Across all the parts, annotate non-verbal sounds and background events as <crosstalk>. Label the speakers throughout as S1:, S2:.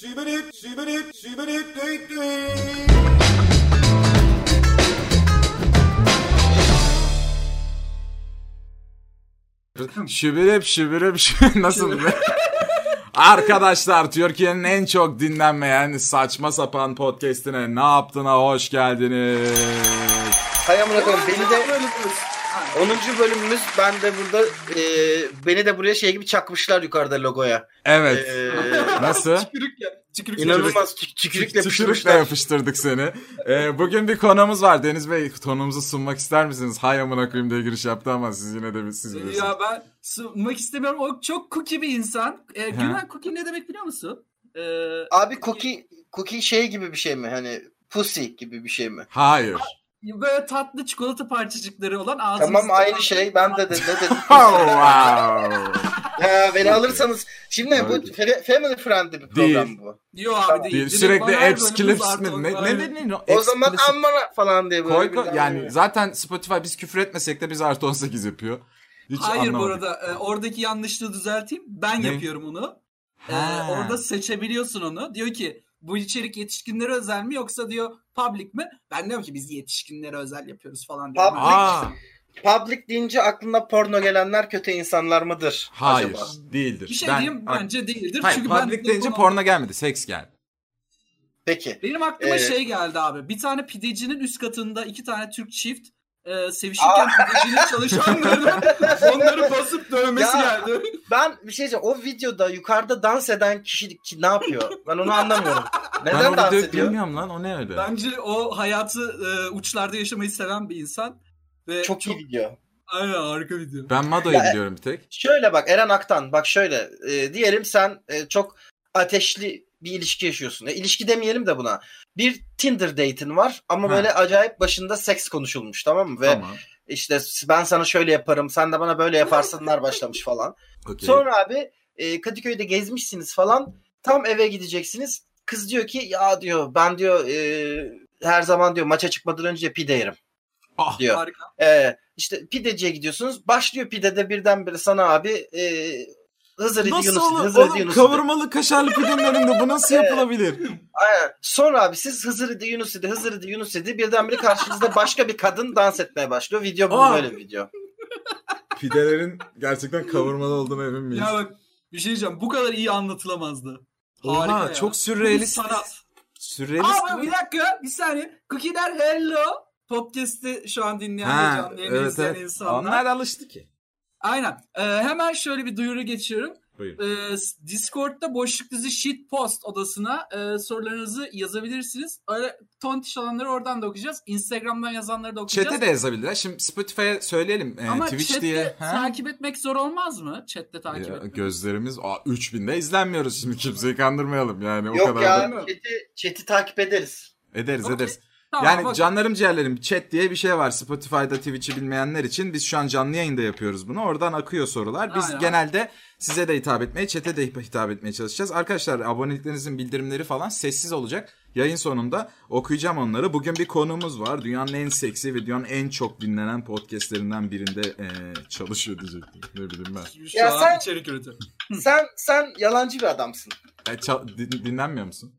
S1: Sübülüp, sübülüp, sübülüp, düt düt.
S2: Şübürüp şübürüp şü- <laughs> nasıl be? Arkadaşlar Türkiye'nin en çok dinlenmeyen saçma sapan podcastine ne yaptığına hoş geldiniz.
S3: Hay amına koyayım beni de 10. bölümümüz ben de burada e, beni de buraya şey gibi çakmışlar yukarıda logoya. E,
S2: Evet <laughs> nasıl?
S4: Tükürükle. Tükürükle.
S3: inanılmaz tü- tükürükle
S2: Sıçırıkla
S3: pişirmişler.
S2: yapıştırdık seni. Ee, bugün bir konumuz var. Deniz Bey konuğumuzu sunmak ister misiniz? Hay amına koyayım diye giriş yaptı ama siz yine de siz bilirsiniz.
S4: Ya ben sunmak istemiyorum. O çok cookie bir insan. E, Güven cookie ne demek biliyor musun? E,
S3: Abi cookie cookie şey gibi bir şey mi? Hani pussy gibi bir şey mi?
S2: Hayır.
S4: böyle tatlı çikolata parçacıkları olan ağzımızda.
S3: Tamam aynı şey. Ben de de ne
S2: <laughs>
S3: dedim?
S2: Oh, wow.
S3: Ha, beni alırsanız şimdi bu
S2: Öyle.
S3: fe- family friendly bir
S2: Değil.
S3: program bu.
S4: Yok abi değil.
S2: Bir
S4: Direkt
S2: sürekli
S4: bana her
S2: apps
S4: bölümümüz
S2: clips
S4: artı
S2: mi?
S4: on
S2: Ne,
S4: falan.
S2: ne dedin? o?
S3: O zaman
S2: Explicit-
S3: ammana falan diye böyle.
S2: Koy
S3: birden
S2: koy. Yani
S3: böyle.
S2: zaten Spotify biz küfür etmesek de biz artı 18 yapıyor. Hiç
S4: Hayır bu
S2: anlamadım.
S4: arada e, oradaki yanlışlığı düzelteyim. Ben
S2: Ne?
S4: yapıyorum onu. E,
S2: Ha.
S4: orada seçebiliyorsun onu. Diyor ki bu içerik yetişkinlere özel mi yoksa diyor public mi? Ben diyorum ki biz yetişkinlere özel yapıyoruz falan diyorum.
S3: Public.
S2: Aa,
S3: Public deyince aklına porno gelenler kötü insanlar mıdır?
S2: hayır
S3: Acaba?
S2: değildir.
S4: Bir şey
S2: Ben-
S4: diyeyim bence değildir.
S2: Hayır,
S4: Çünkü ben
S2: public deyince porno gelmedi, seks geldi.
S3: Peki.
S4: Benim aklıma
S3: Ee,
S4: şey geldi abi. Bir tane pidecinin üst katında iki tane Türk çift e, sevişirken pidecinin
S2: <laughs>
S4: çalışanlarını onları basıp dövmesi
S3: Ya.
S4: geldi.
S3: Ben bir şey diyeceğim. O videoda yukarıda dans eden kişi ki- ne yapıyor? Ben onu anlamıyorum.
S2: ben
S3: Neden
S2: o
S3: dans
S2: videoyu
S3: ediyor?
S2: bilmiyorum lan o ne öyle.
S4: Bence o hayatı e, uçlarda yaşamayı seven bir insan. Ve
S3: Çok,
S4: çok,
S3: iyi video.
S4: Aynen harika video.
S2: Ben Mado'yu biliyorum bir tek.
S3: Şöyle bak Eren Aktan bak şöyle e, diyelim sen e, çok ateşli bir ilişki yaşıyorsun. E, ilişki demeyelim de buna. Bir Tinder date'in var ama
S2: Ha.
S3: böyle acayip başında seks konuşulmuş tamam mı? Ve
S2: Tamam.
S3: işte ben sana şöyle yaparım sen de bana böyle yaparsınlar başlamış falan.
S2: okey.
S3: Sonra abi e, Kadıköy'de gezmişsiniz falan. Tam eve gideceksiniz. Kız diyor ki ya diyor ben diyor e, her zaman diyor maça çıkmadan önce pide yerim.
S2: Ah.
S3: diyor.
S4: Harika.
S3: E, işte pideciye gidiyorsunuz. Başlıyor pidede birdenbire sana abi e, Hızır idi
S2: Nasıl
S3: Yunus idi,
S2: olur?
S3: Hızır idi
S2: Oğlum
S3: Yunus idi.
S2: kavurmalı kaşarlı pidenin önünde bu nasıl yapılabilir?
S3: Aynen. Sonra abi siz Hızır idi Yunus idi Hızır idi Yunus idi birdenbire karşınızda başka bir kadın dans etmeye başlıyor. Video bu
S2: Aa.
S3: böyle bir video.
S2: Pidelerin gerçekten kavurmalı olduğuna emin miyiz?
S4: Ya bak bir şey diyeceğim. Bu kadar iyi anlatılamazdı.
S2: Oha,
S4: Harika ya.
S2: çok sürrealist.
S4: Bu bir sanat.
S2: Sürrealist
S4: Aa bak,
S2: mi?
S4: bir dakika bir saniye. Cookie'ler hello. Podcast'i şu an dinleyen ve
S2: Ha,
S4: canlı yayını
S2: evet,
S4: izleyen
S2: evet.
S4: insanlar.
S2: Onlar alıştı ki.
S4: Aynen. Ee, hemen şöyle bir duyuru geçiyorum.
S2: Buyurun.
S4: Ee, s- Discord'da boşluk dizi shit post odasına e, sorularınızı yazabilirsiniz. Öyle tontiş olanları oradan da okuyacağız. Instagram'dan yazanları da okuyacağız.
S2: Chat'e de yazabilirler. Şimdi Spotify'a söyleyelim. Ee,
S4: Ama
S2: Twitch
S4: chat'te
S2: diye. Ha?
S4: takip etmek zor olmaz mı? Chat'te takip
S2: Ya,
S4: etmek.
S2: gözlerimiz Aa, 3000'de izlenmiyoruz şimdi kimseyi kandırmayalım yani o
S3: Yok
S2: kadar
S3: ya
S2: da
S3: chat'i, chat'i takip ederiz.
S2: ederiz
S4: Okey.
S2: ederiz.
S4: Tamam,
S2: yani
S4: bak-
S2: canlarım ciğerlerim chat diye bir şey var Spotify'da Twitch'i bilmeyenler için biz şu an canlı yayında yapıyoruz bunu oradan akıyor sorular. Biz
S4: Aynen.
S2: genelde size de hitap etmeye chat'e de hitap etmeye çalışacağız. Arkadaşlar aboneliklerinizin bildirimleri falan sessiz olacak. Yayın sonunda okuyacağım onları. Bugün bir konuğumuz var. Dünyanın en seksi ve dünyanın en çok dinlenen podcastlerinden birinde eee, çalışıyor diyecektim. Ne bileyim ben.
S4: Şu
S3: Ya
S4: an
S3: sen-
S4: içerik üretiyorum.
S3: sen sen yalancı bir adamsın.
S2: E, ça- din- dinlenmiyor musun?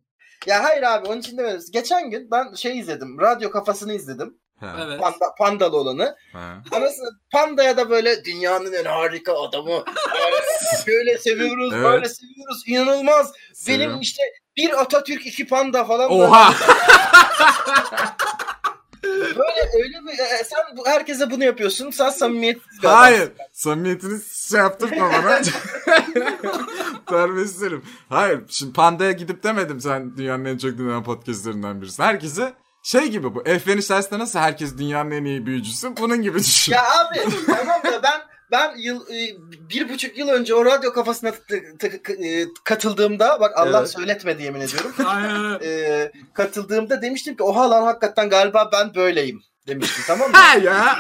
S3: Ya hayır abi onun için demiyoruz. Geçen gün ben şey izledim. Radyo kafasını izledim.
S2: He,
S4: Evet.
S3: Panda, pandalı olanı.
S2: he.
S3: Anasını pandaya da böyle dünyanın en harika adamı.
S2: <laughs>
S3: Böyle seviyoruz,
S2: Evet.
S3: böyle seviyoruz. İnanılmaz. Benim
S2: Seviyorum.
S3: işte bir Atatürk, iki panda falan. böyle-
S2: Oha!
S3: Böyle öyle bir e, sen bu, herkese bunu yapıyorsun. Sen samimiyetsiz bir adamsın.
S2: Hayır. Samimiyetini şey yaptırma bana. <laughs> Terbiyesiz herif. Hayır. Şimdi Panda'ya gidip demedim sen dünyanın en çok dinlenen podcastlerinden birisin. Herkese şey gibi bu. Efleniş derste nasıl herkes dünyanın en iyi büyücüsü? Bunun gibi düşün.
S3: Ya abi tamam da ben ben yıl e, bir buçuk yıl önce o radyo kafasına tık- tık- e, katıldığımda bak Allah
S2: Evet.
S3: söyletmedi yemin ediyorum.
S4: Aynen öyle.
S3: e, katıldığımda demiştim ki oha lan hakikaten galiba ben böyleyim demiştim tamam mı?
S2: Ha ya.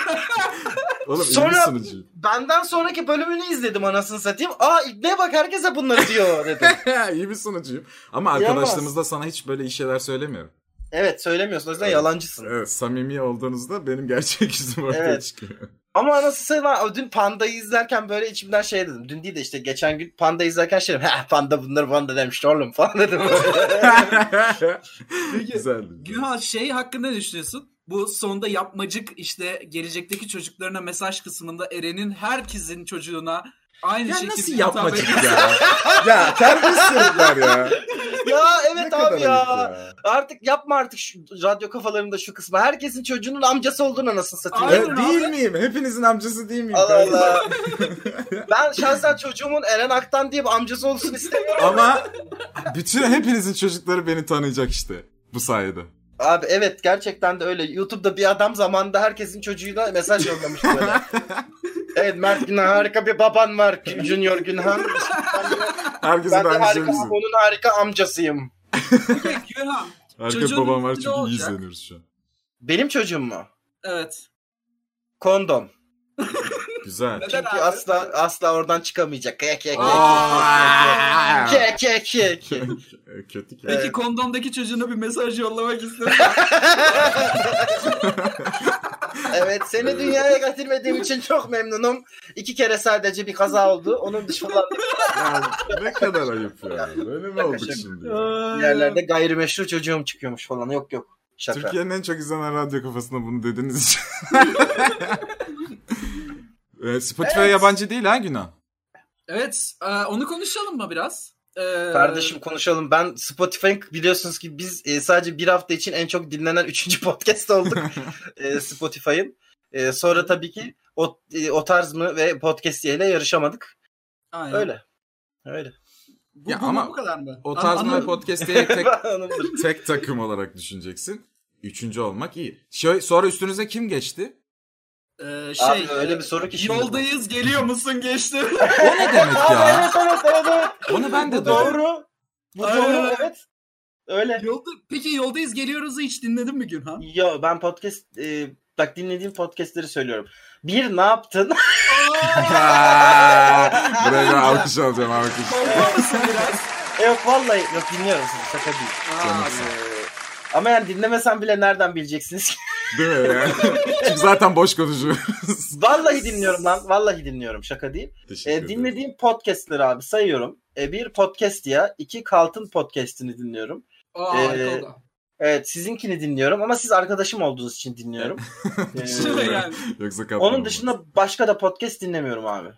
S2: Oğlum iyi
S3: Sonra-
S2: sunucu.
S3: <laughs> Benden sonraki bölümünü izledim anasını satayım. Aa ne bak herkese bunları diyor dedim.
S2: iyi bir sunucuyum. Ama
S3: Yalnız.
S2: arkadaşlığımızda sana hiç böyle iyi şeyler söylemiyorum.
S3: <laughs> Evet söylemiyorsun o yüzden
S2: Evet.
S3: yalancısın.
S2: Evet, samimi olduğunuzda benim gerçek yüzüm ortaya <laughs>
S3: Evet.
S2: çıkıyor.
S3: Ama nasılsa ben dün Panda'yı izlerken böyle içimden şey dedim. Dün değil de işte geçen gün Panda izlerken şey dedim. "Heh, Panda bunları bana da demişti oğlum falan <laughs> dedim.
S2: Güzeldi.
S4: Günhan şey hakkında ne düşünüyorsun? Bu sonda yapmacık işte gelecekteki çocuklarına mesaj kısmında Eren'in herkesin çocuğuna aynı
S2: Ya
S4: şekilde
S2: nasıl
S4: Şey hitap
S2: yapmacık
S4: ediyor.
S2: ya?
S3: <laughs>
S2: ya terbiyesiz herifler ya.
S3: ya
S2: Ne
S3: evet
S2: kadar
S3: abi ya.
S2: ayıp ya.
S3: Artık yapma artık şu radyo kafalarında şu kısmı. Herkesin çocuğunun amcası olduğunu anasını satayım.
S4: Aynen
S2: Ya
S4: abi.
S2: değil miyim? Hepinizin amcası değil miyim?
S3: Allah
S2: kardeşim?
S3: Allah. <laughs> ben şahsen çocuğumun Eren Aktan diye bir amcası olsun istemiyorum.
S2: Ama bütün hepinizin çocukları beni tanıyacak işte bu sayede.
S3: Abi evet gerçekten de öyle. YouTube'da bir adam zamanında herkesin çocuğuna mesaj yollamış böyle. <laughs> evet Mert Günhan harika bir baban var. Junior Günhan.
S2: Herkesin
S3: Ben de
S2: aynı şey
S3: harika,
S2: misin?
S3: onun harika amcasıyım.
S4: <laughs> Peki Günhan.
S2: Herkes
S4: Çocuğun
S2: babam var
S4: üstünde
S2: çünkü iyi
S4: olacak.
S2: izleniyoruz şu an.
S3: Benim çocuğum mu?
S4: Evet.
S3: Kondom.
S2: Güzel.
S4: Neden
S3: Çünkü
S4: abi?
S3: asla asla oradan çıkamayacak. Kek kek
S2: Aa! E,
S3: kek. Kek kek kek.
S2: Kötü ki.
S4: Peki
S3: Evet.
S4: kondomdaki çocuğuna bir mesaj yollamak istedim.
S3: <laughs> Evet seni dünyaya getirmediğim için çok memnunum. İki kere sadece bir kaza oldu. Onun dışında
S2: Ya ne kadar ayıp ya. Böyle mi olduk
S3: Şaka.
S2: şimdi?
S3: yerlerde gayrimeşru çocuğum çıkıyormuş falan. Yok yok. Şaka.
S2: Türkiye'nin en çok izlenen radyo kafasında bunu dediğiniz
S3: <laughs>
S2: için. Ee, Spotify yabancı değil ha Günah.
S4: Evet. e, onu konuşalım mı biraz? E,
S3: Kardeşim konuşalım. Ben Spotify'ın biliyorsunuz ki biz e, sadece bir hafta için en çok dinlenen üçüncü <laughs> podcast olduk e, Spotify'ın. E, sonra tabii ki o, e, o tarz mı ve podcast ile yarışamadık.
S4: aynen.
S3: Öyle. Öyle.
S4: Bu,
S2: Ya
S4: bu,
S2: ama
S4: bu kadar mı?
S2: O tarz
S4: An-
S2: mı
S3: <laughs>
S4: anladım.
S2: podcast diye tek,
S3: Anımdır.
S2: tek takım olarak düşüneceksin. Üçüncü olmak iyi. Şöyle, sonra üstünüze kim geçti?
S4: E, şey,
S3: Abi öyle bir soru ki şimdi.
S4: Yoldayız geliyor
S3: <laughs>
S4: musun geçti. <laughs>
S2: O ne demek
S3: e, Aa,
S2: ya?
S3: evet, evet, evet, evet.
S2: Onu ben de
S3: <laughs> Bu
S2: duydum.
S3: doğru. Bu
S4: Aynen
S3: doğru
S4: öyle.
S3: evet. Öyle.
S4: Yolda, peki yoldayız geliyoruz'u hiç dinledin
S3: <laughs>
S4: mi Günhan?
S3: Yo ben podcast e, bak dinlediğim podcastleri söylüyorum. Bir ne yaptın?
S2: Buraya bir alkış alacağım alkış.
S4: Korkuyor musun biraz?
S3: yok vallahi yok dinliyorum sizi şaka değil.
S4: Aa,
S3: Ee, ama yani dinlemesen bile nereden bileceksiniz ki? <laughs>
S2: Değil mi yani? Çünkü zaten boş konuşuyoruz.
S3: Vallahi dinliyorum lan. Vallahi dinliyorum. Şaka değil.
S2: Teşekkür
S3: Ee,
S2: ederim.
S3: dinlediğim podcastleri abi sayıyorum. Ee, bir podcast ya. iki Kaltın podcastini dinliyorum.
S4: Aa, harika oldu.
S3: Evet sizinkini dinliyorum ama siz arkadaşım olduğunuz için dinliyorum. Ee,
S4: <laughs> Şöyle yani.
S2: Yoksa
S3: onun
S2: katlanamam.
S3: dışında başka da podcast dinlemiyorum abi.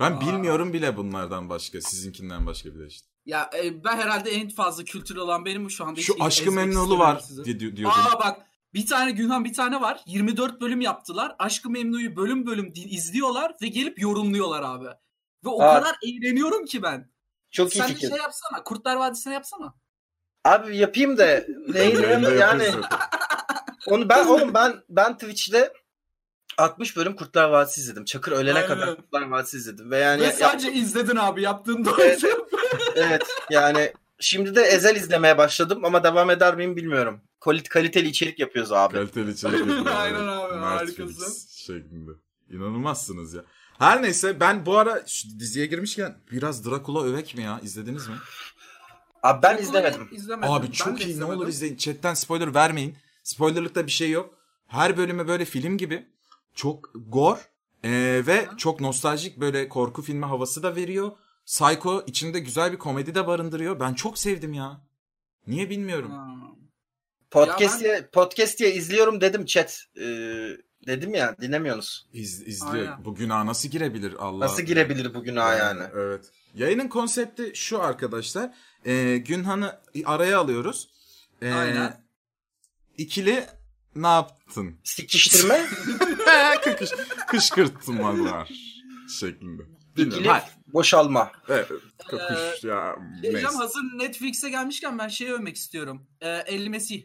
S2: Ben bilmiyorum bile bunlardan başka. Sizinkinden başka bile işte.
S4: Ya e, ben herhalde en fazla kültürlü olan benim şu anda.
S2: Şu
S4: hiç
S2: aşkı
S4: ezmek
S2: memnulu
S4: istemiyorum
S2: var
S4: sizi.
S2: diye diyor- diyordum.
S4: Aa bak bir tane Günhan bir tane var. 24 bölüm yaptılar. Aşkı Memnu'yu bölüm bölüm din- izliyorlar ve gelip yorumluyorlar abi. Ve o
S3: Aa.
S4: kadar eğleniyorum ki ben.
S3: Çok iyi
S4: Sen de
S3: fikir.
S4: şey yapsana. Kurtlar Vadisi'ne yapsana.
S3: Abi yapayım da neyle
S2: Yayında
S3: yani
S2: yapıyoruz zaten.
S3: onu ben oğlum ben ben Twitch'te 60 bölüm Kurtlar Vadisi izledim. Çakır ölene
S4: Aynen.
S3: kadar Kurtlar Vadisi izledim. Ve yani
S4: ve sadece izledin abi yaptığın doğru. şey
S3: Evet. Evet yani şimdi de Ezel izlemeye başladım ama devam eder miyim bilmiyorum. Kolit kaliteli içerik yapıyoruz abi.
S2: Kaliteli
S4: <laughs>
S2: içerik yapıyor.
S4: Aynen abi,
S2: Mert
S4: harikasın.
S2: Felix şeklinde. İnanılmazsınız ya. Her neyse ben bu ara şu diziye girmişken biraz Drakula övek mi ya? İzlediniz mi?
S3: Abi ben izlemedim.
S4: İzlemedim. Ben
S2: Abi
S4: de
S2: çok iyi ne
S4: izlemedim.
S2: olur izleyin. Chatten spoiler vermeyin. Spoilerlıkta bir şey yok. Her bölümü böyle film gibi. Çok gore ee, ve çok nostaljik böyle korku filmi havası da veriyor. Psycho içinde güzel bir komedi de barındırıyor. Ben çok sevdim ya. Niye bilmiyorum.
S4: Ha.
S3: Podcast diye, podcast diye izliyorum dedim chat. Ee, dedim ya dinlemiyorsunuz.
S2: İz, izliyor.
S4: Aynen.
S2: Bu günaha nasıl girebilir Allah?
S3: Nasıl girebilir bu günaha yani?
S2: Evet. Yayının konsepti şu arkadaşlar. Ee, Günhan'ı araya alıyoruz. Ee,
S4: Aynen.
S2: İkili ne yaptın?
S4: <laughs>
S3: Sikiştirme.
S2: Kış, kışkırtmalar şeklinde. <laughs> Bilmiyorum.
S3: ikili
S2: Hayır.
S3: boşalma.
S2: Evet, kapış ya.
S4: Ee, Diyeceğim
S2: Mes.
S4: hazır Netflix'e gelmişken ben şeyi övmek istiyorum. Ee, El Mesih.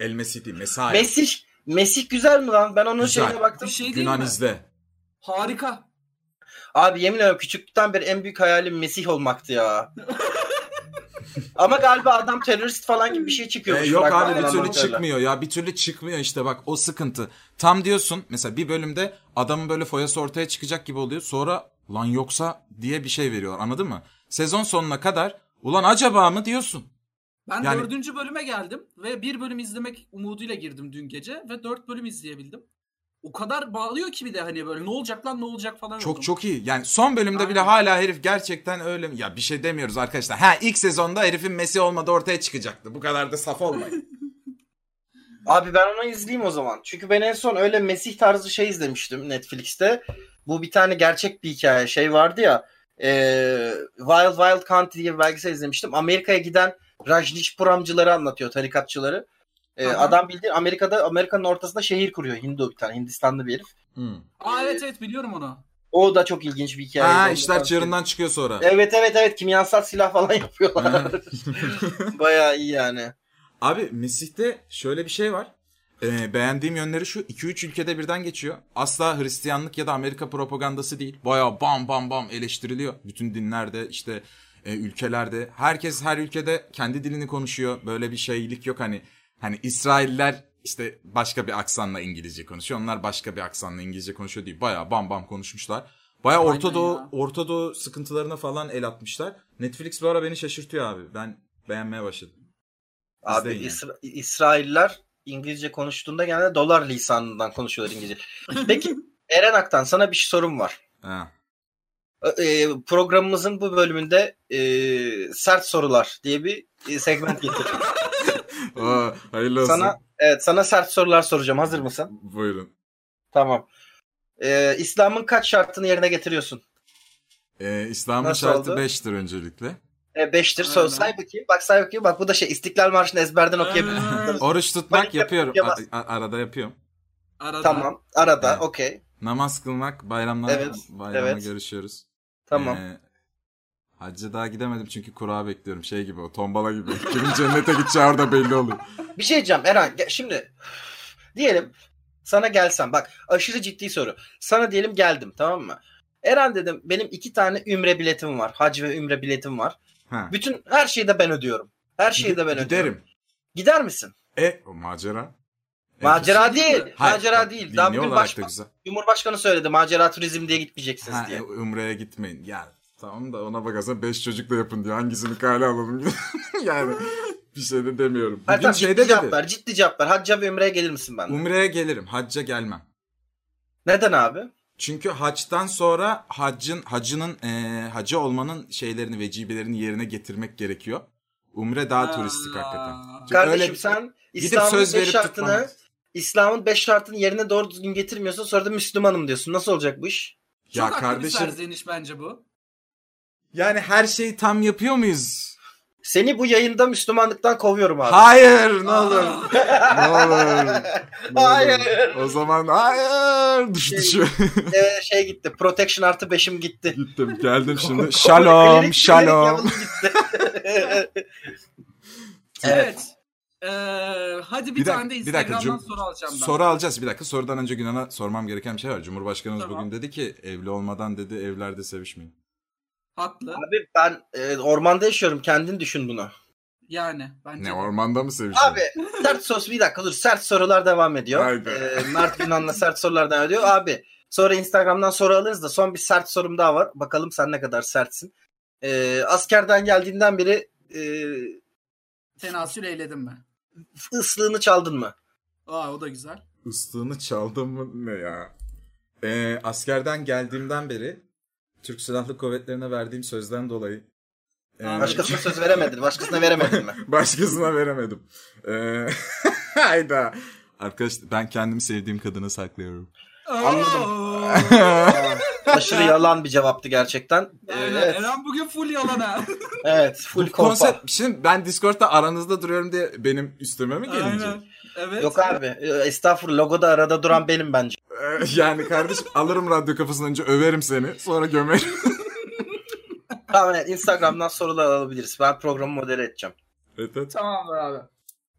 S2: El Mesih değil. Mesai.
S3: Mesih Mesih güzel mi lan? Ben onun
S2: Güzel.
S3: şeyine
S4: Bir
S3: baktım.
S4: şey değil
S2: Yunan
S4: mi?
S2: izle.
S4: Harika.
S3: Abi yemin ediyorum küçüklükten beri en büyük hayalim Mesih
S2: <laughs>
S3: olmaktı ya. Ama galiba adam terörist falan gibi bir şey
S2: Ee,
S3: çıkıyormuş.
S2: yok
S3: Fragman
S2: abi bir türlü
S3: anlatıyorlar.
S2: çıkmıyor ya bir türlü çıkmıyor işte bak o sıkıntı. Tam diyorsun mesela bir bölümde adamın böyle foyası ortaya çıkacak gibi oluyor sonra lan yoksa diye bir şey veriyorlar anladın mı? Sezon sonuna kadar ulan acaba mı diyorsun.
S4: Ben
S2: Yani-
S4: dördüncü bölüme geldim ve bir bölüm izlemek umuduyla girdim dün gece ve dört bölüm izleyebildim. O kadar bağlıyor ki bir de hani böyle ne olacak lan ne olacak falan
S2: Çok
S4: oldum.
S2: çok iyi. Yani son bölümde bile
S4: Aynen.
S2: hala herif gerçekten öyle mi? Ya bir şey demiyoruz arkadaşlar. Ha ilk sezonda herifin Messi olmadı ortaya çıkacaktı. Bu kadar da saf olmayın.
S3: Abi ben onu izleyeyim o zaman. Çünkü ben en son öyle Mesih tarzı şey izlemiştim Netflix'te. Bu bir tane gerçek bir hikaye şey vardı ya. eee, Wild Wild Country diye bir belgesel izlemiştim. Amerika'ya giden Rajnishpuramcıları anlatıyor tarikatçıları. Eee,
S4: Aha.
S3: adam bildiğin Amerika'da Amerika'nın ortasında şehir kuruyor. Hindu bir tane Hindistanlı bir herif.
S2: Hmm.
S4: Aa evet evet biliyorum onu.
S3: O da çok ilginç bir hikaye.
S2: Ha
S3: Ondan
S2: işler
S3: sonra-
S2: çığırından çıkıyor sonra.
S3: Evet evet evet kimyasal silah falan <laughs> yapıyorlar. <laughs> Bayağı iyi yani.
S2: Abi Mesih'te şöyle bir şey var. Ee, beğendiğim yönleri şu 2-3 ülkede birden geçiyor. Asla Hristiyanlık ya da Amerika propagandası değil. Baya bam bam bam eleştiriliyor. Bütün dinlerde işte e, ülkelerde. Herkes her ülkede kendi dilini konuşuyor. Böyle bir şeylik yok hani. Hani İsrailler işte başka bir aksanla İngilizce konuşuyor. Onlar başka bir aksanla İngilizce konuşuyor değil. Baya bam bam konuşmuşlar. Baya
S4: Aynen
S2: Orta Doğu,
S4: ya.
S2: Orta Doğu sıkıntılarına falan el atmışlar. Netflix bu ara beni şaşırtıyor abi. Ben beğenmeye başladım.
S3: Abi
S2: İzleyin yani.
S3: İsra- İsrailler İngilizce konuştuğunda genelde dolar lisanından konuşuyorlar İngilizce. Peki Eren Aktan sana bir şey sorum var.
S2: Ha.
S3: Ö- e, programımızın bu bölümünde e, sert sorular diye bir e, segment getirdim.
S2: Aa, hayırlı olsun.
S3: sana evet sana sert sorular soracağım. Hazır mısın?
S2: Buyurun.
S3: Tamam. E, İslam'ın kaç şartını yerine getiriyorsun?
S2: Ee, İslam'ın
S3: Nasıl
S2: şartı
S3: oldu?
S2: 5'tir öncelikle.
S3: E, beştir. So,
S4: Aynen.
S3: say bakayım. Bak say bakayım. Bak bu da şey İstiklal Marşı'nı ezberden okuyabilirsin.
S4: Aynen.
S2: Oruç tutmak
S3: Panik
S2: yapıyorum.
S3: yapamaz.
S2: A- a- arada yapıyorum.
S4: Arada.
S3: tamam. Arada.
S2: Evet.
S3: Okey.
S2: Namaz kılmak, bayramlar
S3: Evet,
S2: bayramda
S3: evet.
S2: görüşüyoruz.
S3: Tamam.
S2: Ee, hacca daha gidemedim çünkü kura bekliyorum. Şey gibi o tombala gibi. <laughs> Kimin cennete gideceği orada belli oluyor.
S3: Bir şey diyeceğim Eren. Ge- Şimdi diyelim sana gelsem bak aşırı ciddi soru. Sana diyelim geldim tamam mı? Eren dedim benim iki tane ümre biletim var. Hac ve ümre biletim var.
S2: Ha.
S3: Bütün her şeyi de ben ödüyorum. Her şeyi şey de ben ödüyorum.
S2: Giderim.
S3: Gider misin?
S2: E o macera. E,
S3: macera
S4: kesin
S3: değil.
S4: değil mi?
S2: Hayır,
S3: macera
S2: bak,
S3: değil.
S2: dini
S3: Daha bugün
S2: olarak
S3: başba-
S2: da güzel.
S3: Cumhurbaşkanı söyledi macera turizm diye gitmeyeceksiniz
S2: Ha,
S3: diye.
S2: e, Umre'ye gitmeyin. Yani tamam da ona bakarsan 5 çocukla yapın diyor. Hangisini kale alalım? <laughs> yani bir şey de demiyorum. Bugün
S3: Ertan ciddi
S2: şeyde şey dedi. Um-
S3: cevap ver. Ciddi cevap ver. Hacca ve ümreye gelir misin ben?
S2: Umre'ye gelirim. Hacca gelmem.
S3: Neden abi?
S2: Çünkü haçtan sonra haccın hacının eee hacı olmanın şeylerini vecibelerini yerine getirmek gerekiyor. Umre daha
S4: Aa.
S2: turistik hakikaten. Çünkü
S3: Kardeşim
S2: öyle-
S3: sen
S2: gidip
S3: İslam'ın
S2: söz
S3: beş
S2: verip
S3: şartını
S2: tutmamak.
S3: İslam'ın beş şartını yerine doğru düzgün getirmiyorsun sonra da Müslümanım diyorsun. Nasıl olacak bu iş?
S4: Çok
S2: Ya
S4: haklı
S2: kardeşim
S4: bir serzeniş bence bu.
S2: yani her şeyi tam yapıyor muyuz?
S3: Seni bu yayında Müslümanlıktan kovuyorum abi.
S2: Hayır ne olur.
S4: Aa,
S2: ne olur. ne olur.
S3: Hayır.
S2: O zaman hayır. Düş <laughs>
S3: Şey-
S2: düşüyor.
S3: Ee, şey gitti. Protection artı 5'im gitti.
S2: Gittim geldim şimdi. Şalom
S3: Klinik-
S2: şalom.
S3: klinik yavrum gitti.
S4: evet. Ee, hadi bir,
S2: Bir dakika,
S4: tane de
S2: bir dakika,
S4: Instagram'dan
S2: Cum-
S4: soru alacağım ben.
S2: Soru alacağız bir dakika. Sorudan önce Günan'a sormam gereken bir şey var. Cumhurbaşkanımız
S4: Tamam.
S2: bugün dedi ki evli olmadan dedi evlerde sevişmeyin.
S4: Haklı.
S3: Abi ben e, ormanda yaşıyorum. Kendin düşün bunu.
S4: Yani bence.
S2: Ne ormanda mı sevişmeyin?
S3: Abi sert sos bir dakika dur. Sert sorular devam ediyor.
S2: Haydi.
S3: Ee, Mert Yunan'la sert sorular devam ediyor. Abi sonra Instagram'dan soru alırız da son bir sert sorum daha var. Bakalım sen ne kadar sertsin. Ee, askerden geldiğinden beri e,
S4: Tenasül eyledin mi?
S3: ıslığını çaldın mı?
S4: Aa o da güzel.
S2: Islığını çaldım mı ne ya? Ee, askerden geldiğimden beri Türk Silahlı Kuvvetlerine verdiğim sözden dolayı ee,
S3: Başkasına söz veremedin. Başkasına veremedin mi?
S2: <laughs> başkasına veremedim. Ee, <laughs> hayda. Arkadaşlar ben kendimi sevdiğim kadını saklıyorum. <laughs>
S4: Anladım.
S3: Aşırı yalan bir cevaptı gerçekten. Ee, evet.
S4: Eren bugün full yalana.
S2: <laughs>
S3: Evet. Full
S2: Bu
S3: kompa.
S2: konsept şimdi ben Discord'da aranızda duruyorum diye benim üstüme mi gelince?
S4: Aynen. Evet.
S3: Yok abi. e, Estağfurullah. Logoda arada duran benim bence.
S2: Ee, yani kardeşim
S4: <laughs>
S2: alırım radyo kafasından önce överim seni sonra gömerim.
S3: Tamam evet. Instagram'dan sorular alabiliriz. Ben programı modere edeceğim.
S2: evet, evet.
S4: Tamamdır abi.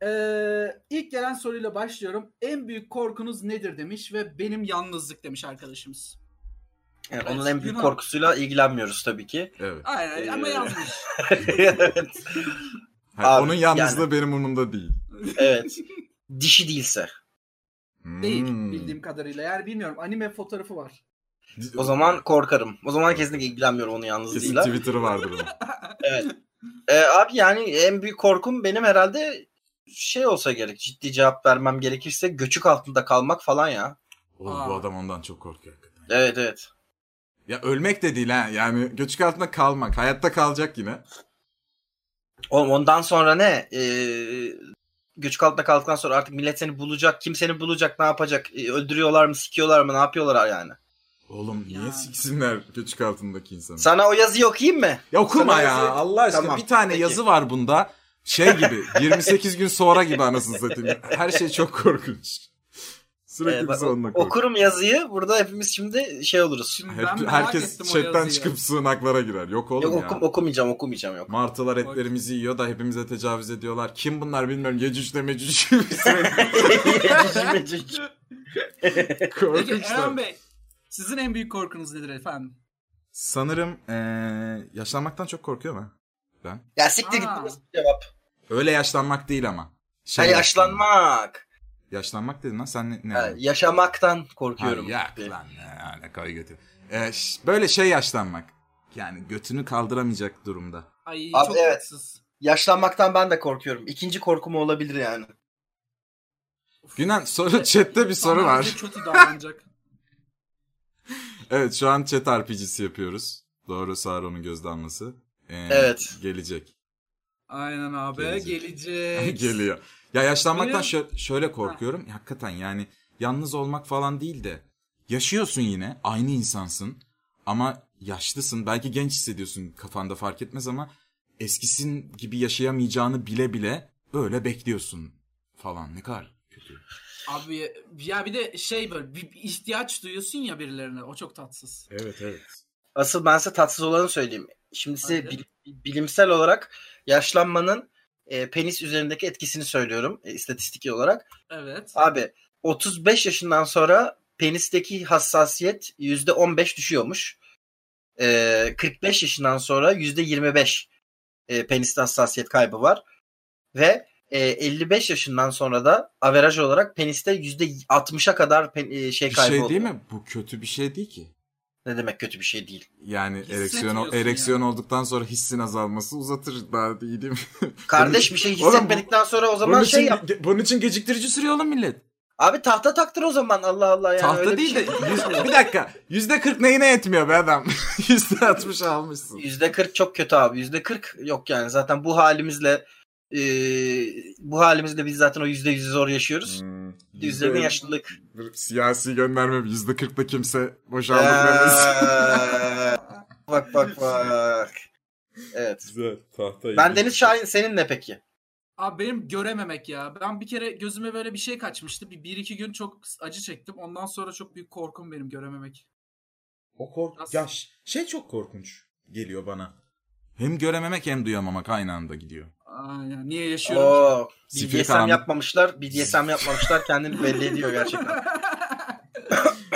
S4: Ee, ilk gelen soruyla başlıyorum. En büyük korkunuz nedir demiş ve benim yalnızlık demiş arkadaşımız.
S3: Yani
S4: Evet,
S3: onun en büyük
S4: Yunan.
S3: korkusuyla ilgilenmiyoruz
S2: <laughs>
S3: tabii ki.
S2: evet.
S4: Aynen ama
S3: Ee,
S4: yazmış.
S3: evet.
S2: Hayır,
S3: Abi,
S2: onun yalnızlığı benim umurumda değil.
S3: evet. Dişi değilse.
S4: Değil
S2: Hmm.
S4: bildiğim kadarıyla. Yani bilmiyorum anime fotoğrafı var.
S3: O zaman korkarım. O zaman kesinlikle ilgilenmiyorum onun
S2: kesin
S3: yalnızlığıyla.
S4: <laughs>
S2: Twitter'ı vardır onun.
S3: Evet. Ee, abi yani en büyük korkum benim herhalde şey olsa gerek. Ciddi cevap vermem gerekirse göçük altında kalmak falan ya.
S2: Oğlum bu
S4: Aa.
S2: adam ondan çok korkuyor hakikaten.
S3: Evet evet.
S2: Ya ölmek de değil ha. Yani göçük altında kalmak. Hayatta kalacak yine.
S3: Oğlum ondan sonra ne? Ee, göçük altında kaldıktan sonra artık millet seni bulacak. Kim seni bulacak? Ne yapacak? Ee, öldürüyorlar mı? Sikiyorlar mı? Ne yapıyorlar yani?
S2: Oğlum niye
S4: Ya.
S2: siksinler göçük altındaki insanı?
S3: Sana o yazıyı okuyayım mı?
S2: Ya okuma
S3: Sana
S2: ya.
S3: yazı-
S2: Allah aşkına
S3: Tamam,
S2: bir tane
S3: peki.
S2: yazı var bunda. Şey
S3: <laughs>
S2: gibi 28 gün sonra gibi anasını satayım. Her şey çok korkunç. Sürekli
S3: Ee,
S2: biz
S3: bak,
S2: onunla korkuyoruz.
S3: okurum yazıyı. Burada hepimiz şimdi şey oluruz.
S4: Şimdi ben
S2: Hep,
S4: merak
S2: herkes
S4: ettim o
S2: chatten
S4: yazıyı.
S2: çıkıp sığınaklara girer. Yok oğlum
S3: Yok
S2: ya.
S3: okum, okumayacağım
S2: <laughs>
S3: okumayacağım yok.
S2: Martılar etlerimizi yiyor da hepimize tecavüz ediyorlar. Kim bunlar bilmiyorum. Yecüc mecüc.
S3: <laughs>
S2: Sürekli
S3: Mecüc, mecüc.
S4: Peki Eren
S2: korkunçlar.
S4: Bey sizin en büyük korkunuz nedir efendim?
S2: Sanırım eee yaşlanmaktan çok korkuyorum ha.
S3: ya siktir git
S4: Aa.
S3: burası cevap.
S2: Öyle yaşlanmak değil ama.
S3: Ha,
S2: Şey yaşlanmak.
S3: yaşlanmak.
S2: Yaşlanmak dedin lan sen ne? ne
S3: Ha,
S2: anladın?
S3: yaşamaktan korkuyorum.
S2: Ha, yak lan ne alakayı götür. Ee, ş- böyle şey yaşlanmak. Yani götünü kaldıramayacak durumda.
S4: Ay
S3: Abi,
S4: çok
S3: evet.
S4: tatsız.
S3: Yaşlanmaktan ben de korkuyorum. İkinci korkum o olabilir yani.
S2: Günan soru chatte bir soru
S4: İnsanlar
S2: var.
S4: bize
S2: <laughs>
S4: kötü davranacak.
S2: Evet şu an chat RPG'si yapıyoruz. Doğru Sauron'un göz damlası. Ee,
S3: Evet.
S2: Gelecek.
S4: Aynen abi
S2: Gelecek. <laughs>
S4: gelecek.
S2: Geliyor. Ya yaşlanmaktan
S4: Benim-
S2: şö- şöyle korkuyorum. Hakikaten yani yalnız olmak falan değil de. Yaşıyorsun yine. Aynı insansın. Ama yaşlısın. Belki genç hissediyorsun kafanda fark etmez ama eskisin gibi yaşayamayacağını bile bile böyle bekliyorsun falan. Ne kadar kötü.
S4: Abi ya bir de şey böyle bir bir ihtiyaç duyuyorsun ya birilerine o çok tatsız.
S2: Evet evet.
S3: Asıl ben size tatsız olanı söyleyeyim. Şimdi size
S4: Hadi.
S3: bil- bilimsel olarak yaşlanmanın e, penis üzerindeki etkisini söylüyorum e, istatistiki olarak.
S4: Evet.
S3: Abi 35 yaşından sonra penisteki hassasiyet %15 düşüyormuş. E, 45 yaşından sonra %25 e, peniste hassasiyet kaybı var. Ve e, 55 yaşından sonra da averaj olarak peniste %60'a kadar pen- e, şey
S2: Bir
S3: kaybı
S2: şey
S3: oluyor.
S2: değil mi? Bu kötü bir şey değil ki.
S3: Ne demek kötü bir şey değil.
S2: Yani ereksiyon
S4: Hissetmiyorsun
S2: ereksiyon olduktan sonra hissin azalması uzatır daha iyi değil mi?
S3: Kardeş bir şey
S2: Oğlum bu-
S3: hissetmedikten sonra o zaman
S2: bunun,
S3: şey
S2: için,
S3: yap.
S2: ge- bunun için geciktirici sürüyor oğlum millet.
S3: Abi tahta taktır o zaman Allah Allah yani.
S2: Tahta
S3: Ee, öyle
S2: değil de
S3: bir şey.
S2: yüz- bir dakika. Yüzde kırk neyine yetmiyor be adam? <laughs> Yüzde altmış almışsın.
S3: Yüzde kırk çok kötü abi. Yüzde kırk yok yani zaten bu halimizle e, bu halimizle biz zaten o yüzde yüzü zor yaşıyoruz.
S2: Hmm,
S3: Yüzlerin yaşlılık.
S2: Dur, Siyasi göndermem. Yüzde kırkta kimse <laughs> boşandıklarımız.
S3: Eee, Ee, bak bak bak. Evet.
S2: Güzel. Tahta
S3: Ben Deniz Şahin senin ne peki?
S4: Abi benim görememek ya. Ben bir kere gözüme böyle bir şey kaçmıştı. Bir, bir iki gün çok acı çektim. Ondan sonra çok büyük korkum benim görememek.
S2: O kork
S4: Nasıl?
S2: ya ş- şey çok korkunç geliyor bana. Hem görememek hem duyamamak aynı anda
S3: <laughs>
S2: gidiyor.
S4: Aa, ya niye yaşıyorum <laughs> ki?
S3: Oo,
S2: Sifir
S3: BDSM
S2: karanlık.
S3: yapmamışlar. BDSM yapmamışlar kendini belli ediyor gerçekten.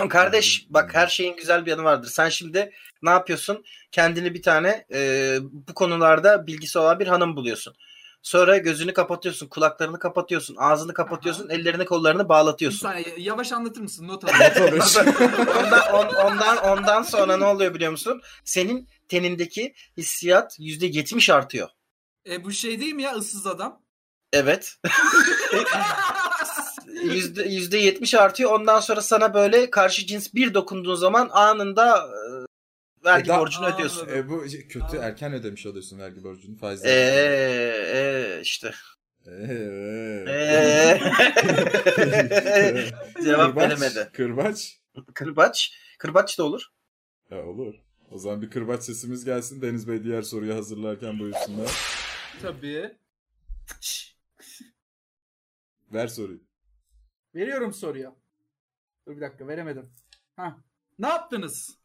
S3: Kardeş bak her şeyin güzel bir yanı vardır. Sen şimdi ne yapıyorsun? Kendini bir tane e, bu konularda bilgisi olan bir hanım buluyorsun. Sonra gözünü kapatıyorsun, kulaklarını kapatıyorsun, ağzını kapatıyorsun, ellerini kollarını
S4: Bir <laughs>
S3: bağlatıyorsun.
S4: saniye yavaş anlatır mısın? Not alayım.
S3: ondan, on- ondan ondan sonra ne oluyor biliyor musun? Senin tenindeki hissiyat %70 artıyor.
S4: e, bu şey değil mi ya ıssız adam?
S3: Evet. Yüzde, yüzde yetmiş artıyor. Ondan sonra sana böyle karşı cins bir dokunduğun zaman anında e, vergi
S2: E, da-
S3: borcunu
S4: Aa,
S3: ödüyorsun.
S2: e, bu şey- kötü
S4: Aa.
S2: erken ödemiş oluyorsun vergi borcunu faizleri.
S3: Ee. Eee eee, işte.
S2: Ee, <laughs>
S3: Eee. Cevap
S2: Kırbaç,
S3: veremedi.
S2: Kırbaç.
S3: Kırbaç. Kırbaç da olur.
S2: Ya olur. O zaman bir kırbaç sesimiz gelsin. Deniz Bey diğer soruyu hazırlarken buyursunlar.
S4: Tabii. Şş,
S2: Ver <laughs> soruyu.
S4: Veriyorum soruyu. Dur bir dakika veremedim. Hah. Ne yaptınız?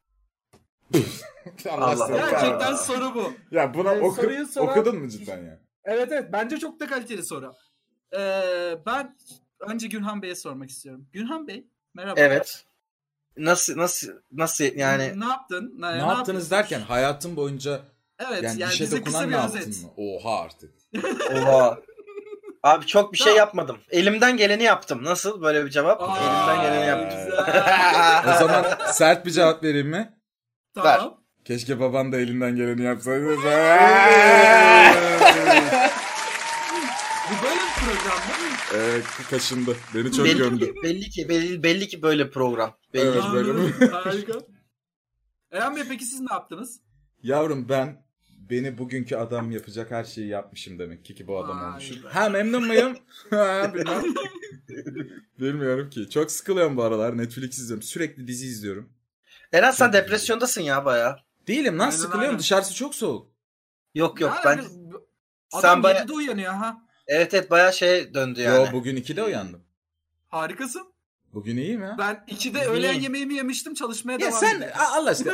S3: Allah Allah.
S2: seni
S4: Gerçekten
S2: kahretsin.
S4: soru bu.
S2: Ya buna
S4: Ee,
S2: oku-
S4: soruyu soran-
S2: okudun mu cidden ya?
S4: Evet evet bence çok da kaliteli soru. Ee, ben önce Günhan Bey'e sormak istiyorum. Günhan Bey merhaba.
S3: Evet. Nasıl nasıl nasıl
S4: <laughs>
S3: yani
S4: Ne yaptın? Ne,
S2: Ne,
S4: ne
S2: yaptınız
S4: yapıyorsun?
S2: derken hayatım boyunca
S4: Evet
S2: yani, şey
S4: yani,
S2: dişe
S4: bize
S2: dokunan
S4: kısa
S2: ne
S4: bir
S2: yaptın
S4: özet.
S2: mı? Oha
S4: <laughs>
S2: artık.
S3: oha. Abi çok bir şey
S4: Tamam.
S3: yapmadım. Elimden geleni yaptım. Nasıl böyle bir cevap?
S4: Aa,
S3: <laughs>
S4: <laughs>
S3: Elimden geleni yaptım.
S4: güzel.
S2: O zaman sert bir cevap vereyim mi?
S4: tamam.
S2: Keşke baban da elinden geleni yapsaydı. Bu
S4: Bu böyle bir program değil mi?
S2: Evet, Ee, kaşındı. Beni çok
S3: belli,
S2: gömdü.
S3: ki, belli ki belli, belli ki böyle program. Belli.
S2: Evet. böyle mi?
S4: Anladım. Harika. Eren Bey peki siz ne yaptınız?
S2: Yavrum ben beni bugünkü adam yapacak her şeyi yapmışım demek ki, ki bu adam
S4: Vay
S2: olmuşum.
S4: be.
S2: Ha memnun muyum?
S4: <laughs>
S2: Ha, bilmem. Bilmiyorum ki. Çok sıkılıyorum bu aralar. Netflix izliyorum. Sürekli dizi izliyorum.
S3: Eren sen depresyondasın ya baya.
S2: Değilim lan
S4: Aynen,
S2: sıkılıyorum.
S4: aynen.
S2: Dışarısı çok soğuk.
S3: Yok yok
S4: Yani hani
S3: ben
S4: Adam
S3: Sen baya-
S4: 7'de uyanıyor ha.
S3: evet evet baya şey döndü yani.
S2: Yo bugün 2'de uyandım.
S4: Harikasın.
S2: Bugün iyiyim ya.
S4: Ben 2'de
S3: İyi.
S4: öğlen yemeğimi yemiştim çalışmaya
S2: Ya
S4: devam
S2: sen
S4: ediyorum.
S2: A- Allah aşkına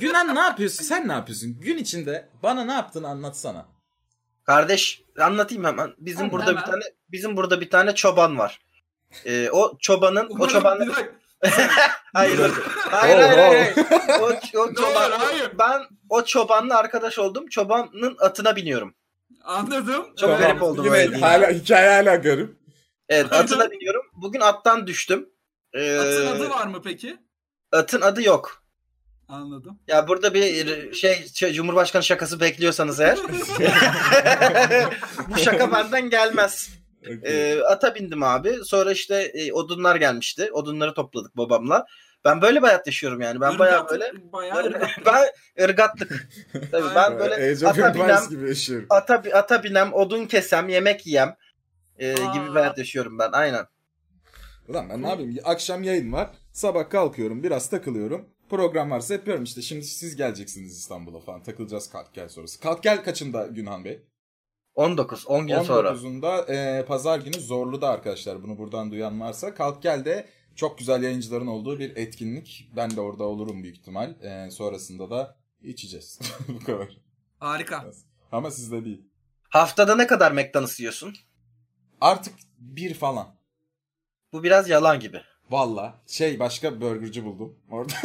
S2: Günan ne yapıyorsun? Sen ne yapıyorsun? Gün içinde bana ne yaptığını anlatsana.
S3: Kardeş anlatayım hemen. Bizim
S4: Hemen,
S3: burada
S4: hemen.
S3: bir tane bizim burada bir tane çoban var. Ee, o çobanın o
S4: Umarım-
S3: çoban
S4: <laughs> Bir dakika.
S3: hayır hayır hayır,
S2: Oo,
S3: hayır, hayır. O, o
S4: Hayır,
S3: çoban
S4: hayır.
S3: ben o çobanla arkadaş oldum. Çobanın atına biniyorum.
S4: Anladım. şey
S3: Çok
S4: Evet.
S3: garip oldum
S2: Yine
S3: öyle diyeyim.
S2: hala, hikaye hala garip.
S3: Evet atına biniyorum. Bugün attan düştüm. Ee,
S4: Atın adı var mı peki?
S3: Atın adı yok.
S4: Anladım.
S3: Ya burada bir şey şey, Cumhurbaşkanı şakası bekliyorsanız
S4: <laughs>
S3: eğer. <laughs> Bu şaka benden gelmez.
S2: Okey.
S3: Ee, ata bindim abi. Sonra işte e, odunlar gelmişti. Odunları topladık babamla. Ben böyle bir hayat yaşıyorum yani. Ben bayağı
S4: Irgat-
S3: böyle
S4: Bayağı ırgat.
S3: ben ırgatlık. Tabii ben böyle
S2: Ee, Age of
S3: ata
S2: Empires
S3: binem-
S2: gibi yaşıyorum.
S3: ata bi- ata binem, odun kesem, yemek yiyem e, gibi bir
S4: Aa.
S3: hayat yaşıyorum ben. Aynen.
S2: Ulan ben ne yapayım? Akşam yayın var. Sabah kalkıyorum. Biraz takılıyorum. Program varsa yapıyorum işte. Şimdi siz geleceksiniz İstanbul'a falan. Takılacağız kalk gel sonrası. Kalk gel kaçında Günhan Bey?
S3: 19 10 gün sonra.
S2: 19'unda e, pazar günü Zorlu'da arkadaşlar. Bunu buradan duyan varsa. Kalk gel de çok güzel yayıncıların olduğu bir etkinlik. Ben de orada olurum büyük ihtimal. E, sonrasında da içeceğiz. <laughs> Bu kadar.
S4: Harika.
S2: Ama sizde değil.
S3: Haftada ne kadar McDonald's yiyorsun?
S2: Artık bir falan.
S3: Bu biraz yalan gibi.
S2: Valla şey başka burgerci buldum orada. <laughs>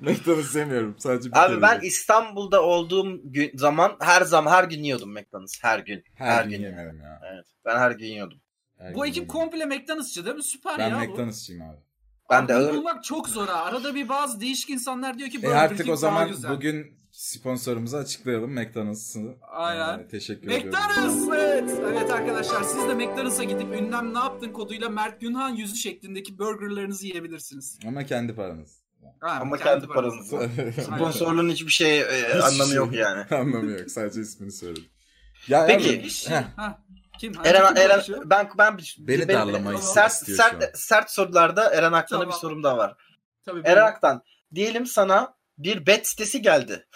S2: McDonald's sevmiyorum sadece bir
S3: Abi
S2: kere
S3: ben
S2: yedim.
S3: İstanbul'da olduğum gün, zaman her zaman her gün yiyordum McDonald's her gün.
S2: her,
S3: her
S2: gün,
S3: gün
S2: yemedim ya.
S3: Evet. Ben her gün yiyordum.
S2: Her
S4: Bu
S2: gün
S4: ekip
S2: yemedim.
S4: komple McDonald'sçı değil mi? Süper
S2: Ben
S4: ya bu.
S2: McDonald'sçıyım abi.
S3: Ben de
S4: Bunu bulmak çok zor ha. Arada bir bazı değişik insanlar diyor ki
S2: E
S4: Burger
S2: artık
S4: King
S2: o
S4: daha
S2: zaman
S4: güzel.
S2: bugün sponsorumuzu açıklayalım McDonald's'ı.
S4: Aynen.
S2: Ee, teşekkür ediyorum.
S4: McDonald's evet. Evet arkadaşlar siz de McDonald's'a gidip ünlem ne yaptın koduyla Mert Günhan yüzü şeklindeki burgerlarınızı yiyebilirsiniz.
S2: Ama kendi paranız.
S4: Ha,
S3: Ama kendi paranızı.
S2: <laughs>
S3: Sponsorluğun hiçbir şey e, anlamı yok yani.
S2: Anlamı yok. Sadece ismini söyledim. Ya
S3: Peki,
S2: yavrum,
S4: İş-
S2: heh,
S4: Ha, Kim? Hangi
S3: Eren,
S4: kim
S3: Eren
S4: konuşuyor?
S3: ben ben
S2: Beni
S3: benim-
S2: darlamayı
S3: sert
S2: istiyor
S3: sert
S2: şu an.
S3: sert sorularda Eren Aktan'a
S4: Tamam.
S3: bir sorum da var.
S4: Tabii
S3: Eren
S4: ben-
S3: Aktan diyelim sana bir bet sitesi geldi.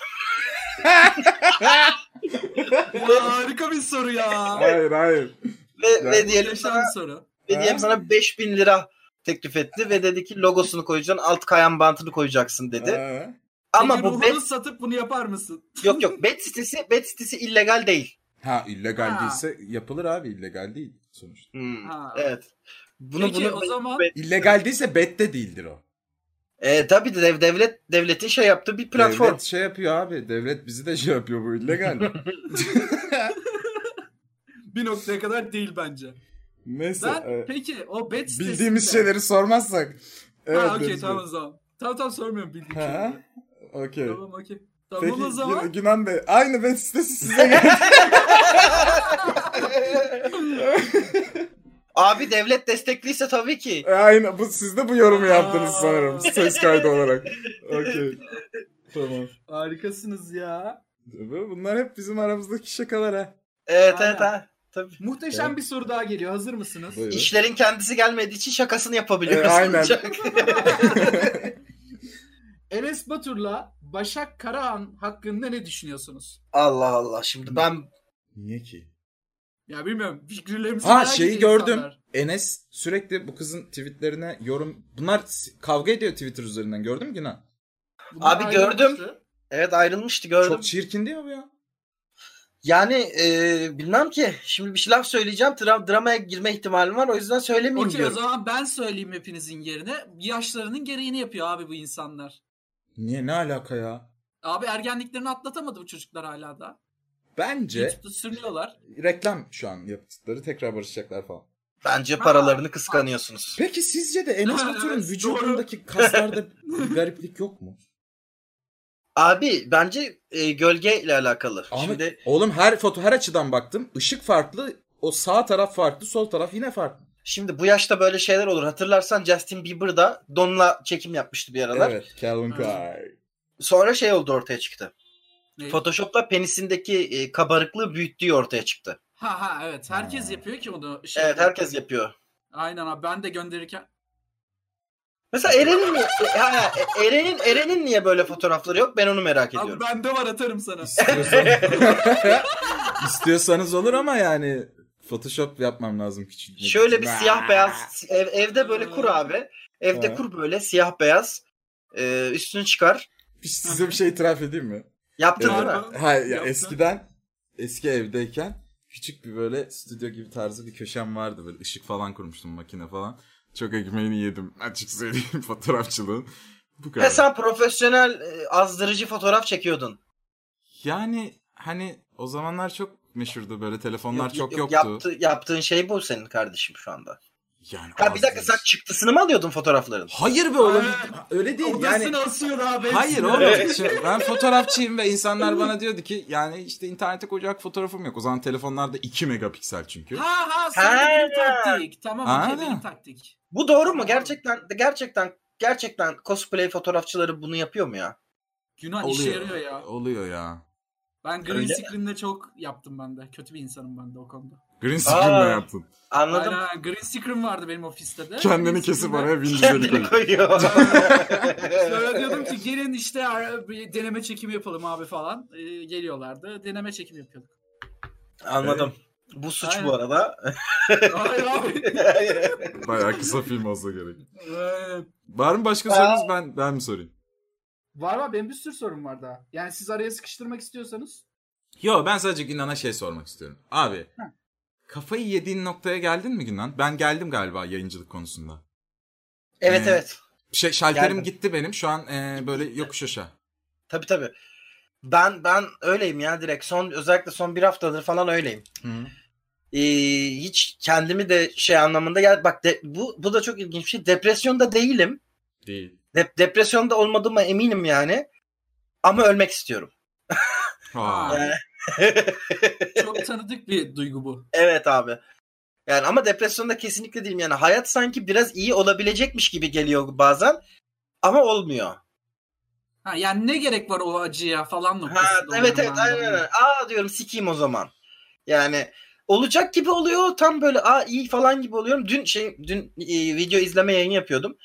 S4: <laughs> <laughs> Harika bir soru ya.
S2: Hayır hayır.
S3: Ve,
S2: Ya.
S3: ve diyelim
S4: Yaşam
S3: sana
S4: soru.
S3: ve diyelim
S2: Ha?
S3: sana 5000 lira teklif etti ve dedi ki logosunu koyacaksın, alt kayan bantını koyacaksın dedi.
S2: Ee,
S3: Ama
S4: Peki
S3: bu
S4: ruhunu
S3: bet
S4: satıp bunu yapar mısın?
S3: yok yok bet sitesi bet sitesi illegal değil.
S2: Ha illegal
S4: Ha.
S2: değilse yapılır abi illegal değil sonuçta.
S3: Hmm,
S4: Ha.
S3: Evet. Bunu
S4: Peki
S3: bunu
S4: o zaman
S3: ben-
S2: İllegal değilse bet de değildir o.
S3: e, tabii de dev- devlet devletin şey yaptığı bir platform.
S2: Devlet şey yapıyor abi. Devlet bizi de şey yapıyor bu illegal.
S4: <laughs> bir noktaya kadar değil bence.
S2: Neyse.
S4: Ben
S2: e,
S4: peki o bet sitesinde-
S2: bildiğimiz şeyleri sormazsak. Evet.
S4: ha okey
S2: deriz
S4: tamam o
S2: biz.
S4: zaman. Tamam tamam sormuyorum bildiğim
S2: Ha?
S4: şeyleri.
S2: Okey.
S4: Tamam okey. Tamam
S2: Peki
S4: o zaman.
S2: Gü- <laughs> Günan Bey aynı bet sitesi size
S4: <laughs>
S2: geldi.
S3: Abi devlet destekliyse tabii ki.
S2: E, Aynı bu siz de bu yorumu yaptınız
S4: Aa.
S2: sanırım ses kaydı olarak. Okey. tamam.
S4: Harikasınız ya.
S2: Bu- Bunlar hep bizim aramızdaki şakalar ha.
S3: Evet
S4: Aynen.
S3: evet ha. Tabii.
S4: Muhteşem
S2: Evet.
S4: bir soru daha geliyor. Hazır mısınız?
S2: Buyurun.
S3: İşlerin kendisi gelmediği için şakasını yapabiliyoruz.
S2: E, aynen.
S4: <laughs> Enes Batur'la Başak Karahan hakkında ne düşünüyorsunuz?
S3: Allah Allah şimdi ben
S2: Niye ki?
S4: Ya bilmiyorum. Fikirlerimizi
S2: Ha
S4: merak
S2: şeyi
S4: ediyor
S2: gördüm.
S4: insanlar.
S2: Enes sürekli bu kızın tweetlerine yorum... Bunlar s- kavga ediyor Twitter üzerinden gördün mü Günan?
S4: Bunlar
S3: Abi
S4: ayrılmıştı.
S3: gördüm. evet ayrılmıştı gördüm.
S2: Çok çirkin değil mi bu ya?
S3: Yani e, bilmem ki şimdi bir şey laf söyleyeceğim. Dra- dramaya girme ihtimalim var o yüzden söylemeyeyim
S4: Okey o
S3: diyorum.
S4: zaman ben söyleyeyim hepinizin yerine. Yaşlarının gereğini yapıyor abi bu insanlar.
S2: Niye ne alaka ya?
S4: Abi ergenliklerini atlatamadı bu çocuklar hala da.
S2: Bence
S4: YouTube'da sürünüyorlar.
S2: reklam şu an yaptıkları tekrar barışacaklar falan.
S3: Bence paralarını kıskanıyorsunuz. <laughs>
S2: Peki sizce de Enes Batur'un
S4: Evet,
S2: vücudundaki kaslarda bir gariplik yok mu?
S3: Abi bence e, gölge ile alakalı.
S2: Ahmet,
S3: Şimdi
S2: Oğlum her foto her açıdan baktım. Işık farklı. O sağ taraf farklı, sol taraf yine farklı.
S3: şimdi bu yaşta böyle şeyler olur. Hatırlarsan Justin Bieber da Don'la çekim yapmıştı bir aralar.
S2: Evet, Calvin
S4: Ha.
S2: Klein.
S3: Sonra şey oldu ortaya çıktı.
S4: Ne?
S3: Photoshop'ta penisindeki e, kabarıklığı büyüttüğü ortaya çıktı.
S4: Ha ha evet. Herkes
S2: Ha.
S4: yapıyor ki onu. Şey-
S3: Evet herkes yapıyor.
S4: Aynen abi ben de gönderirken.
S3: Mesela Eren'in niye, e, ha, ha, e, Eren'in Eren'in niye böyle fotoğrafları yok? Ben onu merak ediyorum.
S4: Abi bende var atarım sana.
S2: İstiyorsan...
S3: <laughs>
S2: İstiyorsanız olur ama yani Photoshop yapmam lazım küçük. şey.
S3: Şöyle bir siyah beyaz ev- evde böyle kur abi. Evde
S2: Ha.
S3: kur böyle siyah beyaz. Ee, üstünü çıkar.
S2: Hiç Size bir şey itiraf edeyim mi?
S3: Yaptın
S2: Evet.
S3: değil mi?
S4: Yapma.
S2: Hayır ya
S4: Yaptın.
S2: eskiden eski evdeyken küçük bir böyle stüdyo gibi tarzı bir köşem vardı böyle ışık falan kurmuştum makine falan. Çok ekmeğini yedim açık söyleyeyim <laughs> fotoğrafçılığın. Bu kadar.
S3: He sen profesyonel e, azdırıcı fotoğraf çekiyordun.
S2: Yani hani o zamanlar çok meşhurdu böyle telefonlar
S3: Yok,
S2: çok
S3: yok,
S2: yoktu.
S3: yaptı- yaptığın şey bu senin kardeşim şu anda.
S2: Yani
S3: Ha bir dakika
S2: az-
S3: sen çıktısını mı alıyordun fotoğrafların?
S2: Hayır be oğlum.
S4: Ha.
S2: Öyle değil yani.
S4: Odasını asıyor abi.
S2: Hayır
S4: hepsini.
S2: oğlum. Şimdi ben fotoğrafçıyım ve insanlar bana diyordu ki yani işte internete koyacak fotoğrafım yok. O zaman telefonlarda 2 megapiksel çünkü.
S4: Ha ha sen de benim taktik. Tamam okey
S2: Aynen.
S4: benim taktik.
S3: Bu doğru mu? Gerçekten gerçekten gerçekten cosplay fotoğrafçıları bunu yapıyor mu ya?
S4: Günah işe
S2: Oluyor.
S4: yarıyor ya.
S2: Oluyor ya.
S4: Ben green
S3: Öyle.
S4: screen'le çok yaptım ben de. Kötü bir insanım ben de o konuda.
S2: Green screen
S3: Aa.
S2: mi yaptın?
S3: Anladım.
S4: Aynen, green screen vardı benim ofiste de. Green
S2: Kendini kesip
S4: screen'le-
S2: araya
S3: Kendini
S2: Windows'a koy.
S3: koyuyor.
S2: <laughs>
S4: <laughs> Sonra diyordum ki gelin işte ara- bir deneme çekimi yapalım abi falan. Ee, geliyorlardı. Deneme çekimi yapıyorduk. <laughs>
S3: Anladım. Bu suç bu <laughs> arada. <laughs>
S4: Hayır abi.
S2: Bayağı kısa film olsa gerek.
S4: Ee,
S2: Var mı başka sorunuz? Ben ben mi sorayım?
S4: var var benim bir sürü sorum var daha. Yani siz araya sıkıştırmak istiyorsanız.
S2: Yo ben sadece Günan'a şey sormak istiyorum. Abi kafayı yediğin noktaya geldin mi Günan? Ben geldim galiba yayıncılık konusunda.
S3: evet
S2: Ee,
S3: evet.
S2: Şey, şalterim
S3: Geldim.
S2: gitti benim. Şu an e, böyle yokuş aşağı.
S3: Tabii tabii. Ben ben öyleyim ya direkt son özellikle son bir haftadır falan öyleyim.
S2: Hı.
S3: Ee, hiç kendimi de şey anlamında ya bak de- bu bu da çok ilginç bir şey. Depresyonda değilim.
S2: Değil.
S3: Dep- depresyonda olmadığıma eminim yani. Ama ölmek istiyorum.
S2: Aa.
S4: Aa,
S3: <laughs>
S4: çok tanıdık bir duygu bu.
S3: evet abi. Yani ama depresyonda kesinlikle değilim. Yani hayat sanki biraz iyi olabilecekmiş gibi geliyor bazen. Ama olmuyor.
S4: Ha, yani ne gerek var o acıya falan noktasında.
S3: Ha,
S4: oluyorum
S3: evet evet
S4: ben de.
S3: aynen aynen. Aa diyorum sikeyim o zaman. Yani olacak gibi oluyor tam böyle aa iyi falan gibi oluyorum. Dün şey dün e, video izleme yayını yapıyordum.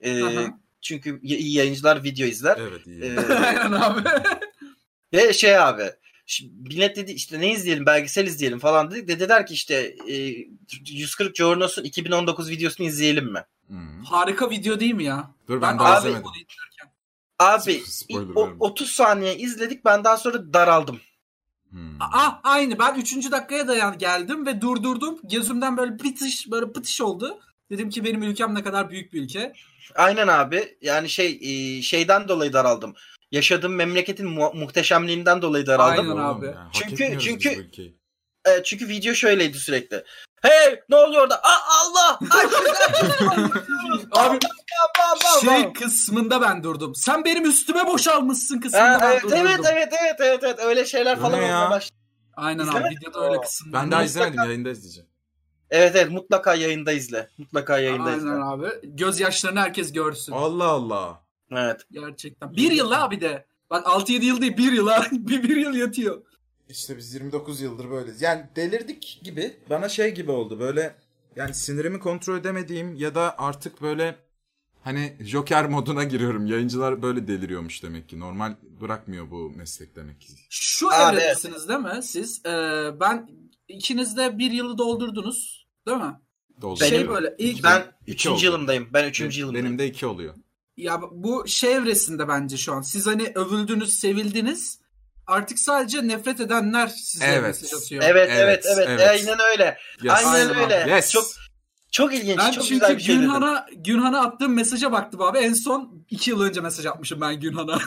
S3: Ee,
S4: Aha.
S3: çünkü y- iyi yayıncılar video izler.
S2: Evet iyi.
S3: Ee,
S4: <laughs> Aynen abi.
S3: ve şey abi şi- millet dedi işte ne izleyelim belgesel izleyelim falan dedi. Dediler ki işte e, 140 Jornos'un 2019 videosunu izleyelim mi?
S2: Hı.
S4: Harika video değil mi ya?
S2: Hmm. Dur ben, daha
S3: abi-
S4: ağzım
S2: izlemedim.
S4: bunu-
S3: Abi
S2: Spoiler
S3: o-
S2: verme.
S3: 30 saniye izledik ben daha sonra daraldım.
S2: Hı.
S4: Aa aynı ben 3. dakikaya dayan geldim ve durdurdum. Gözümden böyle pıtış böyle pıtış oldu. Dedim ki benim ülkem ne kadar büyük
S3: <laughs>
S4: bir ülke.
S3: Aynen abi. Yani şey e, şeyden dolayı daraldım. Yaşadığım memleketin mu- muhteşemliğinden dolayı daraldım.
S4: Aynen abi.
S2: ya, hak
S3: Çünkü-
S2: etmiyoruz biz
S3: çünkü-
S2: bu ülkeyi.
S3: E, çünkü video şöyleydi sürekli. Hey ne oluyor orada? Aa, Allah!
S4: <laughs>
S3: Açız, açız, açız.
S4: Abi,
S3: Bam, bam,
S4: şey
S3: bam.
S4: kısmında ben durdum. Sen benim üstüme boşalmışsın kısmında
S3: Ha,
S4: ben
S3: evet,
S4: durdum.
S3: evet, evet, evet, evet, evet. Öyle şeyler
S2: Bu
S3: falan
S2: ne ya?
S3: olmaya başladı.
S4: Aynen abi
S3: İzlemedin
S4: videoda öyle
S3: mi?
S4: kısımda.
S2: Ben daha izlemedim yayında izleyeceğim.
S3: Evet, evet. Mutlaka yayında izle. Mutlaka yayında izle.
S4: Aynen abi. Gözyaşlarını herkes görsün.
S2: Allah Allah.
S3: Evet.
S4: Gerçekten. Bir yıl abi de. Bak 6-7 yıl değil bir yıl ha. <laughs> bir, bir yıl yatıyor.
S2: İşte biz 29 yıldır böyleyiz. Yani delirdik gibi bana şey gibi oldu böyle yani sinirimi kontrol edemediğim ya da artık böyle hani Joker moduna giriyorum. Yayıncılar böyle deliriyormuş demek ki. Normal bırakmıyor bu meslek demek ki.
S4: Şu
S3: Abi.
S4: evredesiniz değil mi siz? Ee, ben ikiniz de bir yılı doldurdunuz. Değil mi?
S2: Doldu.
S4: Şey böyle ilk
S3: Ben
S2: İki oldu.
S3: üçüncü yılımdayım. Ben üçüncü
S2: benim,
S3: yılımdayım.
S2: benim de iki oluyor.
S4: Ya bu şey evresinde bence şu an. Siz hani övüldünüz, sevildiniz. Artık sadece nefret edenler size
S2: Evet.
S4: mesaj atıyor.
S3: Evet,
S2: Evet,
S3: evet, evet.
S2: evet.
S3: Aynen öyle.
S2: Yes.
S3: Aynen
S4: Aynen.
S3: öyle.
S2: Yes.
S3: Çok çok ilginç.
S4: Ben
S3: çok
S4: çünkü
S3: güzel bir şey dedin.
S4: Günhan'a Günhan'a attığım mesaja baktım abi. En son 2 yıl önce mesaj atmışım ben Günhan'a.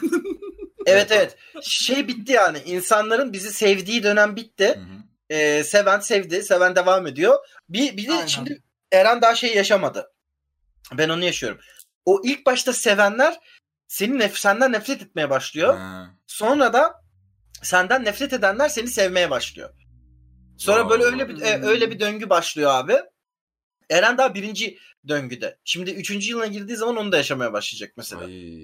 S3: Evet evet. Şey bitti yani. İnsanların bizi sevdiği dönem bitti.
S2: Hı hı.
S3: Ee, seven sevdi. Seven devam ediyor. Bir, bir de
S4: Aynen.
S3: şimdi Eren daha şey yaşamadı. Ben onu yaşıyorum. O ilk başta sevenler senin nef- senden nefret etmeye başlıyor.
S2: Ha.
S3: Sonra da senden nefret edenler seni sevmeye başlıyor. Sonra
S2: Wow.
S3: böyle öyle bir e, öyle bir döngü başlıyor abi. Eren daha birinci döngüde. Şimdi üçüncü yılına girdiği zaman onu da yaşamaya başlayacak mesela.
S2: Ay.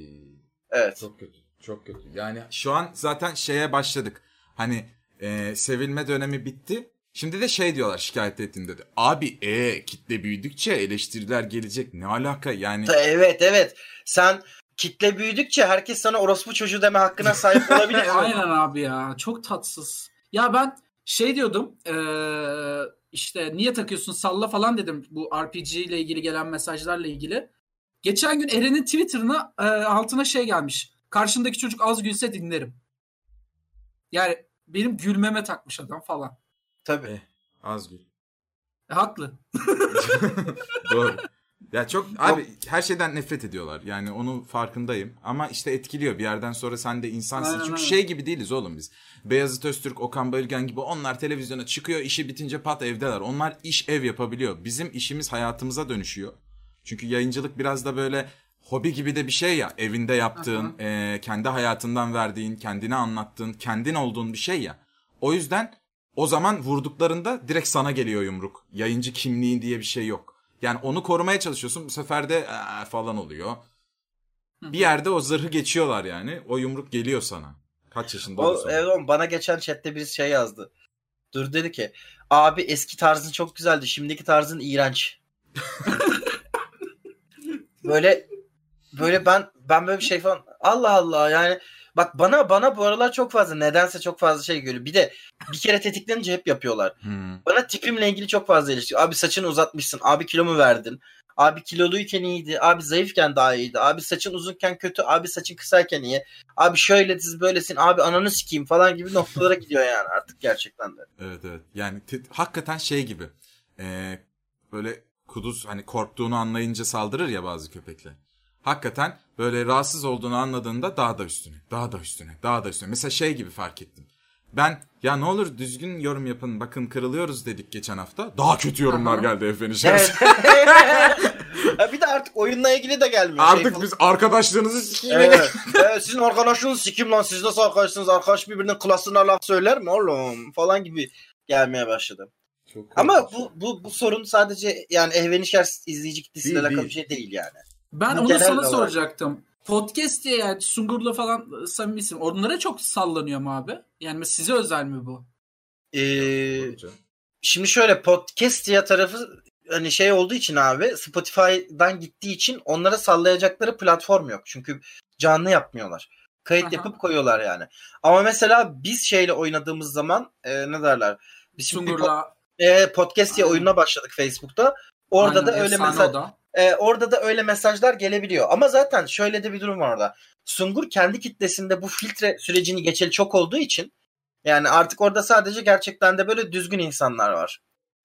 S3: Evet.
S2: Çok kötü. Çok kötü. Yani şu an zaten şeye başladık. Hani e, sevilme dönemi bitti. Şimdi de şey diyorlar şikayet ettiğinde de. Abi e kitle büyüdükçe eleştiriler gelecek. Ne alaka yani?
S3: Ta- Evet evet. Sen kitle büyüdükçe herkes sana orospu çocuğu deme hakkına sahip olabilir.
S4: <laughs> Aynen abi ya. Çok tatsız. Ya ben şey diyordum. eee, işte niye takıyorsun salla falan dedim. Bu RPG ile ilgili gelen mesajlarla ilgili. Geçen gün Eren'in Twitter'ına eee, altına şey gelmiş. Karşındaki çocuk az gülse dinlerim. Yani benim gülmeme takmış adam falan.
S3: Tabii.
S2: Az gül.
S4: E, haklı.
S2: Doğru. Ya çok abi her şeyden nefret ediyorlar. Yani onun farkındayım. Ama işte etkiliyor. Bir yerden sonra sen de insansın.
S4: Aynen,
S2: Çünkü
S4: aynen.
S2: şey gibi değiliz oğlum biz. Beyazıt Öztürk, Okan Bayülgen gibi onlar televizyona çıkıyor. işi bitince pat evdeler. Onlar iş ev yapabiliyor. Bizim işimiz hayatımıza dönüşüyor. Çünkü yayıncılık biraz da böyle hobi gibi de bir şey ya. Evinde yaptığın, eee, kendi hayatından verdiğin, kendine anlattığın, kendin olduğun bir şey ya. O yüzden o zaman vurduklarında direkt sana geliyor yumruk. Yayıncı kimliğin diye bir şey yok. Yani onu korumaya çalışıyorsun. Bu sefer de "Aa," falan oluyor.
S4: Hı hı.
S2: Bir yerde o zırhı geçiyorlar yani. O yumruk geliyor sana. Kaç yaşında
S3: O, e-
S2: olursan.
S3: evet, oğlum, bana geçen chatte birisi şey yazdı. Dur dedi ki abi eski tarzın çok güzeldi şimdiki tarzın iğrenç. <laughs> böyle böyle ben ben böyle bir şey falan Allah Allah yani bak bana bana bu aralar çok fazla nedense çok fazla şey geliyor. Bir de bir kere tetiklenince hep yapıyorlar.
S2: Hmm.
S3: Bana tipimle ilgili çok fazla eleştiri. Abi saçını uzatmışsın. Abi kilo mu verdin? Abi kiloluyken iyiydi. Abi zayıfken daha iyiydi. Abi saçın uzunken kötü. Abi saçın kısayken iyi. Abi şöyle diz böylesin. Abi ananı sikeyim falan gibi noktalara gidiyor yani artık gerçekten de.
S2: Evet evet. Yani te- hakikaten şey gibi. Ee, böyle kuduz hani korktuğunu anlayınca saldırır ya bazı köpekler. Hakikaten böyle rahatsız olduğunu anladığında daha da üstüne, daha da üstüne, daha da üstüne. Mesela şey gibi fark ettim. Ben ya ne olur düzgün yorum yapın bakın kırılıyoruz dedik geçen hafta. Daha kötü yorumlar
S4: Aha.
S2: geldi efendim.
S3: Evet. Ha, bir de artık oyunla ilgili de gelmiyor. Şey
S2: Artık <laughs>
S3: falan.
S2: biz arkadaşlığınızı sikeyim.
S3: Evet. Evet, sizin arkadaşınız sikim lan siz nasıl arkadaşsınız arkadaş birbirinin klasına laf söyler mi oğlum falan gibi gelmeye başladı. Ama bu bu bu sorun sadece yani Ehvenişer izleyici kitlesiyle
S2: Değil,
S3: alakalı
S2: değil.
S3: bir şey değil yani.
S4: Ben
S3: Bu
S4: onu
S3: genel
S4: sana
S3: olarak.
S4: soracaktım. Podcast diye yani Sungur'la falan e, samimisin. Onlara çok sallanıyor mu abi? Yani size özel mi bu?
S3: Ee, şimdi şöyle podcast ya tarafı hani şey olduğu için abi Spotify'dan gittiği için onlara sallayacakları platform yok. Çünkü canlı yapmıyorlar. Kayıt
S4: Aha.
S3: yapıp koyuyorlar yani. Ama mesela biz şeyle oynadığımız zaman e, ne derler? Biz şimdi bir po-
S4: Sungur'la
S3: e, podcast ya
S4: Aynen.
S3: oyununa başladık Facebook'ta. Orada
S4: Aynen,
S3: da öyle
S4: efsane
S3: mesaj
S4: o da.
S3: e, orada da öyle mesajlar gelebiliyor. Ama zaten şöyle de bir durum var orada. Sungur kendi kitlesinde bu filtre sürecini geçeli çok olduğu için yani artık orada sadece gerçekten de böyle düzgün insanlar var.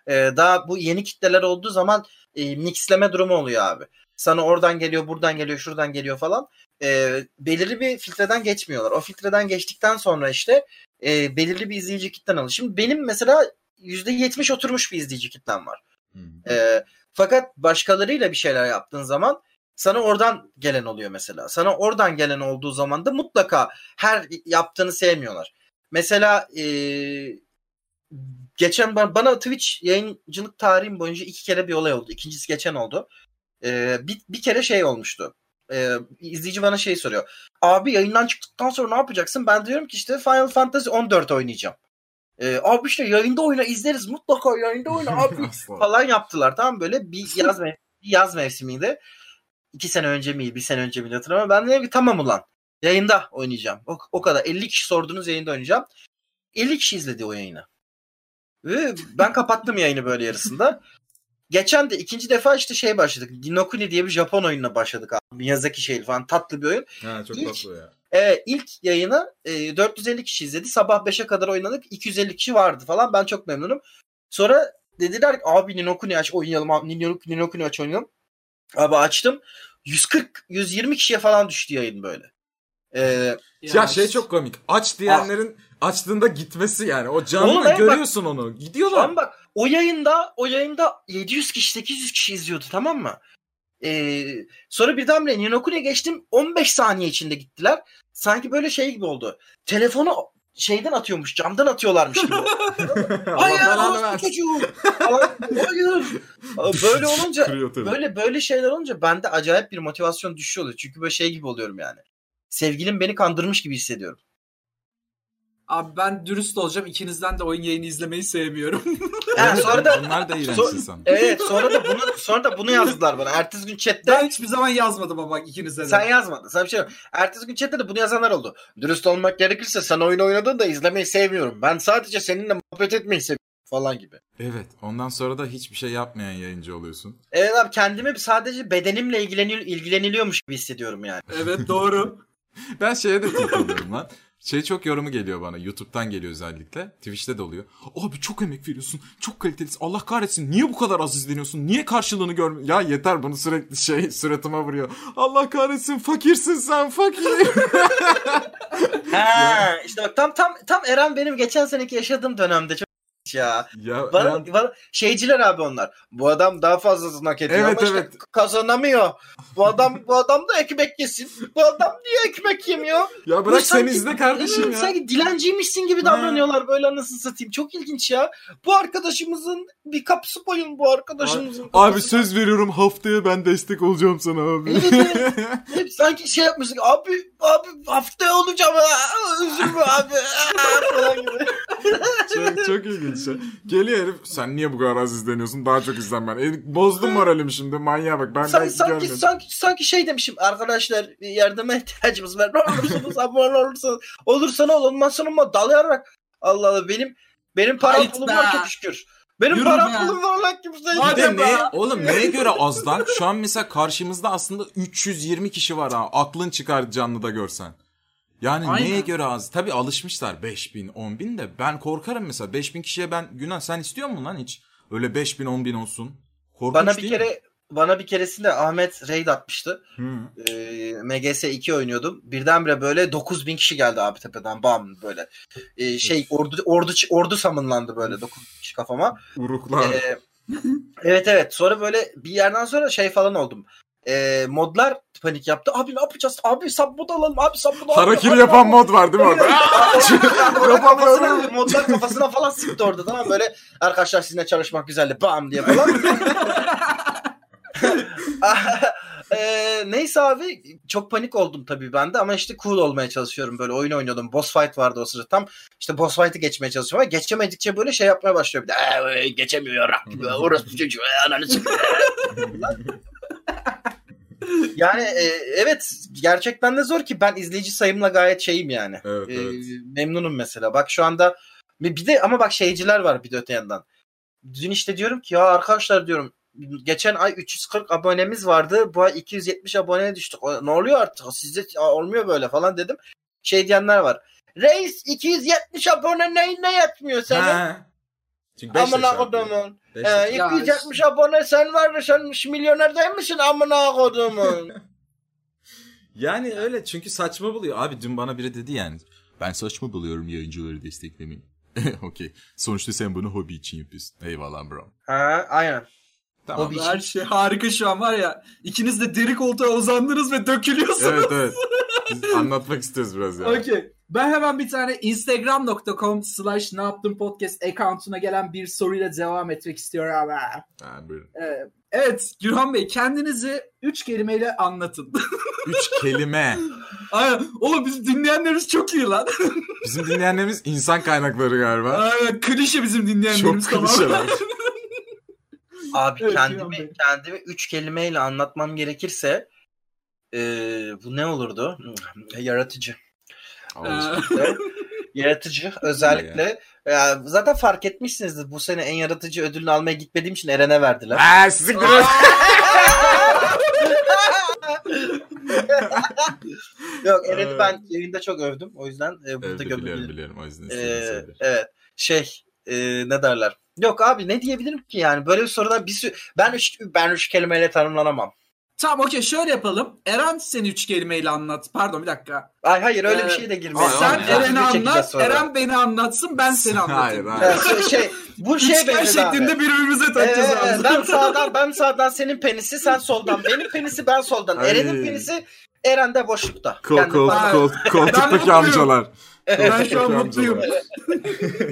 S3: E, daha bu yeni kitleler olduğu zaman e, mixleme durumu oluyor abi. Sana oradan geliyor, buradan geliyor, şuradan geliyor falan. E, belirli bir filtreden geçmiyorlar. O filtreden geçtikten sonra işte e, belirli bir izleyici kitlen alıyor. Şimdi benim mesela %70 oturmuş bir izleyici kitlem var.
S2: Hmm.
S3: Ee, fakat başkalarıyla bir şeyler yaptığın zaman sana oradan gelen oluyor mesela. Sana oradan gelen olduğu zaman da mutlaka her yaptığını sevmiyorlar. Mesela ee, geçen ba- bana Twitch yayıncılık tarihim boyunca iki kere bir olay oldu. İkincisi geçen oldu. Ee, bir, bir kere şey olmuştu. Ee, izleyici bana şey soruyor. Abi yayından çıktıktan sonra ne yapacaksın? Ben diyorum ki işte Final Fantasy 14 oynayacağım. Ee, abi işte yayında oyna izleriz mutlaka yayında oyna abi falan yaptılar tamam böyle bir yaz mev- bir yaz mevsimiydi. İki sene önce miydi bir sene önce miydi hatırlamıyorum. Ben dedim ki tamam ulan yayında oynayacağım. O, o kadar 50 kişi sordunuz yayında oynayacağım. 50 kişi izledi o yayını. Ve ben kapattım yayını böyle yarısında. Geçen de ikinci defa işte şey başladık. Ninokuni diye bir Japon oyununa başladık abi. Miyazaki şey falan tatlı bir oyun.
S2: Ha, çok
S3: İlk-
S2: tatlı ya.
S3: Evet ilk yayını e, 450 kişi izledi. Sabah 5'e kadar oynadık. 250 kişi vardı falan. Ben çok memnunum. Sonra dediler ki abi Ninokuni aç oynayalım. abi, Ninokuni, Ninokuni aç oynayalım. Abi açtım. 140-120 kişiye falan düştü yayın böyle. Ee,
S2: Ya şey çok komik. Aç diyenlerin açtığında gitmesi yani. O canlı
S3: Oğlum, evet,
S2: görüyorsun onu. Gidiyorlar.
S3: Ama bak o yayında o yayında 700 kişi 800 kişi izliyordu tamam mı? Ee, sonra birdenbire Ninokuni'ye geçtim 15 saniye içinde gittiler. Sanki böyle şey gibi oldu. Telefonu şeyden atıyormuş camdan atıyorlarmış gibi. Hayır orospu çocuğu. Falan. Hayır. Böyle olunca
S2: Kırıyor tabii.
S3: böyle böyle şeyler olunca bende acayip bir motivasyon düşüşü oluyor. Çünkü böyle şey gibi oluyorum yani. Sevgilim beni kandırmış gibi hissediyorum.
S4: Abi ben dürüst olacağım. ikinizden de oyun yayını izlemeyi sevmiyorum.
S2: <laughs>
S3: Ha, sonra da
S2: Onlar da iğrenç
S3: So-
S2: insan.
S3: evet sonra da bunu sonra da bunu yazdılar bana. Ertesi gün chatte
S4: ben hiçbir zaman yazmadım ama bak ikinize de.
S3: sen yazmadın. Sana bir şey yok. Ertesi gün chatte de bunu yazanlar oldu. Dürüst olmak gerekirse sen oyun oynadığında izlemeyi sevmiyorum. Ben sadece seninle muhabbet etmeyi seviyorum falan gibi.
S2: Evet. Ondan sonra da hiçbir şey yapmayan yayıncı oluyorsun.
S3: Evet abi kendimi sadece bedenimle ilgileniyor, ilgileniliyormuş gibi hissediyorum <laughs> yani.
S2: <laughs>
S4: Evet doğru.
S2: Ben şeye de takılıyorum lan. Şey çok yorumu geliyor bana. YouTube'dan geliyor özellikle. Twitch'te de oluyor. Abi çok emek veriyorsun. Çok kalitelisin. Allah kahretsin. Niye bu kadar az izleniyorsun? Niye karşılığını görmüyorsun? Ya yeter bunu sürekli şey suratıma vuruyor. Allah kahretsin. Fakirsin sen. Fakir.
S3: Ha, işte bak tam tam tam Eren benim geçen seneki yaşadığım dönemde çok <laughs> ya.
S2: ya
S3: Bana,
S2: ben-
S3: bana- şeyciler abi onlar. Bu adam daha fazlasını hak ediyor
S2: Evet,
S3: ama işte
S2: evet.
S3: kazanamıyor. Bu adam bu adam da ekmek yesin. Bu adam niye ekmek yemiyor?
S2: ya bırak sen
S3: Bu sanki-
S2: izle kardeşim
S3: Evet,
S2: ya.
S3: Sanki dilenciymişsin gibi davranıyorlar böyle anasını satayım. Çok ilginç ya. Bu arkadaşımızın bir kapısı koyun bu arkadaşımızın.
S2: Abi
S3: kapısı-
S2: söz veriyorum haftaya ben destek olacağım sana abi.
S3: Evet, Hep sanki şey yapmıştık. Abi abi haftaya olacağım. Aa, Üzülme abi. Aa, falan gibi.
S2: <laughs> çok, çok ilginç. şey. Geliyor herif sen niye bu kadar az izleniyorsun daha çok izlen ben. E, bozdun moralimi şimdi manyağa bak ben
S3: Sanki,
S2: belki
S3: sanki,
S2: görmüyorum.
S3: sanki, sanki şey demişim arkadaşlar yardıma ihtiyacımız var. Ne olursunuz abone olursanız. Olursa ne olur olmazsa ne olmaz. Dalayarak Allah Allah benim benim param
S4: Hayt
S3: pulum
S4: be.
S3: var çok şükür. Benim
S4: Yürü
S3: param
S4: be.
S3: pulum var lan kimse.
S4: Hadi
S2: Bir de
S4: be.
S2: ne, oğlum neye göre az lan? Şu an mesela karşımızda aslında 320 kişi var ha. Aklın çıkar canlıda görsen. Yani
S4: Aynen.
S2: neye göre az? Tabii alışmışlar 5000, 10000 de. Ben korkarım mesela 5000 kişiye ben günah sen istiyor musun lan hiç? Öyle 5000, 10000 olsun. Korkunç
S3: Bana bir
S2: değil mi?
S3: kere bana bir keresinde Ahmet raid atmıştı.
S2: Hı.
S3: Ee, MGS 2 oynuyordum. Birdenbire böyle 9000 kişi geldi abi tepeden bam böyle. Ee, şey ordu ordu ordu samınlandı böyle 9000 kişi kafama.
S2: Uruklar.
S3: Ee, evet evet. Sonra böyle bir yerden sonra şey falan oldum. Ee, modlar panik yaptı. Abi ne yapacağız? Abi sabbut alalım. Abi sabbut alalım.
S2: Harakiri
S3: Abi,
S2: yapan
S3: abi.
S2: mod var değil mi orada?
S3: <laughs>
S2: Yapan
S3: Modlar
S2: böyle-
S3: kafasına, modlar kafasına falan sıktı orada tamam mı? böyle arkadaşlar sizinle çalışmak güzeldi bam diye falan. <laughs> Eee, neyse abi çok panik oldum tabii ben de ama işte cool olmaya çalışıyorum böyle oyun oynuyordum boss fight vardı o sırada tam işte boss fight'ı geçmeye çalışıyorum ama geçemedikçe böyle şey yapmaya başlıyor bir de "Ee, geçemiyor Rabbim orası çocuğu ee, ananı sikeyim." <laughs> yani e, evet gerçekten de zor ki ben izleyici sayımla gayet şeyim yani
S2: Evet
S3: ee,
S2: evet.
S3: memnunum mesela. Bak şu anda bir bir de ama bak şeyciler var bir de öte yandan. Dün işte diyorum ki ya arkadaşlar diyorum geçen ay 340 abonemiz vardı. Bu ay 270 aboneye düştük. O- Ne oluyor artık? Sizde a- olmuyor böyle falan dedim. Şey diyenler var. Reis 270 abone neyine yetmiyor senin?
S2: Ha. Çünkü beş
S3: Amına
S2: yaş artıyor.
S3: kodumun.
S2: Beş
S3: Ee,
S2: yaş.
S4: Ya
S3: 270 abone sen var da sen milyoner değil misin
S2: <laughs>
S3: amına kodumun?
S2: Yani öyle çünkü saçma buluyor. Abi dün bana biri dedi yani. Ben saçma buluyorum yayıncıları desteklemeyi. <laughs> Okey. Sonuçta sen bunu hobi için yapıyorsun. Eyvallah bro.
S3: ha aynen.
S2: Tamam.
S3: Hobi.
S4: Her şey harika şu an var ya. İkiniz de deri koltuğa uzandınız ve dökülüyorsunuz. <laughs>
S2: Evet evet. Biz anlatmak istiyoruz biraz yani.
S4: Okey. Ben hemen bir tane instagram.com slash ne yaptım podcast accountuna gelen bir soruyla devam etmek istiyorum ama.
S2: Ha, buyurun.
S4: Ee, Evet Gürhan Bey kendinizi 3 kelimeyle anlatın. <laughs>
S2: Üç kelime.
S4: Aynen. Oğlum bizim dinleyenlerimiz çok iyi lan.
S2: Bizim dinleyenlerimiz insan kaynakları galiba.
S4: Aynen klişe bizim
S2: Çok
S4: dinleyenlerimiz. tamamen.
S3: <laughs>
S4: <laughs>
S2: klişeler.
S3: Abi
S4: Evet, Sinan Bey.
S3: kendimi kendimi üç kelimeyle anlatmam gerekirse eee, bu ne olurdu? Hmm,
S4: <laughs>
S3: Yaratıcı.
S4: Ee,
S2: Ağzı-
S3: yaratıcı özellikle. Ya, zaten fark etmişsinizdir bu sene en yaratıcı ödülünü almaya gitmediğim için Eren'e
S2: <laughs>
S3: verdiler.
S2: Ha, sizi kırıyor.
S3: Yok Eren'i
S2: Evet.
S3: ben yayında çok övdüm. O yüzden e, burada
S2: Evet, biliyorum
S3: gömebilirim.
S2: biliyorum o yüzden
S3: Eee,
S2: istedim söyledim.
S3: evet. Şey e, ne derler? Yok abi ne diyebilirim ki yani böyle bir soruda bir sürü ben üç ben üç kelimeyle tanımlanamam.
S4: Tamam okey şöyle yapalım. Eren seni üç kelimeyle anlat. Pardon bir dakika.
S3: Ay hayır öyle bir
S4: Ee,
S3: şey de girmiyor.
S2: Ay,
S4: Sen
S2: ay, ay.
S4: Eren'i anlat.
S3: Eren...
S4: Eren beni anlatsın. Ben seni anlatayım.
S2: Hayır, hayır.
S3: Yani şey, bu şey
S4: Üçgen
S3: benziyor abi.
S4: şeklinde birbirimize takacağız
S3: Ee,
S4: abi.
S3: ben sağdan ben sağdan senin penisi sen soldan benim penisi ben soldan
S2: Ay.
S3: Eren'in penisi Eren de boşlukta.
S2: Kol,
S3: Yani
S2: kol,
S3: bana-
S2: kol, koltuktaki
S4: mutluyum.
S2: amcalar.
S4: Ben şu an
S2: Koltuktaki
S4: mutluyum. <laughs>
S2: amcalar.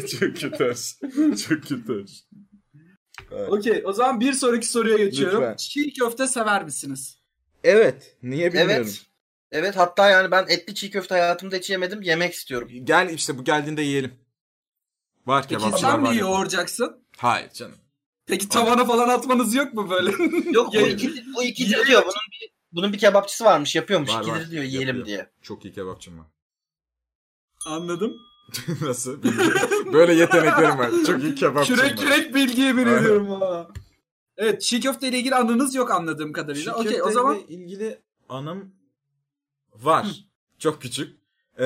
S2: Çok kötü. Çok kötü.
S4: Okey o zaman bir sonraki soruya geçiyorum.
S2: Lütfen.
S4: Çiğ köfte sever misiniz?
S2: Evet. Niye bilmiyorum.
S3: Evet. Evet hatta yani ben etli çiğ köfte hayatımda hiç yemedim yemek istiyorum.
S2: Gel işte bu geldiğinde yiyelim. Var
S4: Peki
S2: kebapçılar
S4: sen
S2: var.
S4: mi
S2: ya.
S4: yoğuracaksın?
S2: Hayır canım.
S4: Peki tavana falan atmanız yok mu böyle? <laughs>
S3: Yok bu
S4: Yiyelim.
S3: ikili, bu ikili
S4: Yiyelim.
S3: diyor bunun bir, bunun bir kebapçısı varmış yapıyormuş
S2: Var,
S3: ikidir
S2: var.
S3: diyor yiyelim
S2: Yapıyor.
S3: diye.
S2: Çok iyi kebapçım <laughs> var.
S4: Anladım.
S2: Nasıl? Bilmiyorum. Böyle yeteneklerim var. Çok iyi kebapçım
S4: Kürek
S2: var.
S4: kürek bilgi yemin
S2: Aynen.
S4: ediyorum ha. Evet çiğ köfteyle ilgili anınız yok anladığım kadarıyla. Okey o zaman
S2: ilgili anım var. Çok küçük. Ee,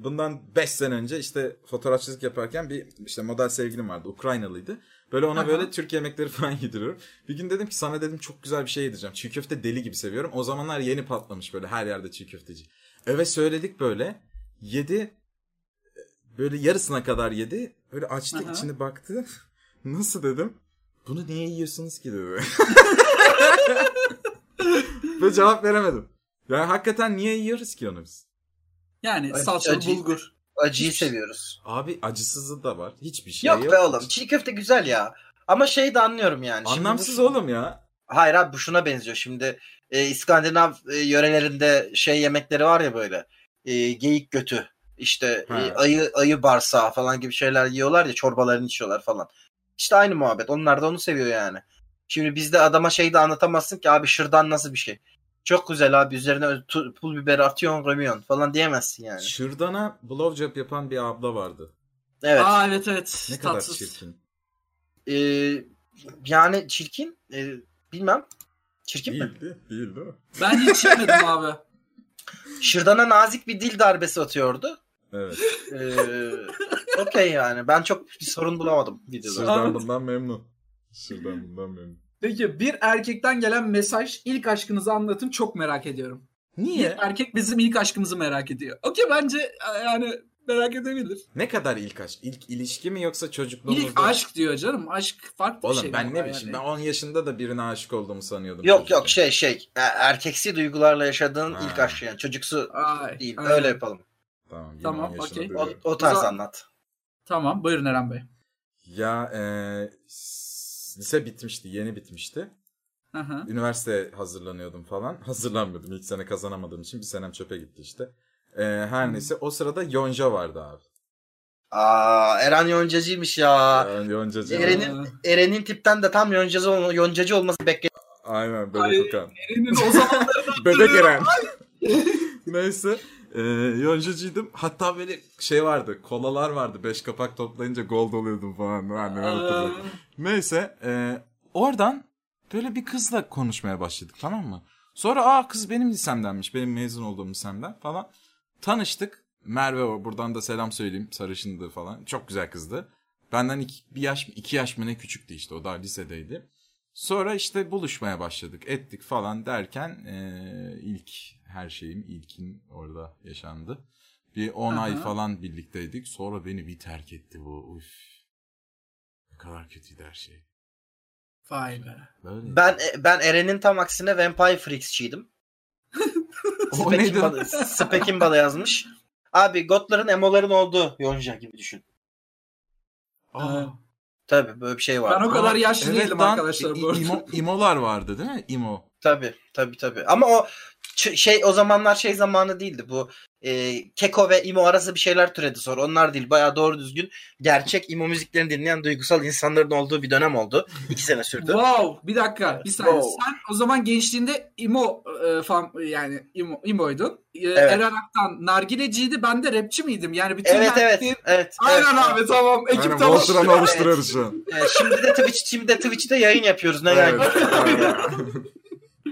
S2: bundan 5 sene önce işte fotoğrafçılık yaparken bir işte model sevgilim vardı. Ukraynalıydı. Böyle ona
S4: Aha.
S2: böyle Türk yemekleri <laughs> falan yediriyorum. Bir gün dedim ki sana dedim çok güzel bir şey yedireceğim. Çiğ köfte deli gibi seviyorum. O zamanlar yeni patlamış böyle her yerde çiğ köfteci. Eve söyledik böyle. Yedi. Böyle yarısına kadar yedi. Böyle açtı
S4: Aha.
S2: içini baktı. <laughs> Nasıl dedim. Bunu niye yiyorsunuz ki dedi. <laughs> Ve cevap veremedim. Yani hakikaten niye yiyoruz ki onu biz?
S4: yani
S3: Ay,
S4: salçalı
S3: acı.
S4: bulgur.
S3: Acıyı seviyoruz.
S2: Abi acısızı da var. Hiçbir şey
S3: Yok,
S2: yok.
S3: be oğlum çiğ köfte güzel ya. Ama şeyi de anlıyorum yani. Şimdi bu-
S2: Anlamsız oğlum ya.
S3: Hayır abi bu şuna benziyor. Şimdi e, İskandinav e, yörelerinde şey yemekleri var ya böyle. E, geyik götü, işte e,
S2: Ha.
S3: ayı ayı barsağı falan gibi şeyler yiyorlar ya çorbalarını içiyorlar falan. İşte aynı muhabbet. Onlar da onu seviyor yani. Şimdi bizde adama şey de anlatamazsın ki abi şırdan nasıl bir şey. Çok güzel abi üzerine ö- tu- pul biber atıyorsun gömüyorsun falan diyemezsin yani.
S2: Şırdana blowjob yapan bir abla vardı.
S3: Evet.
S4: Aa evet evet.
S2: Ne kadar
S4: Tatsız.
S2: çirkin.
S3: E, yani çirkin e, bilmem. Çirkin mi?
S2: Değildi. Değil değil mi?
S4: Ben hiç yemedim
S2: <laughs>
S4: abi.
S3: Şırdana nazik bir dil darbesi atıyordu.
S4: <laughs>
S2: Evet.
S3: Ee, Okey yani. Ben çok bir sorun bulamadım videoda.
S2: Şırdan bundan memnun. Şırdan bundan memnun.
S4: Peki bir erkekten gelen mesaj ilk aşkınızı anlatın çok merak ediyorum.
S2: Niye?
S4: Erkek bizim ilk aşkımızı merak ediyor. Okey bence e, yani merak edebilir.
S2: Ne kadar ilk aşk? İlk ilişki mi yoksa çocukluğumuzda?
S4: İlk aşk diyor canım. Aşk farklı bir
S2: Oğlum
S4: şey.
S2: ben ne
S4: bunlar
S2: bileyim. Ben
S4: yani.
S2: 10 yaşında da birine aşık olduğumu sanıyordum.
S3: Yok
S2: çocukken.
S3: yok şey şey. E, Erkeksi duygularla yaşadığın
S2: Ha.
S3: ilk aşkı yani. Çocuksu
S4: Ay,
S3: değil.
S4: aynen.
S3: Öyle yapalım.
S2: Tamam. yine
S4: Tamam,
S2: 10 yaşında
S4: okey.
S2: böyle.
S3: O, o tarz
S4: O zaman-
S3: anlat.
S4: Tamam buyurun Eren Bey.
S2: Ya e, s- lise bitmişti, yeni bitmişti.
S4: Hı hı.
S2: Üniversite hazırlanıyordum falan. <laughs> Hazırlanmıyordum. İlk sene kazanamadığım için bir senem çöpe gitti işte. E, her neyse o sırada Yonca vardı abi.
S3: Aa Eren Yoncacıymış ya.
S2: Yani Yoncacı.
S3: Eren'in-
S4: Aa,
S3: Eren'in tipten de tam yoncacı, ol- yoncacı olması bekleniyor.
S2: Aynen bebek
S4: Ay.
S2: Okan.
S4: Eren'in o zaman
S2: Bebek Eren. <laughs> Neyse. E, yoncacıydım. Hatta böyle şey vardı. Kolalar vardı. Beş kapak toplayınca gol doluyordum falan.
S4: Ee,
S2: Ben de
S4: Aa,
S2: hatırlıyorum. Neyse e, oradan böyle bir kızla konuşmaya başladık tamam mı? Sonra aa kız benim lisemdenmiş. Benim mezun olduğum lisemden falan. Tanıştık. Merve o. Buradan da selam söyleyeyim. Sarışındı falan. Çok güzel kızdı. Benden iki, bir yaş, mı- iki yaş mı ne küçüktü işte. O daha lisedeydi. Sonra işte buluşmaya başladık. Ettik falan derken e, ilk her şeyim ilkin orada yaşandı. Bir 10 ay
S4: Aha.
S2: falan birlikteydik. Sonra beni bir terk etti bu. Üf. Ne kadar kötüydü her şey.
S4: Vay be.
S2: Böyle.
S3: Ben e, ben Eren'in tam aksine Vampire Freaks'çiydim.
S2: <laughs> o neydi? lan?
S3: Spekimba'da, Spekimba'da yazmış. Abi gotların emoların olduğu yonca gibi düşün.
S2: Aa.
S3: Tabii böyle bir şey var.
S4: Ben o kadar yaşlı
S2: Evet
S4: değilim
S2: lan,
S4: arkadaşlar bu
S2: i-
S4: arada.
S2: imo- imolar vardı değil mi? İmo.
S3: Tabii tabii tabii. Ama o ç- şey o zamanlar şey zamanı değildi bu. E, Keko ve İmo arası bir şeyler türedi sonra. Onlar değil. Bayağı doğru düzgün gerçek İmo müziklerini dinleyen duygusal insanların olduğu bir dönem oldu. İki sene sürdü.
S4: Wow, bir dakika, bir saniye.
S3: Wow.
S4: Sen o zaman gençliğinde imo e, fan yani imo, imoydun. E, Eren Aktan nargileciydi, ben de rapçi miydim? Yani bütün
S3: evet evet.
S4: herkes-
S3: Evet.
S4: Aynen
S3: evet.
S4: abi tamam. Ekip
S2: Aynen,
S4: tamam.
S2: Voltran'ı oluşturuyoruz şu an.
S3: E, şimdi de Twitch şimdi de Twitch'te yayın yapıyoruz. Ne
S2: Evet.
S3: yani?
S2: Aynen.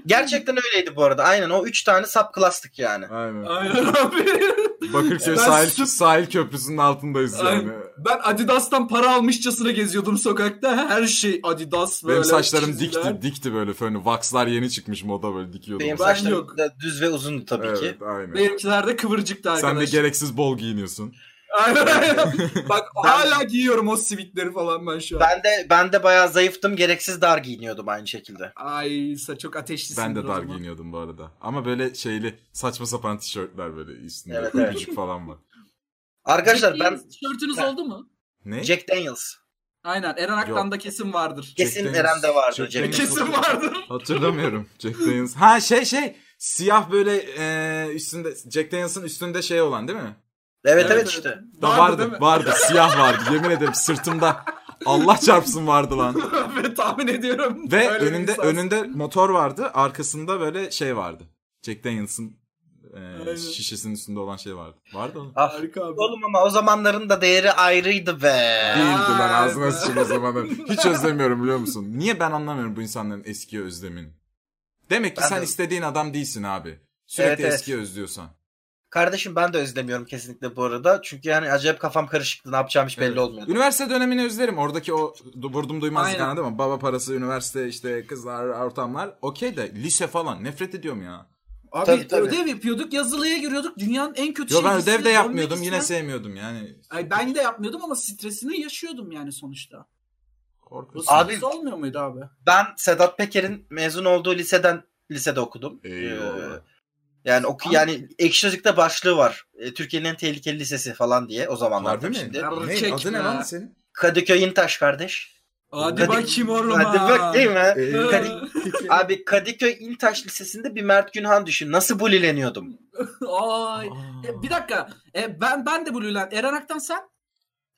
S3: Gerçekten öyleydi bu arada. Aynen o 3 tane subclass'tık yani.
S2: Aynen.
S4: Aynen abi. <laughs>
S2: Bakırköy
S4: Ben
S2: sahil,
S4: süp-
S2: sahil köprüsünün altındayız yani.
S4: Aynen. Ben Adidas'tan para almışçasına geziyordum sokakta. Her şey Adidas böyle.
S2: Benim saçlarım
S4: çizgiler.
S2: dikti, dikti böyle fönü. Vaxlar yeni çıkmış moda böyle dikiyordum.
S3: Benim
S4: Ben
S3: saçlarım
S4: yok.
S3: da düz ve uzundu tabii
S2: evet,
S3: ki.
S2: Aynen.
S4: Benimkiler de kıvırcıktı
S2: Sen de
S4: arkadaşlar.
S2: gereksiz bol giyiniyorsun.
S4: <laughs> Aynen, aynen. Bak
S3: Ben-
S4: hala giyiyorum o sivitleri falan ben şu an.
S3: Ben de ben de bayağı zayıftım. Gereksiz dar giyiniyordum aynı şekilde.
S4: Ay sa çok ateşlisin.
S2: Ben de dar giyiniyordum bu arada. Ama böyle şeyli saçma sapan tişörtler böyle üstünde.
S3: Evet,
S2: Evet,
S3: evet.
S2: falan var.
S3: Arkadaşlar ben
S4: Tişörtünüz
S3: Ben-
S4: oldu mu?
S2: Ne?
S3: Jack Daniels.
S4: Aynen. Eren Aktan'da kesin vardır.
S2: Jack
S3: Kesin
S2: Daniels-
S3: Eren'de vardı
S2: Jack
S3: Jack
S2: Daniels.
S4: <laughs> Kesin vardır.
S2: Hatırlamıyorum. <laughs> Jack Daniels. Ha şey şey. Siyah böyle e, üstünde Jack Daniels'ın üstünde şey olan değil mi?
S3: Evet evet,
S4: Evet,
S3: işte.
S2: Da
S4: Vardı,
S2: vardı,
S4: değil mi?
S2: vardı, Siyah vardı. Yemin ederim sırtımda. Allah çarpsın vardı lan.
S4: <laughs> Ve tahmin ediyorum.
S2: Ve
S4: Öyle bir
S2: önünde
S4: insan.
S2: önünde motor vardı. Arkasında böyle şey vardı. Jack Daniels'ın e,
S4: Aynen.
S2: şişesinin üstünde olan şey vardı. Vardı oğlum.
S3: Ah.
S4: Harika abi.
S3: Oğlum ama o zamanların da değeri ayrıydı be.
S4: Aa,
S2: Değildi lan ağzına
S3: <laughs>
S4: evet.
S2: sıçın o zamanlar. Hiç özlemiyorum biliyor musun? Niye ben anlamıyorum bu insanların eskiye özlemini. Demek ki
S3: Ben
S2: sen
S3: de-
S2: istediğin adam değilsin abi. Sürekli
S3: Evet, evet.
S2: eskiye özlüyorsan.
S3: Kardeşim ben de özlemiyorum kesinlikle bu arada. Çünkü yani acayip kafam karışıktı. Ne yapacağım hiç belli
S2: Evet.
S3: olmuyordu.
S2: Üniversite dönemini özlerim. Oradaki o du- vurdum duymazlık
S4: Aynen.
S2: anladın mı? Baba parası, üniversite, işte kızlar, ortamlar. Okey de lise falan nefret ediyorum ya.
S4: Abi
S3: Tabii, tabii.
S4: ödev yapıyorduk, yazılıya giriyorduk. Dünyanın en kötü
S2: Yo
S4: şeyi.
S2: ben ödev de
S4: dönmek
S2: yapmıyordum.
S4: isteyen-
S2: Yine sevmiyordum yani.
S4: Ay, ben de yapmıyordum ama stresini yaşıyordum yani sonuçta. Bu
S2: Korkuyorsun.
S3: Abi-
S4: stres olmuyor muydu abi?
S3: Ben Sedat Peker'in mezun olduğu liseden lisede okudum.
S4: e,
S2: Eyvallah.
S3: Ee, yani oku
S4: Abi-
S3: yani ekşicikte başlığı var. Ee, Türkiye'nin en tehlikeli lisesi falan diye o zamanlar
S2: Harbi
S3: tabii
S2: mi?
S3: şimdi.
S2: Ne? Adı ne
S4: Çekme.
S2: lan senin?
S3: Kadıköy İntaş kardeş.
S4: Hadi
S3: Hadi-
S4: bakayım orama.
S3: Hadi bak
S4: <laughs>
S3: değil mi?
S2: Ee,
S3: Kadık- Abi Kadıköy İntaş Lisesi'nde bir Mert Günhan düşün. Nasıl bulileniyordum?
S4: Ay.
S2: Aa.
S4: E, bir dakika. E, ben ben de Blue Land. Eren Aktan sen?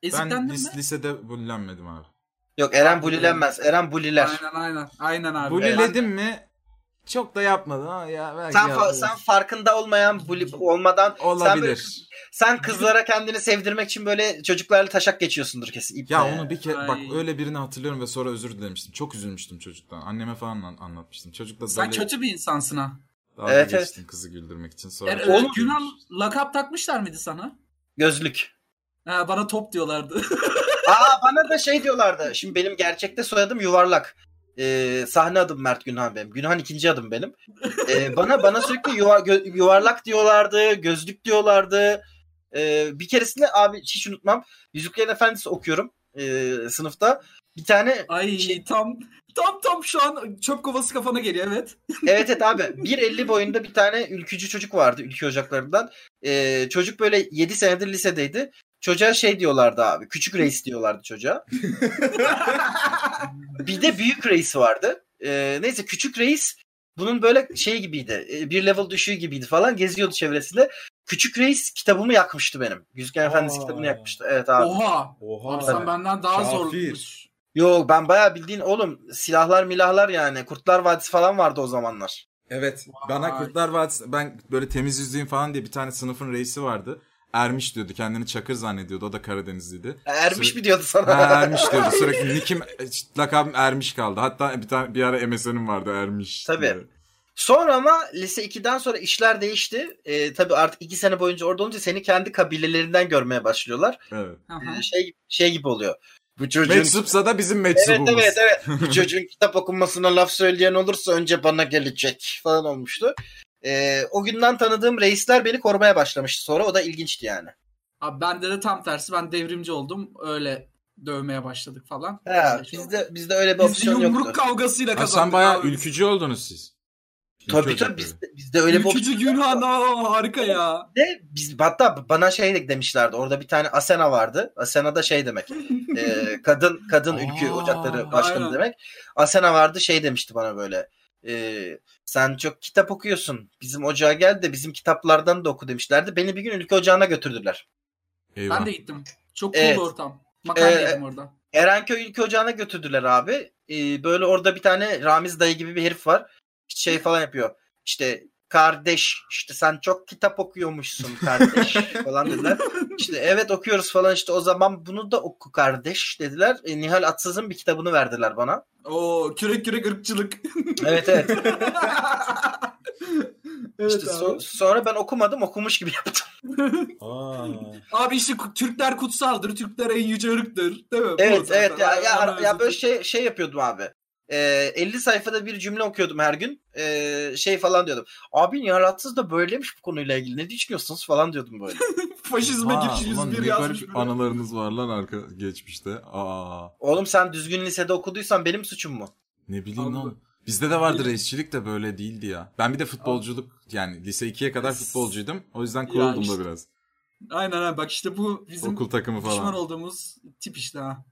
S2: Ben
S4: Eziklendin mi?
S2: lis- lisede bullenmedim abi.
S3: Yok Eren bulilenmez. Eren buliler.
S4: Aynen aynen. Aynen abi.
S2: Buliledim mi? Çok da yapmadım ama ya belki
S3: Sen, fa-
S2: yapmadım.
S3: sen farkında olmayan buli olmadan sen böyle
S2: Olabilir.
S3: Sen kızlara kendini sevdirmek için böyle çocuklarla taşak geçiyorsundur kesin. İple.
S2: Ya onu bir kere
S4: Ay.
S2: bak öyle birini hatırlıyorum ve sonra özür dilemiştim. Çok üzülmüştüm çocuktan. Anneme falan an- anlatmıştım. Çocukla
S4: Sen
S2: böyle
S4: kötü bir insansın ha.
S2: dalga
S3: Evet,
S2: geçtim kızı güldürmek için. Sonra
S4: E,
S2: çok
S4: e,
S2: üzülmüştüm.
S4: Yunan lakap takmışlar mıydı sana?
S3: Gözlük.
S4: Ha, bana top diyorlardı. <laughs>
S3: Aa bana da şey diyorlardı. Şimdi benim gerçekte soyadım yuvarlak. Ee, sahne adım Mert Günhan benim. Günhan ikinci adım benim. Ee, bana bana sürekli yuva- gö- yuvarlak diyorlardı, gözlük diyorlardı. Ee, bir keresinde abi hiç unutmam. Yüzüklerin Efendisi okuyorum ee, sınıfta. Bir tane
S4: Ay
S3: Şey-
S4: tam tam tam şu an çöp kovası kafana geliyor evet.
S3: Evet evet abi 1.50 boyunda bir tane ülkücü çocuk vardı ülke ocaklarından. Ee, çocuk böyle 7 senedir lisedeydi. Çocuğa şey diyorlardı abi. Küçük reis
S2: <laughs>
S3: diyorlardı çocuğa. bir de büyük reis vardı. Ee, neyse küçük reis bunun böyle şey gibiydi. e, Bir level düşüğü gibiydi falan geziyordu çevresinde. Küçük reis kitabımı yakmıştı benim. Yüzüklerin Efendisi
S2: Aa.
S3: kitabını yakmıştı. Evet abi.
S4: Oha.
S2: Oha.
S4: Abi sen benden daha
S2: Kafir.
S4: zormuş.
S3: Yo ben bayağı bildiğin oğlum silahlar milahlar yani. Kurtlar Vadisi falan vardı o zamanlar.
S2: Evet. Bana
S4: Vay.
S2: Kurtlar Vadisi ben böyle temiz yüzlüyüm falan diye bir tane sınıfın reisi vardı. Ermiş diyordu. Kendini Çakır zannediyordu. O da Karadenizliydi.
S3: Ermiş
S2: Sü-
S3: mi diyordu sana?
S2: Ha, Ermiş diyordu. Sürekli nikim lakabım Ermiş kaldı. Hatta bir tane bir ara MSN'im vardı Ermiş.
S3: Tabii.
S2: diye.
S3: Sonra ama lise 2'den sonra işler değişti. Ee, tabii artık 2 sene boyunca orada olunca seni kendi kabilelerinden görmeye başlıyorlar.
S2: Evet.
S4: Hı hı.
S3: Ee, şey şey gibi oluyor. Bu çocuğun
S2: Meczupsa da bizim
S3: Evet
S2: meczubumuz.
S3: evet evet.
S4: <laughs>
S3: Bu çocuğun kitap okunmasına laf söyleyen olursa önce bana gelecek falan olmuştu. Ee, o günden tanıdığım reisler beni korumaya başlamıştı sonra. O da ilginçti yani.
S4: Abi bende de tam tersi ben devrimci oldum öyle dövmeye başladık falan.
S3: Ha,
S4: Öyle şey oldu.
S3: bizde bizde öyle bir
S4: Biz
S3: opsiyon
S4: yumruk
S3: yoktu.
S4: kavgasıyla
S2: Ha,
S4: kazandık.
S2: sen bayağı
S4: abi.
S2: ülkücü oldunuz siz. Ülkü
S3: Tabii
S2: ocakları.
S3: tabii bizde, bizde öyle bir
S4: Ülkücü
S3: opsiyon yoktu.
S4: Yunan aa, harika ya.
S3: de biz hatta bana şey de- demişlerdi. Orada bir tane Asena vardı. Asena da şey demek. e, kadın kadın ülkü
S2: Aa,
S3: ocakları başkanı
S4: aynen.
S3: demek. Asena vardı şey demişti bana böyle. e, sen çok kitap okuyorsun. Bizim ocağa gel de bizim kitaplardan da oku demişlerdi. Beni bir gün ülke ocağına götürdüler.
S2: Eyvah.
S4: Ben de gittim. Çok cool
S3: Evet.
S4: ortam. Makarna
S3: Ee,
S4: yedim orada.
S3: Erenköy ülke ocağına götürdüler abi. E, böyle orada bir tane Ramiz dayı gibi bir herif var. Şey falan yapıyor.
S4: <laughs>
S3: İşte kardeş işte sen çok kitap okuyormuşsun kardeş falan dediler. İşte evet okuyoruz falan işte o zaman bunu da oku kardeş dediler. E, Nihal Atsız'ın bir kitabını verdiler
S4: <laughs>
S3: bana.
S4: Oo kürek
S3: <laughs>
S4: kürek ırkçılık. <laughs>
S3: Evet evet.
S4: evet
S3: İşte so-
S4: abi.
S3: sonra ben okumadım okumuş gibi yaptım.
S1: Aa.
S4: Abi işte ku- Türkler kutsaldır. Türkler en yüce ırktır. Değil mi?
S3: Evet
S4: Prozaten.
S3: evet ya, ya,
S4: Aynen
S3: ya
S4: öyle.
S3: böyle şey, şey yapıyordum abi. E, 50 sayfada bir cümle okuyordum her gün. E, şey falan diyordum. Abi Nihal Atsız da böyleymiş bu konuyla ilgili. Ne düşünüyorsunuz falan diyordum
S4: <laughs>
S3: böyle.
S4: Faşizme
S2: Ha,
S4: giriş
S2: ulan
S4: 101
S2: ne
S4: yazmış.
S2: garip
S4: biri.
S2: anılarınız var lan arka geçmişte. Aa,
S3: Oğlum sen düzgün lisede okuduysan benim suçum mu?
S2: ne bileyim
S4: Anladım.
S2: lan. Bizde de vardı reisçilik de böyle değildi ya. Ben bir de futbolculuk yani lise 2'ye kadar futbolcuydum. O yüzden kuruldum
S4: işte.
S2: da biraz.
S4: Aynen aynen bak işte bu bizim
S2: Okul takımı
S4: düşman
S2: falan.
S4: olduğumuz tip işte ha.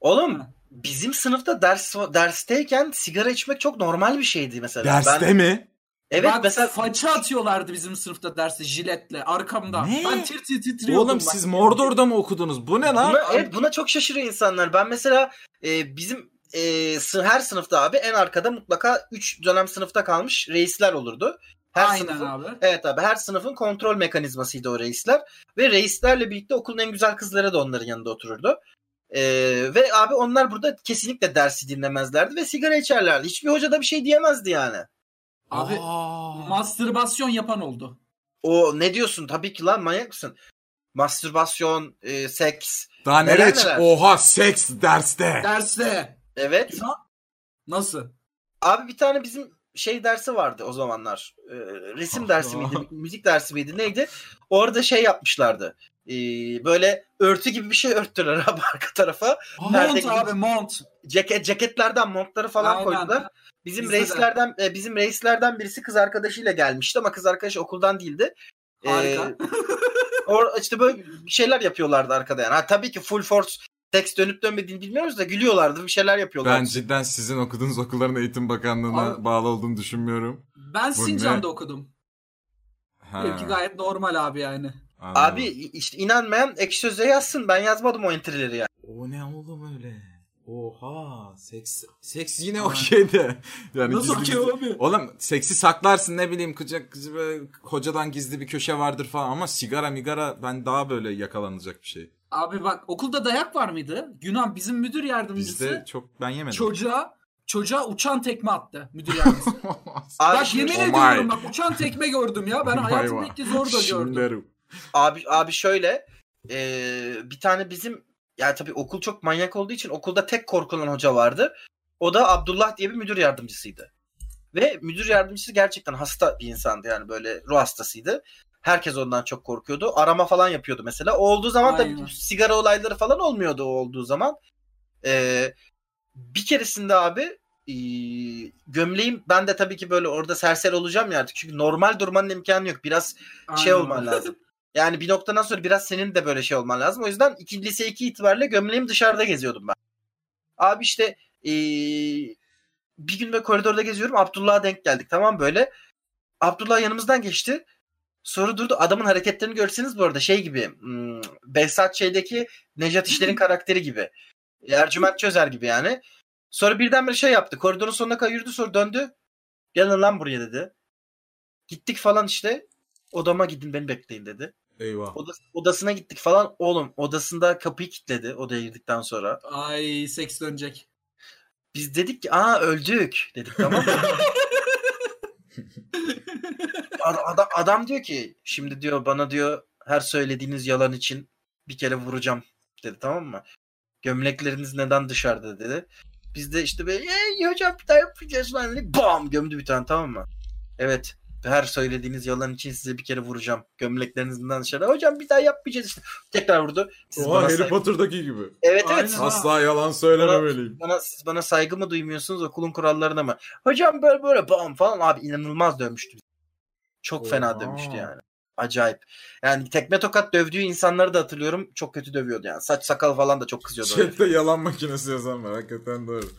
S3: Oğlum
S4: Ha.
S3: bizim sınıfta ders dersteyken sigara içmek çok normal bir şeydi mesela.
S2: Derste
S3: Ben,
S2: mi?
S3: evet
S4: Bak,
S3: mesela
S4: faça atıyorlardı bizim sınıfta derste jiletle arkamda.
S2: Ne?
S4: Ben tir tir titriyordum.
S2: Oğlum
S4: bak.
S2: siz Mordor'da mı okudunuz? Bu ne lan?
S3: buna, evet, buna çok şaşırıyor insanlar. Ben mesela e, bizim e, sı- her sınıfta abi en arkada mutlaka 3 dönem sınıfta kalmış reisler olurdu. Her
S4: Aynen
S3: sınıfın,
S4: abi.
S3: Evet abi her sınıfın kontrol mekanizmasıydı o reisler. Ve reislerle birlikte okulun en güzel kızları da onların yanında otururdu. E, ve abi onlar burada kesinlikle dersi dinlemezlerdi ve sigara içerlerdi. Hiçbir hoca da bir şey diyemezdi yani.
S4: Abi
S2: Aa.
S4: mastürbasyon yapan oldu.
S3: O ne diyorsun? Tabii ki lan manyak mısın? Mastürbasyon, e, seks.
S2: Daha
S3: Neler
S2: nereye
S3: neler?
S2: çık- Oha seks derste.
S4: Derste.
S3: Evet.
S4: Nasıl?
S3: Abi bir tane bizim şey dersi vardı o zamanlar. E, resim dersi miydi? Müzik dersi miydi? Neydi? Orada şey yapmışlardı. E, böyle örtü gibi bir şey örttüler <laughs> abi arka tarafa.
S4: Mont
S3: Nerede-
S4: abi mont.
S3: Ceket, ceketlerden montları falan
S4: Aynen.
S3: koydular. Bizim
S4: Bizde de.
S3: reislerden e, bizim reislerden birisi kız arkadaşıyla gelmişti ama kız arkadaşı okuldan değildi. E,
S4: Harika.
S3: <laughs> Or işte böyle bir şeyler yapıyorlardı arkada yani. Ha, tabii ki full force seks dönüp dönmediğini bilmiyoruz da gülüyorlardı bir şeyler yapıyorlardı.
S2: Ben cidden sizin okuduğunuz okulların eğitim bakanlığına
S4: Abi-
S2: bağlı olduğunu düşünmüyorum.
S4: Ben
S2: Bu ne?
S4: Sincan'da okudum.
S2: Ha,
S4: Benimki gayet normal abi yani.
S2: anladım.
S3: Abi işte inanmayan ekşi sözlüğe yazsın ben yazmadım o entrileri ya.
S2: O ne oğlum öyle? Oha seks seks yine
S4: Aman.
S2: okey de. <laughs> Yani
S4: Nasıl
S2: gizli
S4: okey
S2: gizli-
S4: abi?
S2: Oğlum seksi saklarsın ne bileyim kucak kızı böyle hocadan gizli bir köşe vardır falan ama sigara migara ben daha böyle yakalanacak bir şey.
S4: Abi bak okulda dayak var mıydı? Yunan bizim müdür yardımcısı
S2: Bizde çok ben yemedim. <laughs>
S4: çocuğa çocuğa uçan tekme attı müdür yardımcısı.
S3: <laughs> Abi,
S4: bak
S3: şimdi- şey-
S4: yemin
S2: Oh my.
S4: ediyorum bak uçan tekme gördüm ya. Ben
S2: Oh my
S4: hayatımda
S2: God.
S4: ilk kez orada gördüm.
S2: Şinderim.
S3: abi, abi şöyle eee, bir tane bizim ya tabii okul çok manyak olduğu için okulda tek korkulan hoca vardı. O da Abdullah diye bir müdür yardımcısıydı. Ve müdür yardımcısı gerçekten hasta bir insandı yani böyle ruh hastasıydı. Herkes ondan çok korkuyordu. Arama falan yapıyordu mesela. O olduğu zaman
S4: Aynen.
S3: tabii sigara olayları falan olmuyordu o olduğu zaman. Ee, bir keresinde abi ee, gömleğim ben de tabii ki böyle orada serseri olacağım ya artık. Çünkü normal durmanın imkanı yok. Biraz şey
S4: Aynen.
S3: olman lazım. Yani bir noktadan sonra biraz senin de böyle şey olman lazım. O yüzden iki, lise 2 itibariyle gömleğim dışarıda geziyordum ben. Abi işte ee, bir gün böyle koridorda geziyorum. Abdullah'a denk geldik tamam böyle. Abdullah yanımızdan geçti. Sonra durdu. Adamın hareketlerini görseniz bu arada şey gibi. Hmm, Behzat şeydeki Nejat İşler'in karakteri gibi. Ercüment Çözer gibi yani. Sonra birdenbire şey yaptı. Koridorun sonuna kadar yürüdü sonra döndü. Gelin lan buraya dedi. Gittik falan işte. Odama gidin beni bekleyin dedi.
S2: Eyvah.
S3: Odas- odasına gittik falan. Oğlum odasında kapıyı kilitledi odaya girdikten sonra.
S4: Ay seks dönecek.
S3: Biz dedik ki aa öldük dedik
S2: <laughs>
S3: tamam mı? Ad- adam, adam diyor ki şimdi diyor bana diyor her söylediğiniz yalan için bir kere vuracağım dedi tamam mı? Gömlekleriniz neden dışarıda dedi. Biz de işte böyle "Ey, hocam bir daha yapacağız lan dedik. Bam gömdü bir tane tamam mı? Evet her söylediğiniz yalan için size bir kere vuracağım. Gömleklerinizden dışarı. Hocam bir daha yapmayacağız işte. Tekrar vurdu. Siz
S2: Oha
S3: bana
S2: Harry
S3: saygı-
S2: Potter'daki gibi.
S3: Evet evet.
S4: Aynen.
S3: siz-
S2: Asla yalan söylememeliyim.
S3: bana, siz bana saygı mı duymuyorsunuz okulun kurallarına mı? Hocam böyle böyle bam falan abi inanılmaz dövmüştü. bizi. Çok fena
S2: Oha.
S3: dövmüştü yani. Acayip. Yani tekme tokat dövdüğü insanları da hatırlıyorum. Çok kötü dövüyordu yani. Saç sakal falan da çok kızıyordu.
S2: <laughs>
S3: öyle.
S2: Chat'te yalan makinesi yazan var. Hakikaten doğru.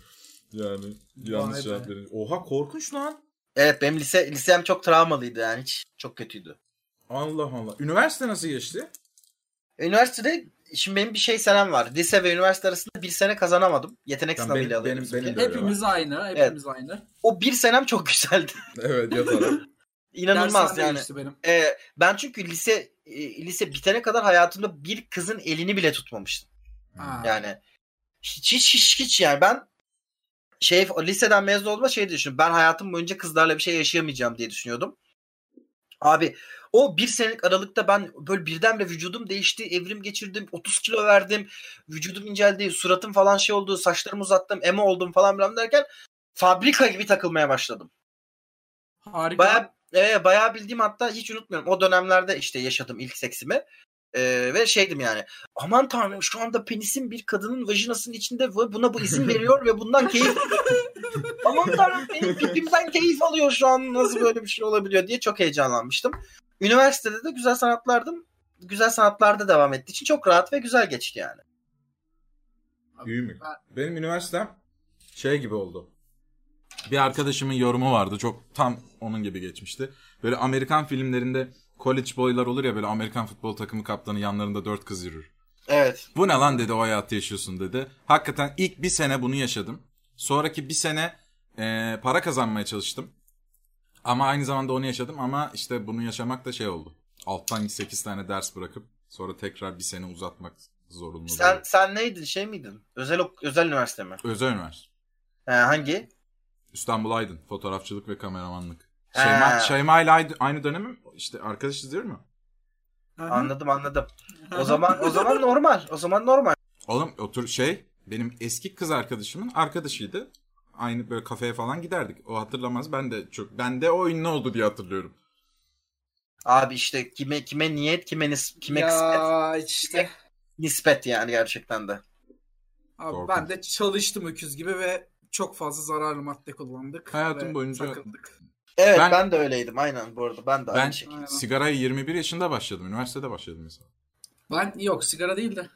S2: Yani yanlış
S4: Vay
S2: cevap
S4: be.
S2: verin. Oha korkunç lan.
S3: Evet benim lise lisem çok travmalıydı yani. Hiç çok kötüydü.
S2: Allah Allah. Üniversite nasıl geçti?
S3: Üniversitede şimdi benim bir şey senem var. Lise ve üniversite arasında bir sene kazanamadım. Yetenek
S2: Tamam,
S3: sınavıyla
S2: benim-
S3: alıyoruz
S2: benim-
S3: bir
S2: benim
S3: kere.
S2: de öyle.
S4: Hepimiz aynı, hepimiz aynı.
S3: O bir senem çok <laughs> güzeldi.
S2: Evet yatarak.
S3: İnanılmaz
S4: Dershane
S3: yani.
S4: değişti benim.
S3: Ee, ben çünkü lise e, lise bitene kadar hayatımda bir kızın elini bile tutmamıştım.
S4: Ha.
S3: Hmm. Yani hiç hiç hiç, hiç yani ben şey liseden mezun olduğuma şey düşündüm. Ben hayatım boyunca kızlarla bir şey yaşayamayacağım diye düşünüyordum. Abi o bir senelik aralıkta ben böyle birdenbire vücudum değişti, evrim geçirdim, 30 kilo verdim, vücudum inceldi, suratım falan şey oldu, saçlarımı uzattım, emo oldum falan filan derken fabrika gibi takılmaya başladım.
S4: Harika.
S3: Bayağı e, bayağı bildiğim hatta hiç unutmuyorum. O dönemlerde işte yaşadım ilk seksimi. E, ve şeydim yani. Aman tanrım şu anda penisim bir kadının vajinasının içinde ve buna bu izin veriyor ve bundan keyif <laughs> Aman tanrım benim pipimden keyif alıyor şu an nasıl böyle bir şey olabiliyor diye çok heyecanlanmıştım. Üniversitede de güzel sanatlardım. Güzel sanatlarda devam ettiği için çok rahat ve güzel geçti yani.
S2: İyi mi? Benim üniversitem şey gibi oldu. Bir arkadaşımın yorumu vardı. Çok tam onun gibi geçmişti. Böyle Amerikan filmlerinde college boylar olur ya böyle Amerikan futbol takımı kaptanı yanlarında dört kız yürür.
S3: Evet.
S2: Bu ne lan dedi o hayatı yaşıyorsun dedi. Hakikaten ilk bir sene bunu yaşadım. Sonraki bir sene eee, para kazanmaya çalıştım. Ama aynı zamanda onu yaşadım ama işte bunu yaşamak da şey oldu. Alttan 8 tane ders bırakıp sonra tekrar bir sene uzatmak zorunlu.
S3: Sen
S2: oldu.
S3: sen neydin? Şey miydin? Özel ok- özel üniversite mi?
S2: Özel üniversite.
S3: He, hangi?
S2: İstanbul Aydın. Fotoğrafçılık ve kameramanlık.
S3: He.
S2: Şeyma, Şeyma ile aynı, aynı dönem mi? İşte arkadaşız diyorum ya.
S4: Hı hı.
S3: Anladım anladım. O zaman o zaman normal. O zaman normal.
S2: Oğlum otur şey benim eski kız arkadaşımın arkadaşıydı. Aynı böyle kafeye falan giderdik. O hatırlamaz. Ben de çok ben de o ünlü oldu diye hatırlıyorum.
S3: Abi işte kime kime niyet kime nis- kime kısmet,
S4: ya işte.
S3: nispet yani gerçekten de.
S4: Abi
S2: Korkunç.
S4: ben de çalıştım öküz gibi ve çok fazla zararlı madde kullandık.
S2: Hayatım
S4: ve
S2: boyunca-
S4: takıldık.
S3: Evet
S2: Ben-
S3: ben, de öyleydim aynen bu arada ben de
S2: Ben-
S3: aynı şekilde.
S4: Aynen.
S2: Sigaraya 21 yaşında başladım. Üniversitede başladım mesela.
S4: Ben yok sigara değil de.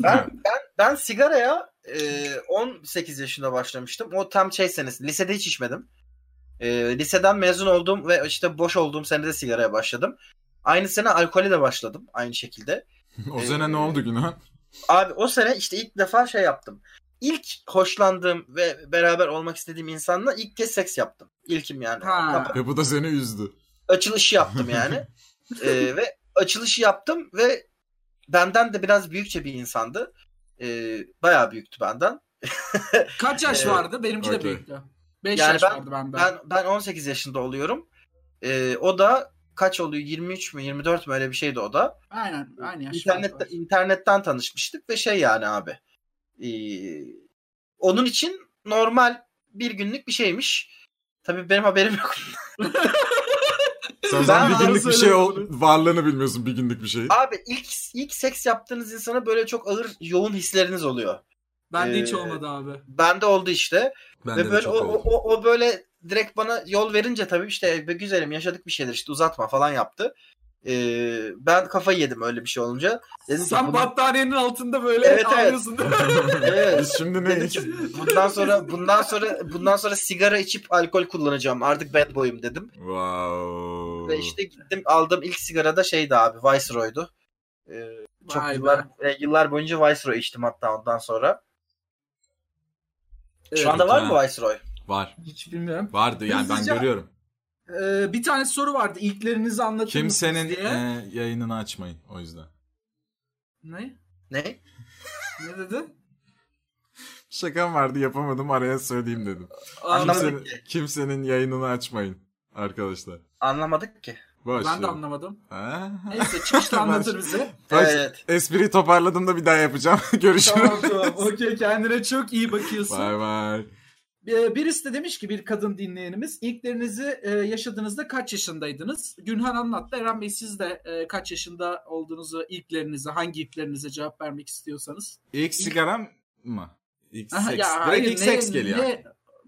S3: Ben ben ben sigaraya e, 18 yaşında başlamıştım. O tam şey senesi. Lisede hiç içmedim. E, liseden mezun oldum ve işte boş olduğum senede sigaraya başladım. Aynı sene alkole de başladım aynı şekilde.
S2: o sene ne oldu günah?
S3: Abi o sene işte ilk defa şey yaptım. İlk hoşlandığım ve beraber olmak istediğim insanla ilk kez seks yaptım. İlkim yani.
S4: Ha.
S2: E bu da seni üzdü.
S3: Açılışı yaptım yani. Ee, ve açılışı yaptım ve benden de biraz büyükçe bir insandı. Ee, bayağı büyüktü benden.
S4: Kaç yaş
S3: Ee,
S4: vardı? Benimki de
S2: okey.
S4: büyüktü. 5
S3: Yani
S4: yaş
S3: ben-
S4: vardı benden.
S3: Ben ben 18 yaşında oluyorum. Ee, o da kaç oluyor? 23 mü 24 mü öyle bir şeydi o da.
S4: Aynen aynı yaş.
S3: İnternette,
S4: vardı.
S3: internetten tanışmıştık ve şey yani abi. ee, onun için normal bir günlük bir şeymiş. Tabii benim haberim yok.
S2: Sen zaten
S3: Ben
S2: bir günlük bir şey ol,
S4: söylemedim.
S2: varlığını bilmiyorsun bir günlük bir şey.
S3: Abi ilk ilk seks yaptığınız insana böyle çok ağır yoğun hisleriniz oluyor.
S4: Bende hiç
S3: Ee,
S4: olmadı abi.
S3: Bende oldu işte.
S2: Bende
S3: ve
S2: de
S3: böyle
S2: çok
S3: o,
S2: oldu.
S3: o, o böyle direkt bana yol verince tabii işte "Be güzelim yaşadık bir şeyler işte uzatma falan yaptı. Ee, ben kafayı yedim öyle bir şey olunca. Dedim ki,
S4: Sen
S3: "Bunu-
S4: battaniyenin altında böyle
S3: Evet, evet.
S4: ağlıyorsun değil mi?
S3: <laughs> Evet.
S2: Biz şimdi
S3: Dedim
S2: neyiz?
S3: ki bundan sonra bundan sonra bundan sonra sigara içip alkol kullanacağım. Artık bad boy'um dedim.
S2: Wow.
S3: Ve işte gittim aldım ilk sigara da şeydi abi Viceroy'du. Ee, çok
S4: Vay be.
S3: yıllar e, yıllar boyunca Viceroy içtim hatta ondan sonra.
S4: Evet.
S3: Şu anda var mı
S2: Ha.
S3: Viceroy?
S2: Var.
S4: Hiç bilmiyorum.
S2: Vardı yani ben
S4: Hızlıca-
S2: görüyorum.
S4: Ee, bir tane soru vardı. İlklerinizi anlatır
S2: Kimsenin
S4: mısınız diye.
S2: e, yayınını açmayın o yüzden.
S4: Ne?
S3: Ne?
S4: Ne dedi?
S2: Şakam vardı yapamadım araya söyleyeyim dedim.
S3: Anlamadım
S2: Kimsenin, kimsenin yayınını açmayın arkadaşlar.
S3: Anlamadık ki.
S2: Boş
S4: Ben de
S2: ver.
S4: anlamadım.
S2: Ha?
S4: Neyse
S2: <laughs>
S4: çıkışta anlatır bize.
S2: Boş-
S3: Evet.
S2: Espriyi toparladım da bir daha yapacağım. <laughs> Görüşürüz.
S4: tamam tamam. Okey kendine çok iyi bakıyorsun.
S2: Bay bay.
S4: Ee, Birisi de demiş ki bir kadın dinleyenimiz ilklerinizi e, yaşadığınızda kaç yaşındaydınız? Günhan anlattı. Eren Bey siz de e, kaç yaşında olduğunuzu ilklerinizi hangi ilklerinize cevap vermek istiyorsanız.
S2: İlk sigaram mı? İlk
S4: Aha,
S2: seks. Direkt
S4: hayır,
S2: ilk
S4: ne-
S2: seks geliyor.
S4: ne-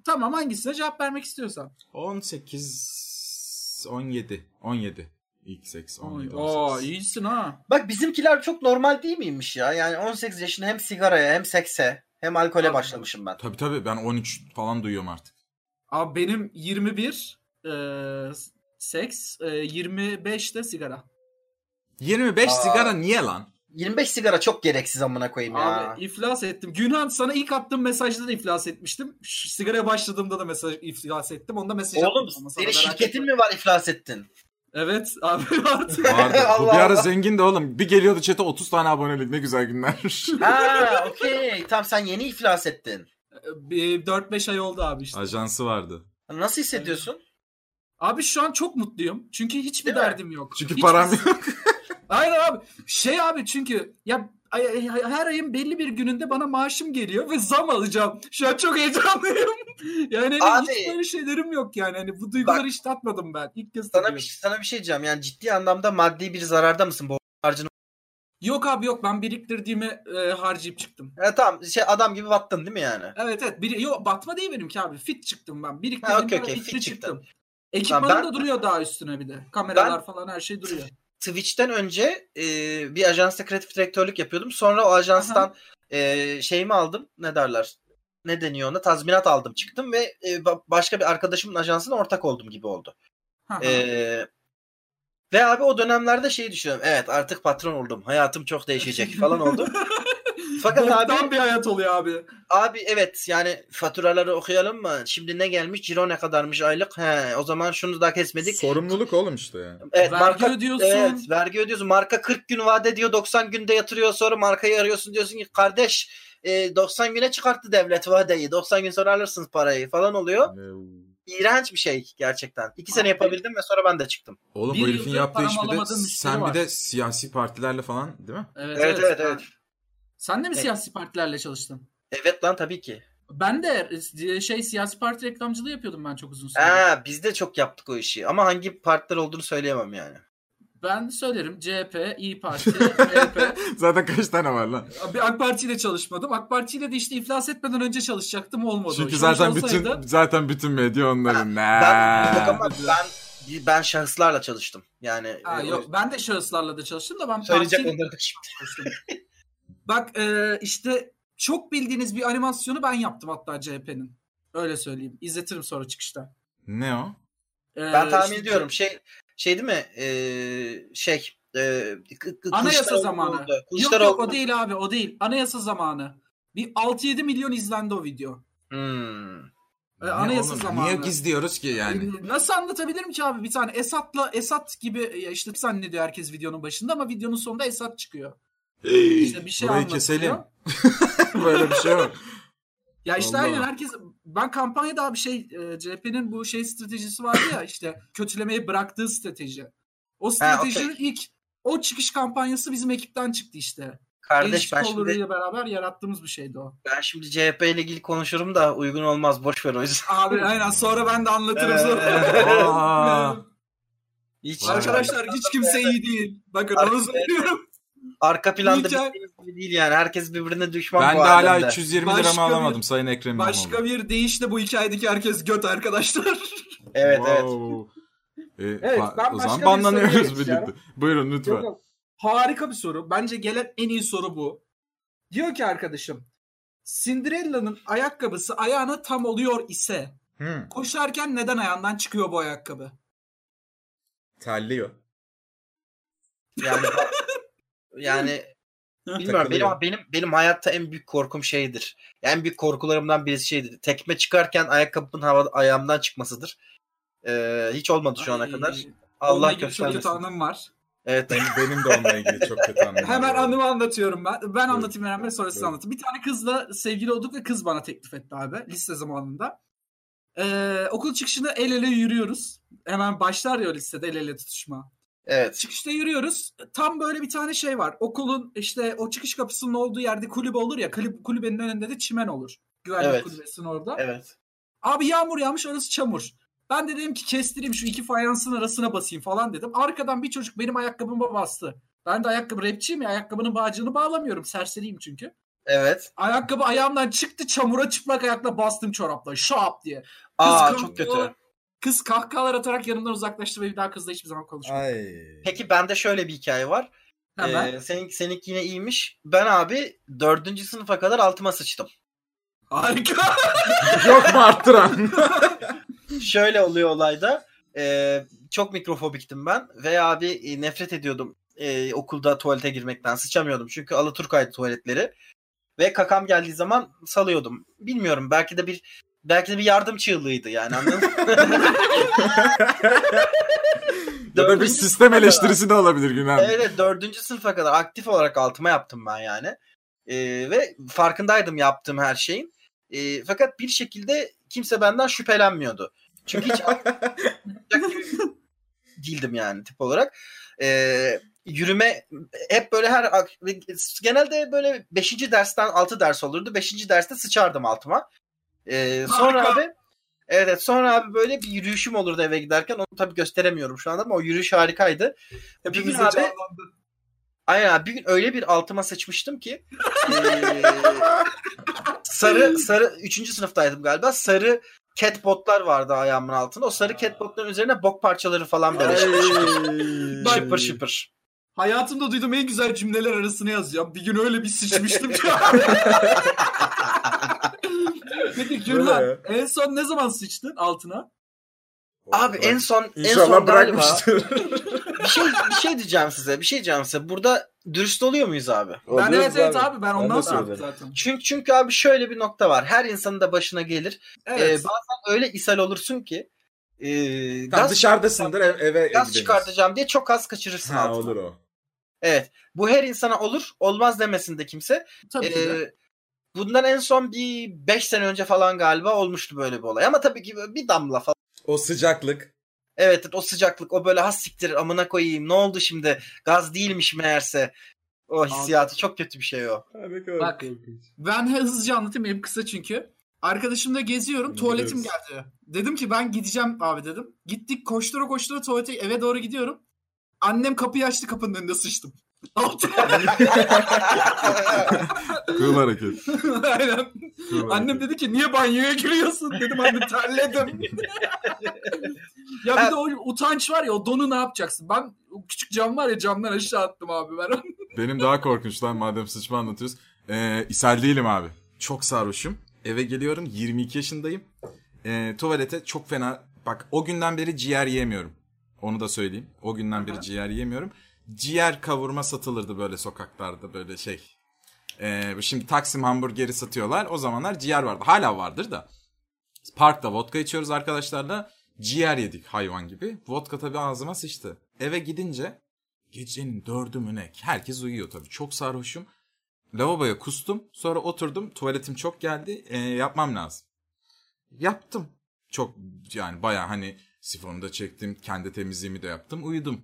S4: Tamam hangisine cevap vermek istiyorsan.
S2: 18, 17. 17. İlk seks. 17,
S4: Oo
S2: 18.
S4: iyisin ha.
S3: Bak bizimkiler çok normal değil miymiş ya? Yani 18 yaşında hem sigaraya hem sekse hem alkole
S4: Abi.
S3: başlamışım ben.
S2: Tabii tabii ben 13 falan duyuyorum artık.
S4: Abi benim 21 e, seks, e, 25 de sigara.
S2: 25
S3: Aa.
S2: sigara niye lan?
S3: 25 sigara çok gereksiz amına koyayım ya.
S4: Abi iflas ettim. Günhan sana ilk attığım mesajda da iflas etmiştim. Ş- Sigaraya başladığımda da mesaj iflas ettim. Onda mesaj
S3: Oğlum
S4: atmadım ama sana
S3: senin
S4: merak
S3: şirketin
S4: etme.
S3: mi var iflas ettin?
S4: Evet <laughs> abi artık. <laughs>
S2: Vardı. Bu
S3: Allah
S2: bir ara
S3: Allah.
S2: zengin de oğlum. Bir geliyordu çete 30 tane abonelik. Ne güzel günler.
S3: Ha okey. Tamam sen yeni iflas ettin.
S4: Bir 4-5 ay oldu abi işte.
S2: <laughs> Ajansı vardı.
S3: Nasıl hissediyorsun?
S4: Abi şu an çok mutluyum. Çünkü hiçbir
S3: Değil mi?
S4: derdim yok.
S2: Çünkü
S4: Hiçbir-
S2: param yok.
S4: <laughs> Aynen abi. Şey abi çünkü ya ay- ay- ay- her ayın belli bir gününde bana maaşım geliyor ve zam alacağım. Şu an çok heyecanlıyım. <laughs> Yani hani hiç
S3: Abi.
S4: böyle şeylerim yok yani. Hani bu duyguları hiç tatmadım ben. İlk kez
S3: Sana
S4: tadıyorum.
S3: bir, sana bir şey diyeceğim. Yani ciddi anlamda maddi bir zararda mısın bu harcını? şey-
S4: Yok abi yok ben biriktirdiğimi e, harcayıp çıktım.
S3: Ha, tamam şey adam gibi battın değil mi yani?
S4: Evet evet. Bir, yok batma değil benimki abi. Fit çıktım ben.
S3: Ha,
S4: Biriktirdiğim
S3: okey,
S4: okay,
S3: okey,
S4: fitle
S3: fit
S4: çıktım.
S3: çıktın.
S4: Ekipmanım
S3: Tamam, ben-
S4: da duruyor daha üstüne bir de. Kameralar falan her şey duruyor.
S3: Twitch'ten önce e, bir ajansta kreatif direktörlük yapıyordum. Sonra o ajanstan e, şeyimi aldım. Ne derler? Ne deniyor ona? Tazminat aldım çıktım ve e, ba- başka bir arkadaşımın ajansına ortak oldum gibi oldu.
S4: Ha, ha.
S3: Ee, ve abi o dönemlerde şey düşünüyorum. Evet artık patron oldum. Hayatım çok değişecek falan oldu. Fakat abi,
S4: Boktan bir hayat oluyor abi.
S3: abi evet yani faturaları okuyalım mı? Şimdi ne gelmiş? Ciro ne kadarmış aylık? He, o zaman şunu da kesmedik.
S2: Sorumluluk oğlum işte yani.
S3: Evet,
S4: Vergi
S3: marka,
S4: ödüyorsun.
S3: Evet, vergi ödüyorsun. Marka 40 gün vade diyor, 90 günde yatırıyor. Sonra markayı arıyorsun diyorsun ki kardeş e, 90 güne çıkarttı devlet vadeyi. 90 gün sonra alırsınız parayı falan oluyor.
S2: Hani
S3: İğrenç bir şey gerçekten. 2 sene
S4: Abi-
S3: yapabildim ve sonra ben de çıktım.
S2: Oğlum
S4: Bir
S2: bu herifin
S4: yıldır
S2: yaptığı
S4: param
S2: iş bir de
S4: alamadığım müşteri
S2: sen
S4: var.
S2: bir de siyasi partilerle falan değil mi?
S4: Evet
S3: Evet, evet, evet.
S4: Sen de mi
S3: Evet.
S4: siyasi partilerle çalıştın?
S3: Evet lan tabii ki.
S4: Ben de e, şey siyasi parti reklamcılığı yapıyordum ben çok uzun süre.
S3: Ha, biz de çok yaptık o işi. Ama hangi partiler olduğunu söyleyemem yani.
S4: Ben söylerim CHP, İyi Parti,
S3: <laughs>
S4: MHP.
S2: <laughs> Zaten kaç tane var lan?
S4: Abi AK Parti ile çalışmadım. AK Parti ile de işte iflas etmeden önce çalışacaktım olmadı. o
S2: Çünkü
S4: iş.
S2: zaten
S4: Olsaydı-
S2: bütün zaten bütün medya onların.
S3: Ben,
S2: Ne?
S3: yok ama ben ben şahıslarla çalıştım. Yani
S4: Ha,
S3: e,
S4: yok ben de şahıslarla da çalıştım da ben
S3: söyleyecek
S4: partiyle
S3: onları da şimdi.
S4: çalıştım. Bak e, işte çok bildiğiniz bir animasyonu ben yaptım hatta CHP'nin. Öyle söyleyeyim. İzletirim sonra çıkışta.
S2: Ne o?
S4: E,
S3: Ben tahmin
S4: işte-
S3: ediyorum şey şey değil mi? Ee, şey e, Kı- Kı-
S4: Anayasa
S3: Kılıçdaroğlu
S4: zamanı.
S3: oldu.
S4: Yok
S3: Kılıçdaroğlu.
S4: yok o değil abi o değil. Anayasa zamanı. Bir 6-7 milyon izlendi o video.
S3: Hmm.
S4: E,
S2: Ne
S4: anayasa
S2: oğlum?
S4: zamanı.
S2: Niye gizliyoruz ki yani?
S4: E, Nasıl anlatabilirim ki abi bir tane Esat'la Esat gibi ya işte zannediyor herkes videonun başında ama videonun sonunda Esat çıkıyor. İşte bir şey
S2: Burayı
S4: anlatıyor.
S2: keselim. <laughs> Böyle bir şey
S4: <laughs>
S2: yok.
S4: Ya işte
S2: Allah.
S4: aynen herkes ben kampanyada abi şey CHP'nin bu şey stratejisi vardı ya işte kötülemeyi bıraktığı strateji. O stratejinin ilk o çıkış kampanyası bizim ekipten çıktı işte.
S3: Kardeş ben
S4: Color'u
S3: şimdi,
S4: ile beraber yarattığımız bir şeydi o.
S3: ben şimdi CHP ile ilgili konuşurum da uygun olmaz. Boş ver o yüzden.
S4: Abi aynen sonra ben de anlatırım
S3: Evet.
S4: sonra.
S2: Aa.
S3: Hiç
S4: Arkadaşlar hiç kimse iyi değil. Bakın onu söylüyorum.
S3: arka planda
S4: Rica-
S3: bildiğiniz gibi değil yani. Herkes birbirine düşman
S2: Ben
S3: bu
S2: de hala
S3: alemde.
S2: 320
S4: Başka
S2: liramı
S4: bir-
S2: alamadım Sayın Ekrem İmamoğlu.
S4: Başka bir deyişle bu hikayedeki herkes
S3: <laughs>
S4: göt arkadaşlar.
S3: Evet evet.
S2: Wow. E,
S4: Evet,
S2: ba-
S4: ben
S2: o zaman
S4: başka bir soruya
S2: banlanıyoruz
S4: geçiyorum.
S2: birlikte. Buyurun lütfen.
S4: Yok, yok. Harika bir soru. Bence gelen en iyi soru bu. Diyor ki arkadaşım Cinderella'nın ayakkabısı ayağına tam oluyor ise
S2: Hı,
S4: koşarken neden ayağından çıkıyor bu ayakkabı?
S2: terliyor.
S3: Yani
S4: <laughs>
S3: ba- yani bilmiyorum benim
S2: Takılıyor.
S3: benim benim hayatta en büyük korkum şeydir. En büyük korkularımdan birisi şeydir. Tekme çıkarken ayakkabımın hava ayağımdan çıkmasıdır. Ee, hiç olmadı şu ana
S4: Ay,
S3: kadar.
S4: onunla
S3: Allah
S4: ilgili çok kötü
S3: göstermesin.
S4: anım var.
S3: Evet.
S2: Benim, benim de onunla ilgili çok kötü anım var.
S4: Hemen anımı anlatıyorum ben. Ben anlatayım hemen sonra siz
S2: Buyurun.
S4: anlatın. Bir tane kızla sevgili olduk ve kız bana teklif etti abi lise zamanında. Ee, okul çıkışında el ele yürüyoruz. Hemen başlar ya o lisede el ele tutuşma.
S3: Evet.
S4: Çıkışta yürüyoruz. Tam böyle bir tane şey var. Okulun işte o çıkış kapısının olduğu yerde kulübe olur ya. kulüp- kulübenin önünde de çimen olur. Güvenlik
S3: Evet.
S4: kulübesinin orada.
S3: Evet.
S4: Abi yağmur yağmış orası çamur. Ben de dedim ki kestireyim şu iki fayansın arasına basayım falan dedim. Arkadan bir çocuk benim ayakkabıma bastı. Ben de ayakkabı rapçiyim ya ayakkabının bağcığını bağlamıyorum. Serseriyim çünkü.
S3: Evet.
S4: Ayakkabı ayağımdan çıktı çamura çıplak ayakla bastım çorapla. Şap diye. Kız
S3: Aa
S4: kah-
S3: çok kötü.
S4: Kız kahkahalar atarak yanımdan uzaklaştı ve bir daha kızla hiçbir zaman konuşmadım.
S2: Ay.
S3: Peki bende şöyle bir hikaye var.
S4: Hemen.
S3: Ee, senin, seninki yine iyiymiş. Ben abi dördüncü sınıfa kadar altıma
S4: <laughs>
S3: sıçtım.
S4: Harika.
S2: Yok mu
S3: <laughs>
S2: arttıran?
S3: Şöyle oluyor olayda. Ee, çok mikrofobiktim ben ve abi e, nefret ediyordum e, okulda tuvalete girmekten sıçamıyordum. Çünkü Alaturka'ydı tuvaletleri. Ve kakam geldiği zaman salıyordum. Bilmiyorum belki de bir belki de bir yardım çığlığıydı yani
S4: <laughs>
S3: anladın mı?
S2: Ya da bir
S3: Dördüncü
S2: sistem
S3: sınıfa kadar-
S2: eleştirisi de olabilir Günan.
S3: Evet evet, dördüncü sınıfa kadar aktif olarak altıma yaptım ben yani. Ee, ve farkındaydım yaptığım her şeyin. Ee, fakat bir şekilde kimse benden şüphelenmiyordu. Çünkü hiç yapacak gibi değildim yani tip olarak. Ee, yürüme hep böyle her ak- genelde böyle 5. dersten 6 ders olurdu. 5. derste sıçardım altıma. Ee, sonra
S4: Harika.
S3: abi evet evet, sonra abi böyle bir yürüyüşüm olurdu eve giderken. Onu tabii gösteremiyorum şu anda ama o yürüyüş harikaydı. Bir gün
S4: Hepimiz
S3: abi-
S4: de canlandı.
S3: Aynen abi, bir gün öyle bir altıma sıçmıştım
S4: <laughs>
S3: ki eee, sarı sarı 3. sınıftaydım galiba. Sarı catbotlar vardı ayağımın altında. O sarı catbotların üzerine bok parçaları falan böyle şıpır şıpır, şıpır şıpır.
S4: Hayatımda duyduğum en güzel cümleler arasına yazacağım. Bir gün öyle bir sıçmıştım ki. Peki Gürler
S2: Böyle.
S4: en son ne zaman sıçtın altına?
S3: Abi en son en
S2: İnşallah
S3: son galiba
S2: bırakmıştır.
S3: bir şey bir şey diyeceğim size. Bir şey diyeceğim size. Burada dürüst oluyor muyuz abi?
S4: ben evet evet abi ben
S5: Ben
S4: ondan
S5: de
S4: sonra
S5: söylerim.
S4: zaten.
S3: Çünkü çünkü abi şöyle bir nokta var. Her insanın da başına gelir.
S4: Evet.
S3: Eee, bazen öyle ishal olursun ki eee,
S2: Tam
S3: gaz
S2: dışarıdasındır ev, eve
S3: gaz
S2: gidiniz.
S3: çıkartacağım diye çok az kaçırırsın
S2: Ha
S3: altına.
S2: olur o.
S3: Evet. Bu her insana olur, olmaz demesin de kimse.
S4: tabii ki de.
S3: Ee, bundan en son bir 5 sene önce falan galiba olmuştu böyle bir olay. Ama tabii ki böyle bir damla falan.
S2: O sıcaklık.
S3: Evet evet, o sıcaklık, o böyle has siktir amına koyayım ne oldu şimdi gaz değilmiş meğerse. O hissiyatı çok kötü bir şey o.
S4: Bak ben hızlıca anlatayım benim kısa çünkü. Arkadaşımla geziyorum
S2: Hı,
S4: tuvaletim
S2: biliyoruz.
S4: geldi. Dedim ki ben gideceğim abi dedim. Gittik koştura koştura tuvalete eve doğru gidiyorum. Annem kapıyı açtı kapının önünde sıçtım. <laughs>
S2: Kıl hareket.
S4: Aynen.
S2: Kıl
S4: Annem dedi ki niye banyoya giriyorsun dedim anne terledim. ya bir de o utanç var ya o donu ne yapacaksın? Ben o küçük cam var ya camdan aşağı attım abi ben.
S2: Benim daha korkunç lan madem sıçma anlatıyoruz. Ee, ishal değilim abi. Çok sarhoşum. Eve geliyorum 22 yaşındayım. Ee, tuvalete çok fena... Bak o günden beri ciğer yemiyorum. Onu da söyleyeyim. O günden beri ciğer yemiyorum. Ciğer kavurma satılırdı böyle sokaklarda böyle şey. Ee, şimdi Taksim hamburgeri satıyorlar. O zamanlar ciğer vardı. Hala vardır da. Parkta vodka içiyoruz arkadaşlarla. Ciğer yedik hayvan gibi. Vodka tabii ağzıma sıçtı. Eve gidince Gecenin dördü mü ne? Herkes uyuyor tabii. Çok sarhoşum. Lavaboya kustum. Sonra oturdum. Tuvaletim çok geldi. Ee, yapmam lazım. Yaptım. Çok yani baya hani sifonu da çektim. Kendi temizliğimi de yaptım. Uyudum.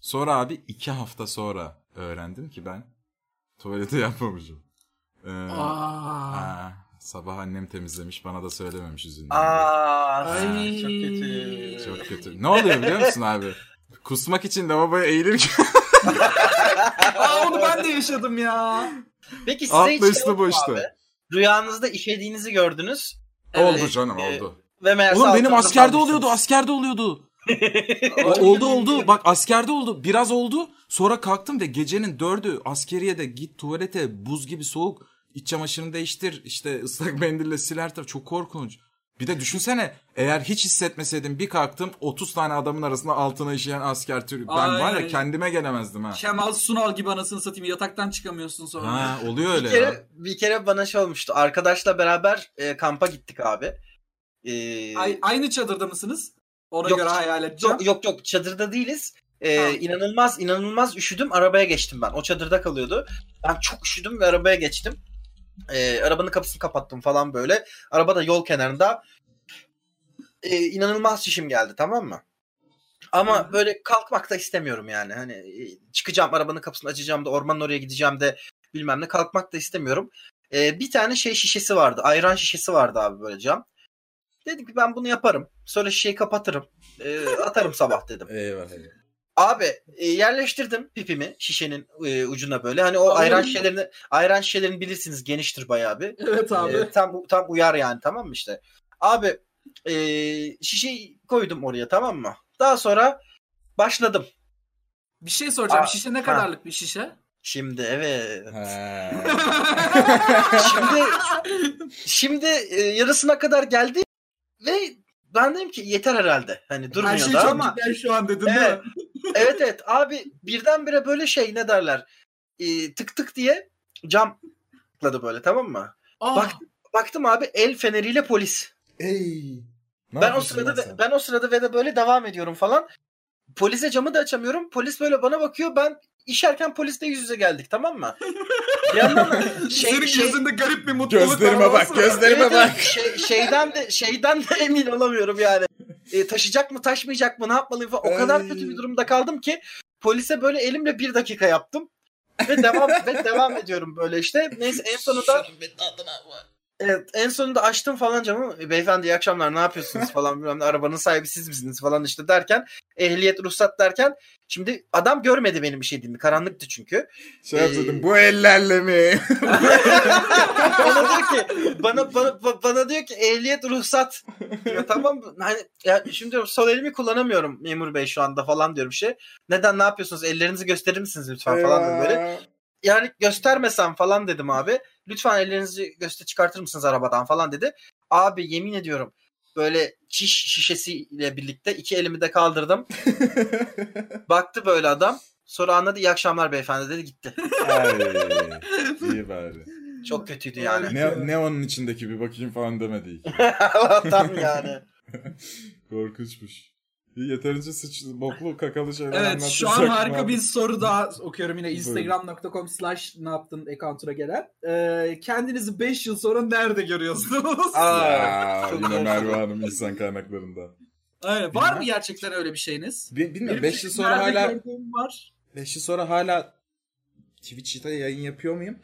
S2: Sonra abi iki hafta sonra öğrendim ki ben tuvalete <laughs> yapmamışım. Ee,
S4: Aa.
S2: aa, sabah annem temizlemiş. Bana da söylememiş üzülmüş.
S3: <laughs> Aa,
S4: Ay.
S3: çok kötü.
S2: Çok kötü. Ne oluyor biliyor musun abi? Kusmak için lavaboya eğilirken
S4: Aa, onu ben de yaşadım ya.
S3: Peki size hiç
S2: atla
S3: şey
S2: üstü
S3: oldu mu
S2: boştu.
S3: abi? Rüyanızda işediğinizi gördünüz
S4: Evet.
S2: Oldu canım
S3: Ee,
S2: oldu.
S3: ve meğerse
S2: Oğlum benim
S3: altınızda
S2: askerde
S3: kalmışsınız.
S2: oluyordu, askerde
S3: <laughs>
S2: oluyordu. O- oldu oldu. Bak askerde oldu. Biraz oldu. Sonra kalktım da gecenin dördü askeriyede git tuvalete buz gibi soğuk. İç çamaşırını değiştir. işte ıslak mendille siler tabii. Çok korkunç. Bir de düşünsene eğer hiç hissetmeseydim bir kalktım 30 tane adamın arasında altına işeyen asker türü. Ben var ya
S4: Ay.
S2: kendime gelemezdim ha.
S4: Kemal Sunal gibi anasını satayım yataktan çıkamıyorsun sonra.
S2: Ha oluyor
S3: bir
S2: öyle
S3: kere,
S2: ya.
S3: bir kere bana şey olmuştu. Arkadaşla beraber e, kampa gittik abi. E,
S4: Ay- aynı çadırda mısınız? Ona
S3: Yok.
S4: göre hayal edeceğim.
S3: yok, yok yok çadırda değiliz. E,
S4: Ha.
S3: inanılmaz inanılmaz üşüdüm arabaya geçtim ben. O çadırda kalıyordu. Ben çok üşüdüm ve arabaya geçtim. E, arabanın kapısını kapattım falan böyle. Araba da yol kenarında. E, inanılmaz şişim geldi tamam mı? Ama
S4: Hı.
S3: böyle kalkmak da istemiyorum yani. Hani e, çıkacağım arabanın kapısını açacağım da ormanın oraya gideceğim de bilmem ne kalkmak da istemiyorum. Ee, bir tane şey şişesi vardı. Ayran şişesi vardı abi böyle cam. Dedim ki ben bunu yaparım. Sonra şişeyi kapatırım. Ee, atarım sabah dedim.
S5: Eyvallah.
S3: Abi e, yerleştirdim pipimi şişenin e, ucuna böyle. Hani o
S4: Ay.
S3: ayran şişelerini ayran şişelerini bilirsiniz geniştir bayağı bir.
S4: Evet abi.
S3: Ee, tam tam uyar yani tamam mı işte. Abi e, şişeyi koydum oraya tamam mı? Daha sonra başladım.
S4: Bir şey soracağım.
S3: Aa,
S4: şişe ne
S3: ha.
S4: kadarlık bir şişe?
S3: Şimdi evet. <laughs>
S5: Ha.
S4: <laughs>
S3: Şimdi şimdi e, yarısına kadar geldi ve ben dedim ki yeter herhalde. Hani durmuyor
S4: Her şey
S3: da
S4: çok
S3: ama
S4: güzel şu an dedin değil
S3: evet,
S4: mi?
S3: evet evet abi birdenbire böyle şey ne derler Ee, tık tık diye cam tıkladı böyle tamam mı?
S4: Ah,
S3: Bak- Baktım abi el feneriyle polis.
S2: Ey. Ne
S3: ben o
S2: yapıyorsun
S3: sırada
S2: lan sen?
S3: ve, ben o sırada ve de böyle devam ediyorum falan. Polise camı da açamıyorum. Polis böyle bana bakıyor. Ben işerken polisle yüz yüze geldik tamam
S2: <laughs>
S3: mı? Bir yandan da
S4: Senin
S3: şey, şey,
S4: gözünde garip bir mutluluk
S2: Gözlerime bak,
S4: havası var.
S2: gözlerime
S3: Evet,
S2: bak.
S3: evet. Şey- şeyden de şeyden de emin olamıyorum yani. E, taşıyacak mı taşmayacak mı ne yapmalıyım falan. O kadar
S2: Ay.
S3: kötü bir durumda kaldım ki polise böyle elimle bir dakika yaptım. Ve devam ve devam ediyorum böyle işte. Neyse en sonunda Evet, en sonunda açtım falan camı. "E, Beyefendi iyi akşamlar ne yapıyorsunuz falan bilmem ne, arabanın sahibi siz misiniz falan işte derken ehliyet ruhsat derken şimdi adam görmedi benim bir şey değil mi? Karanlıktı çünkü.
S2: Şey yaptım. Bu ellerle mi?
S3: bana diyor ki bana, bana ba- bana diyor ki ehliyet ruhsat. Ya tamam mı? hani ya şimdi diyorum, sol elimi kullanamıyorum memur bey şu anda falan diyor bir şey. Neden ne yapıyorsunuz? Ellerinizi gösterir misiniz lütfen falan dedim böyle.
S2: Eyvah.
S3: Yani göstermesem falan dedim abi. Lütfen ellerinizi göster çıkartır mısınız arabadan falan dedi. Abi yemin ediyorum böyle çiş şişesiyle birlikte iki elimi de kaldırdım. Baktı böyle adam. Sonra anladı iyi akşamlar beyefendi dedi gitti.
S2: Ay, iyi bari.
S3: Çok kötüydü yani.
S2: Ne, ne onun içindeki bir bakayım falan demedi. iyi ki.
S3: <laughs> Allah'tan yani.
S2: Korkunçmuş. İyi, Yeterince sıç, boklu kakalı şeyler
S4: Evet
S2: anlattın
S4: şu an
S2: Sakın
S4: harika
S2: abi.
S4: bir soru daha okuyorum yine
S2: Buyurun.
S4: instagram.com slash ne yaptın account'una gelen. Ee, kendinizi 5 yıl sonra nerede görüyorsunuz? <laughs>
S2: Ya,
S3: Aa, çok
S2: yine
S3: doğru.
S2: Merve Hanım insan kaynaklarında.
S4: Aynen. Var mı
S2: Bilmem.
S4: gerçekten öyle bir şeyiniz?
S2: Bilmiyorum
S4: Benim
S2: 5 yıl sonra
S4: nerede
S2: hala
S4: gördüğüm var.
S2: 5 yıl sonra hala Twitch'te yayın yapıyor muyum?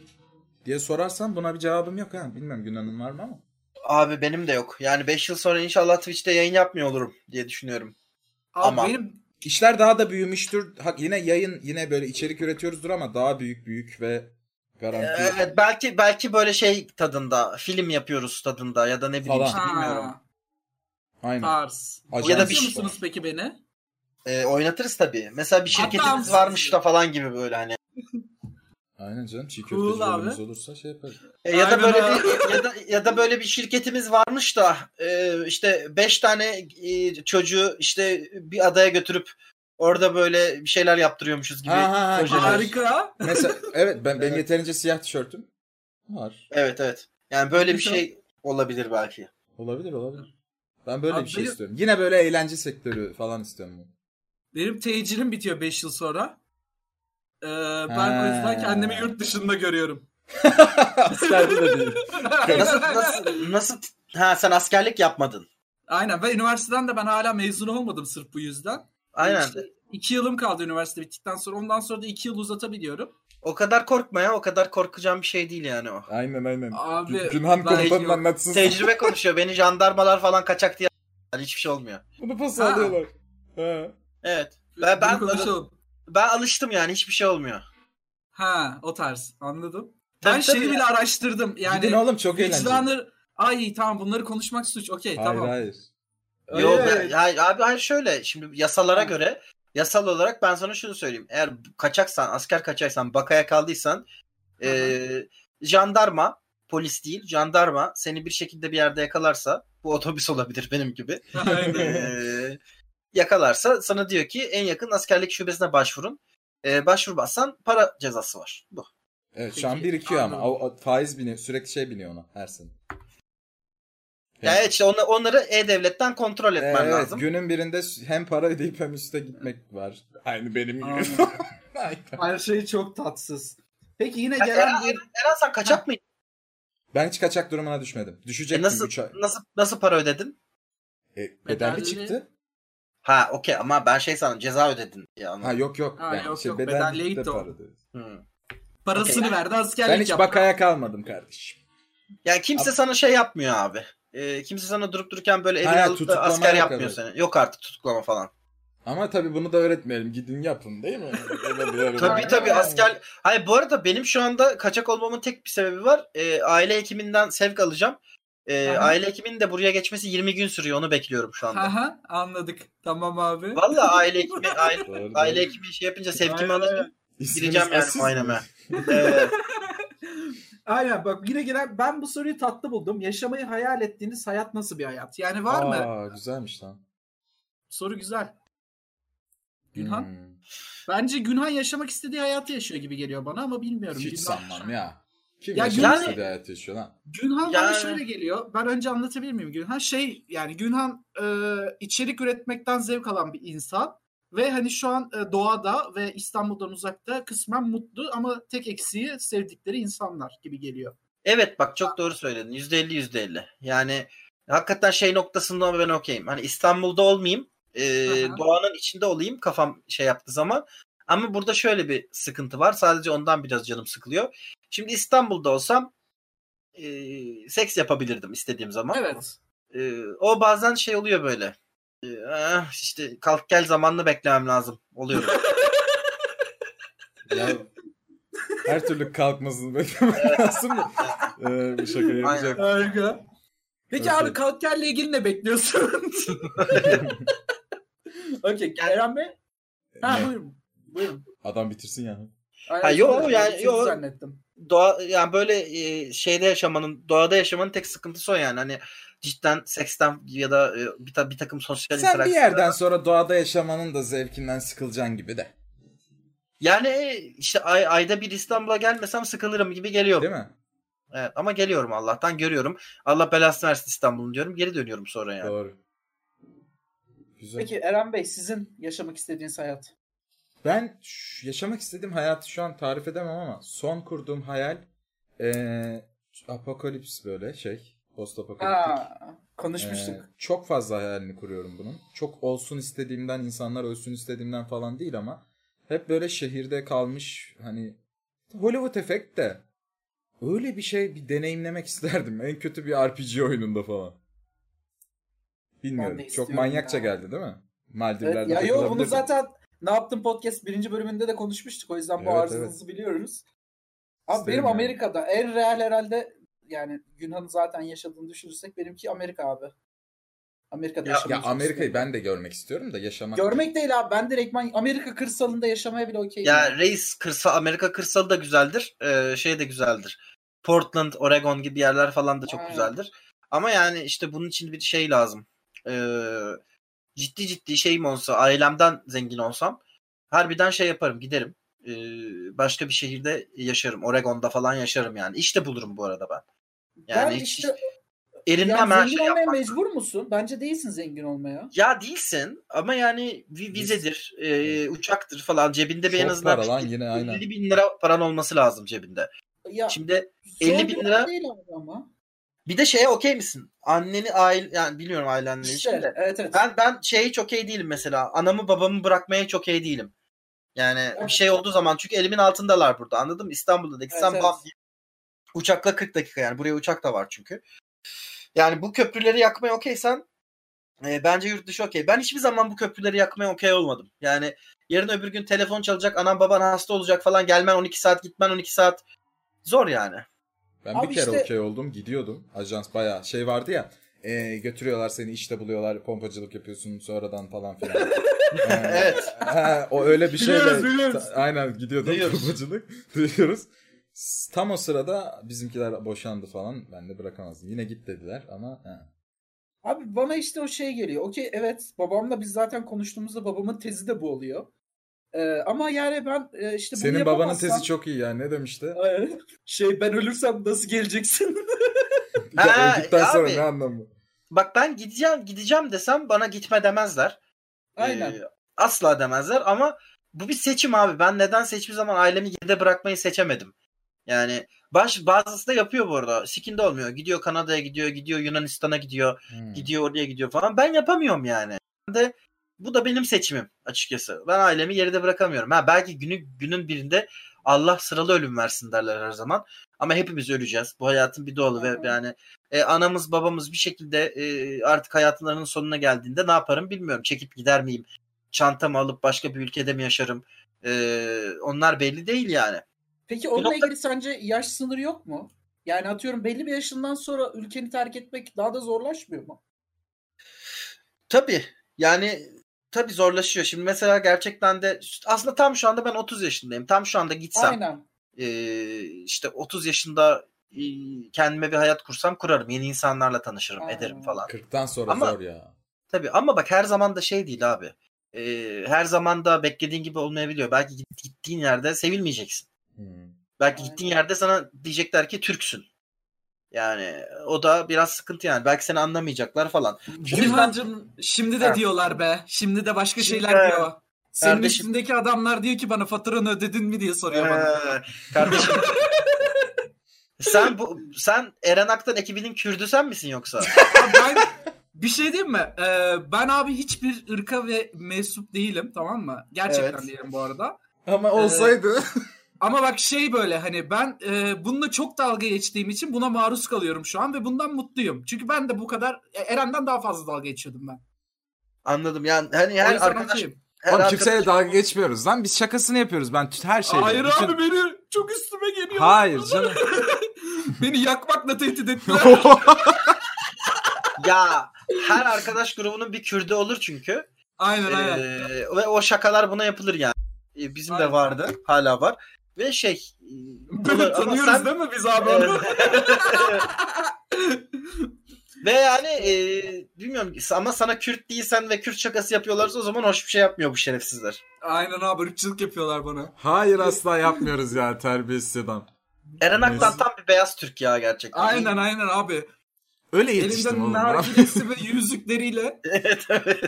S2: diye sorarsan buna bir cevabım yok ha. Bilmem Günan'ın var mı ama.
S3: Abi benim de yok. Yani 5 yıl sonra inşallah Twitch'te yayın yapmıyor olurum diye düşünüyorum.
S4: Abi
S3: Ama-
S4: benim
S2: İşler daha da büyümüştür. Ha, yine yayın yine böyle içerik üretiyoruzdur ama daha büyük büyük ve garanti
S3: Evet belki belki böyle şey tadında film yapıyoruz tadında ya da ne bileyim
S2: Falan.
S3: işte bilmiyorum.
S4: ha,
S2: Aynen.
S4: tarz.
S2: Ajans
S3: Ya da
S4: Ya
S3: bir şey-
S4: musunuz peki beni?
S3: Ee, oynatırız tabii. Mesela bir şirketimiz
S4: Hatta-
S3: varmış da falan gibi böyle hani.
S2: Aynen canım çiğ
S4: Cool
S2: köftecilerimiz olursa şey yaparız.
S3: E, ya da
S4: Aynen
S3: böyle
S4: ha.
S3: bir <laughs> ya da ya da böyle bir şirketimiz varmış da e, işte 5 tane e, çocuğu işte bir adaya götürüp orada böyle bir şeyler yaptırıyormuşuz gibi.
S2: Ha, ha, ha,
S3: projeler.
S4: Harika.
S2: Mesela <laughs> evet ben benim
S3: Evet.
S2: yeterince siyah tişörtüm var.
S3: Evet evet. Yani böyle bir şey olabilir belki.
S2: Olabilir olabilir. Ben böyle
S4: Abi
S2: bir şey
S4: benim-
S2: istiyorum. Yine böyle eğlence sektörü falan istiyorum.
S4: <laughs> Benim tecilim bitiyor 5 yıl sonra. Ee, ben
S2: Ha.
S4: o yüzden kendimi yurt dışında görüyorum.
S2: Askerde de değil.
S4: <laughs>
S3: Nasıl nasıl nasıl ha sen askerlik yapmadın.
S4: Aynen ve üniversiteden de ben hala mezun olmadım sırf bu yüzden.
S3: Aynen.
S4: İşte iki yılım kaldı üniversite bittikten sonra. Ondan sonra da iki yıl uzatabiliyorum.
S3: O kadar korkma ya. O kadar korkacağım bir şey değil yani o.
S2: Aynen aynen.
S4: Abi,
S2: Gü- Günhan
S4: ben-
S2: komutanın
S4: Yok. Şey-
S2: anlatsın. <laughs>
S3: Tecrübe konuşuyor. Beni jandarmalar falan kaçak diye hiçbir şey olmuyor.
S2: Bunu pas
S4: Ha.
S2: alıyorlar. Ha.
S3: Evet. Ben- ben-
S4: Bunu konuşalım.
S3: Ben alıştım yani hiçbir şey olmuyor.
S4: Ha o tarz anladım.
S3: Tabii,
S4: ben
S3: tabii
S4: şeyi
S3: ya.
S4: bile araştırdım.
S2: Gidin
S4: Yani
S2: oğlum çok eğlenceli. Hayır
S4: vicdanı... Ay tamam bunları konuşmak suç. Okey tamam.
S2: hayır.
S3: Yok
S2: Öyle-
S3: ben- hayır, abi hayır şöyle şimdi yasalara göre yasal olarak ben sana şunu söyleyeyim. Eğer kaçaksan, asker kaçaksan, bakaya kaldıysan
S4: Hı hı.
S3: eee, jandarma, polis değil, jandarma seni bir şekilde bir yerde yakalarsa bu otobüs olabilir benim gibi.
S4: <laughs> Aynen.
S3: Eee, Ee, yakalarsa sana diyor ki en yakın askerlik şubesine başvurun. Eee başvurmazsan para cezası var. Bu.
S2: Evet şu an
S4: Peki,
S2: birikiyor ama
S4: anladım.
S2: O- o faiz biniyor sürekli şey biniyor ona her sene.
S3: Yani evet işte onla- onları e-devletten kontrol etmen
S2: evet,
S3: lazım.
S2: günün birinde hem para ödeyip hem üste gitmek var. Aynı benim gibi.
S4: Aynen.
S2: <laughs> Aynen.
S4: Her şey çok tatsız. Peki yine
S3: Ya
S4: gelen
S3: Eren,
S4: bir...
S3: Eren sen kaçak mıydın?
S2: Ben hiç kaçak durumuna düşmedim. Düşecektim
S3: E nasıl,
S2: 3 ay.
S3: nasıl, nasıl para ödedin?
S2: E, bedelli
S4: Bedelli.
S2: çıktı.
S3: Ha okey ama ben şey sanırım ceza ödedin ya.
S2: Ha yok yok. şey,
S4: Ha, yok, yok,
S2: bedelli
S4: bedelliye
S2: çıktı
S4: gitti o.
S2: para dedi.
S3: Hı.
S4: Parasını verdi askerlik
S2: Ben hiç
S4: yaptı.
S2: bakaya kalmadım kardeşim.
S3: Yani kimse sana şey yapmıyor abi. Ee, kimse sana durup dururken böyle evini
S2: Ha,
S3: alıp da
S2: tutuklama
S3: asker
S2: yok
S3: yapmıyor
S2: abi.
S3: seni. Yok artık tutuklama falan.
S2: Ama tabii bunu da öğretmeyelim. Gidin yapın değil mi? Öyle bir- öyle bir-
S3: Tabii tabii asker. Hayır bu arada benim şu anda kaçak olmamın tek bir sebebi var. Ee, aile hekiminden sevk alacağım. Ee,
S4: Aha.
S3: aile hekiminin de buraya geçmesi 20 gün sürüyor. Onu bekliyorum şu anda.
S4: Aha, anladık. Tamam abi.
S3: Vallahi aile hekimi aile,
S2: Doğru, doğru.
S3: aile hekimi şey yapınca sevkimi
S4: Aynen.
S3: alacağım.
S2: İsminiz
S3: Gireceğim yani
S2: Asis mi?
S3: oynamaya. Evet.
S4: Aynen bak yine gelen ben bu soruyu tatlı buldum. Yaşamayı hayal ettiğiniz hayat nasıl bir hayat? Yani var mı?
S2: Aa, güzelmiş lan.
S4: Soru güzel. Günhan?
S2: Hmm.
S4: Bence Günhan yaşamak istediği hayatı yaşıyor gibi geliyor bana ama bilmiyorum.
S2: Hiç
S4: Günhan,
S2: sanmam ya. Kim
S4: Ya
S2: yaşamak
S3: yani-
S2: istediği hayatı yaşıyor lan?
S4: Günhan bana
S3: Yani-
S4: şöyle geliyor. Ben önce anlatabilir miyim Günhan? Şey yani Günhan e, içerik üretmekten zevk alan bir insan. Ve hani şu an e, doğada ve İstanbul'dan uzakta kısmen mutlu ama tek eksiği sevdikleri insanlar gibi geliyor.
S3: Evet bak çok doğru söyledin. %50 %50. Yani hakikaten şey noktasında ama ben okeyim. Hani İstanbul'da olmayayım. e,
S4: Aha.
S3: doğanın içinde olayım kafam şey yaptığı zaman. Ama burada şöyle bir sıkıntı var. Sadece ondan biraz canım sıkılıyor. Şimdi İstanbul'da olsam e, seks yapabilirdim istediğim zaman.
S4: Evet.
S3: E, o bazen şey oluyor böyle. E, ah, işte kalk gel zamanını beklemem lazım. Oluyor.
S2: Ya, her türlü kalkmasını beklemek lazım mı? Ee, bir şaka yapacak.
S4: Harika. Peki
S2: Evet,
S4: abi
S2: evet.
S4: kalkerle ilgili ne bekliyorsun? <laughs> Okey Kerem Bey. Ha
S2: Ne?
S4: buyurun. Buyurun.
S2: Adam bitirsin ya.
S4: Aynen,
S3: Ha, yo,
S4: ben
S3: yani,
S4: sizi
S3: yo.
S4: Zannettim.
S3: doğa yani böyle e, şeyde yaşamanın doğada yaşamanın tek sıkıntısı o yani hani cidden seksten ya da e, bir, ta- bir takım sosyal
S2: Sen bir
S3: interaksiyonlar-
S2: yerden sonra doğada yaşamanın da zevkinden sıkılacaksın gibi de.
S3: yani e, işte ay, ayda bir İstanbul'a gelmesem sıkılırım gibi geliyor
S2: Değil mi?
S3: evet, ama geliyorum Allah'tan görüyorum Allah belasını versin İstanbul'un diyorum geri dönüyorum sonra yani
S2: Doğru. Güzel.
S4: Peki Eren Bey sizin yaşamak istediğiniz hayat.
S2: Ben şu- yaşamak istediğim hayatı şu an tarif edemem ama son kurduğum hayal eee, apokalips böyle şey. Post apokaliptik.
S4: Ha, konuşmuştuk.
S2: Ee, çok fazla hayalini kuruyorum bunun. Çok olsun istediğimden, insanlar ölsün istediğimden falan değil ama hep böyle şehirde kalmış hani Hollywood efekt de öyle bir şey bir deneyimlemek <laughs> isterdim. En kötü bir RPG oyununda falan.
S4: Ben de
S2: Bilmiyorum. Çok
S4: istiyorum
S2: manyakça
S4: ya.
S2: geldi değil mi?
S4: Evet,
S2: Maldivler'de
S4: ya yo bunu
S2: takılabilirdim.
S4: zaten ne yaptım podcast birinci bölümünde de konuşmuştuk. O yüzden bu
S2: Evet,
S4: arzınızı biliyoruz. Abi
S2: İsterim
S4: benim
S2: yani.
S4: Amerika'da en real herhalde yani Günhan'ın zaten yaşadığını düşünürsek benimki Amerika abi. Amerika'da
S3: Ya-
S2: Ya
S4: yaşamak
S2: Amerika'yı
S4: istiyorum.
S2: ben de görmek istiyorum da yaşamak.
S4: Görmek değil abi ben direktman Amerika kırsalında yaşamaya bile okeyim.
S3: ya reis kırsal Amerika kırsalı da güzeldir e, şey de güzeldir Portland Oregon gibi yerler falan da çok
S4: Aynen.
S3: güzeldir ama yani işte bunun için bir şey lazım Eee ciddi ciddi şeyim olsa ailemden zengin olsam harbiden şey yaparım giderim Ee, başka bir şehirde yaşarım Oregon'da falan yaşarım yani İş de bulurum bu arada ben yani
S4: ben
S3: hiç-
S4: işte
S3: elimden
S4: yani
S3: her
S4: zengin
S3: şey
S4: olmaya
S3: yapmam
S4: mecbur musun? Bence değilsin zengin olmaya.
S3: ya değilsin ama yani vi- vizedir e, uçaktır falan cebinde bir
S2: Çok
S3: en azından
S2: para lan
S3: bir-
S2: yine,
S3: 50
S2: aynen.
S3: bin lira paran olması lazım cebinde
S4: Ya
S3: şimdi
S4: zor
S3: 50
S4: bir
S3: bin
S4: olay
S3: lira-
S4: değil abi ama.
S3: bir de şeye okey misin anneni aile yani bilmiyorum ailenle ilişkin de.
S4: İşte evet evet.
S3: Ben ben şeye hiç okey değilim mesela. Anamı babamı bırakmaya çok okey değilim. Yani bir şey olduğu zaman çünkü elimin altındalar burada anladın mı? İstanbul'da da gitsem
S4: Evet,
S3: bam
S4: evet.
S3: diye. Uçakla 40 dakika yani. Buraya uçak da var çünkü. Yani bu köprüleri yakmaya okeysen e, bence yurt dışı okey. Ben hiçbir zaman bu köprüleri yakmaya okey olmadım. Yani yarın öbür gün telefon çalacak, anam baban hasta olacak falan gelmen 12 saat gitmen 12 saat. Zor yani.
S2: Ben
S4: Abi
S2: bir kere
S4: işte-
S2: okey oldum gidiyordum. Ajans bayağı şey vardı ya. e, götürüyorlar seni işte buluyorlar pompacılık yapıyorsun sonradan falan
S4: <laughs>
S2: filan. E,
S3: Evet.
S2: Ha, o öyle bir şeyle.
S4: Biliyoruz, biliyoruz.
S2: Ta- Aynen gidiyordum
S3: Duyuyoruz.
S2: torbacılık. <laughs> Duyuyoruz. S- Tam o sırada bizimkiler boşandı falan. Ben de bırakamazdım. Yine git dediler ama ha.
S4: Abi bana işte o şey geliyor. Okey evet babamla biz zaten konuştuğumuzda babamın tezi de bu oluyor. Ee, ama yani ben e, işte bunu
S2: Senin babanın
S4: yapamazsam-
S2: tezi çok iyi yani. Ne demişti?
S4: <laughs> Ay, şey ben ölürsem nasıl geleceksin? <laughs>
S2: ya,
S3: Ha,
S2: öldükten sonra
S3: abi.
S2: ne anlamı?
S3: Bak ben gideceğim gideceğim desem bana gitme demezler.
S4: Aynen.
S3: Ee, asla demezler ama bu bir seçim abi. Ben neden hiçbir zaman ailemi geride bırakmayı seçemedim. Yani baş, bazısı da yapıyor bu arada. Sikinde olmuyor. Gidiyor Kanada'ya gidiyor, gidiyor Yunanistan'a gidiyor,
S2: Hmm.
S3: gidiyor oraya gidiyor falan. Ben yapamıyorum yani. Ben de bu da benim seçimim açıkçası. Ben ailemi geride bırakamıyorum. Ha belki günü günün birinde Allah sıralı ölüm versin derler her zaman. Ama hepimiz öleceğiz. Bu hayatın bir doğalı
S4: Hı hı.
S3: ve yani e, anamız babamız bir şekilde e, artık hayatlarının sonuna geldiğinde ne yaparım bilmiyorum. Çekip gider miyim? Çantamı alıp başka bir ülkede mi yaşarım? E, onlar belli değil yani.
S4: Peki onunla
S3: nokta-
S4: ilgili sence yaş sınırı yok mu? Yani atıyorum belli bir yaşından sonra ülkeni terk etmek daha da zorlaşmıyor mu?
S3: Tabii yani tabii zorlaşıyor. Şimdi mesela gerçekten de aslında tam şu anda ben 30 yaşındayım. Tam şu anda gitsem
S4: Aynen.
S3: e, işte 30 yaşında e, kendime bir hayat kursam kurarım. Yeni insanlarla tanışırım,
S4: Aa.
S3: ederim falan.
S5: 40'tan sonra
S3: Ama-
S5: zor ya.
S3: Tabii ama bak her zaman da şey değil abi. E, her zaman da beklediğin gibi olmayabiliyor. Belki git- gittiğin yerde sevilmeyeceksin.
S5: Hmm.
S3: Belki
S4: Aynen.
S3: gittiğin yerde sana diyecekler ki Türksün. Yani o da biraz sıkıntı yani. Belki seni anlamayacaklar falan.
S4: Gülhancım şimdi de
S3: Ha.
S4: diyorlar be. Şimdi de başka
S3: Şimdi
S4: şeyler
S3: de.
S4: diyor. Senin
S3: Kardeşim-
S4: üstündeki adamlar diyor ki bana faturanı ödedin mi diye soruyor bana.
S3: Ee,
S4: <laughs>
S3: kardeşim. sen bu sen Eren Aktan ekibinin Kürdü sen misin yoksa?
S4: Ya ben <laughs> bir şey diyeyim mi? Ee, ben abi hiçbir ırka ve mensup değilim tamam mı? Gerçekten
S3: Evet.
S4: değilim bu arada.
S5: Ama olsaydı.
S4: Ama bak şey böyle hani ben e, bununla çok dalga geçtiğim için buna maruz kalıyorum şu an ve bundan mutluyum. Çünkü ben de bu kadar e, Eren'den daha fazla dalga geçiyordum ben.
S3: Anladım. Yani hani
S4: O
S3: her
S4: yüzden
S3: arkadaş
S4: okeyim.
S3: her
S2: Oğlum
S3: arkadaş-
S2: kimseyle dalga geçmiyoruz lan. Biz şakasını yapıyoruz. Ben t- her şeyle.
S4: Hayır
S2: bütün-
S4: abi beni çok üstüme geliyor.
S2: Hayır canım.
S4: Beni yakmakla
S2: <laughs>
S4: tehdit ettiler.
S3: ya
S4: <laughs>
S3: her arkadaş grubunun bir Kürdü olur çünkü.
S4: aynen aynen.
S3: Ee, ve o şakalar buna yapılır yani. Ee, bizim
S4: Aynen.
S3: de vardı, hala var. Ve şey e, olur ama
S4: Tanıyoruz
S3: sen-
S4: değil mi biz abi onu?
S3: <laughs> ve yani e, bilmiyorum ama sana Kürt değilsen ve Kürt şakası yapıyorlarsa o zaman hoş bir şey yapmıyor bu şerefsizler.
S4: Aynen abi ırkçılık yapıyorlar bana.
S2: Hayır asla yapmıyoruz ya terbiyesiz adam.
S3: Eren Aktan
S2: Neyse.
S3: tam bir beyaz Türk ya gerçekten.
S4: Aynen aynen abi.
S2: Öyle yetiştim
S4: Elimden
S2: oğlum. ben.
S4: nargilesi ve yüzükleriyle.
S3: Evet, evet.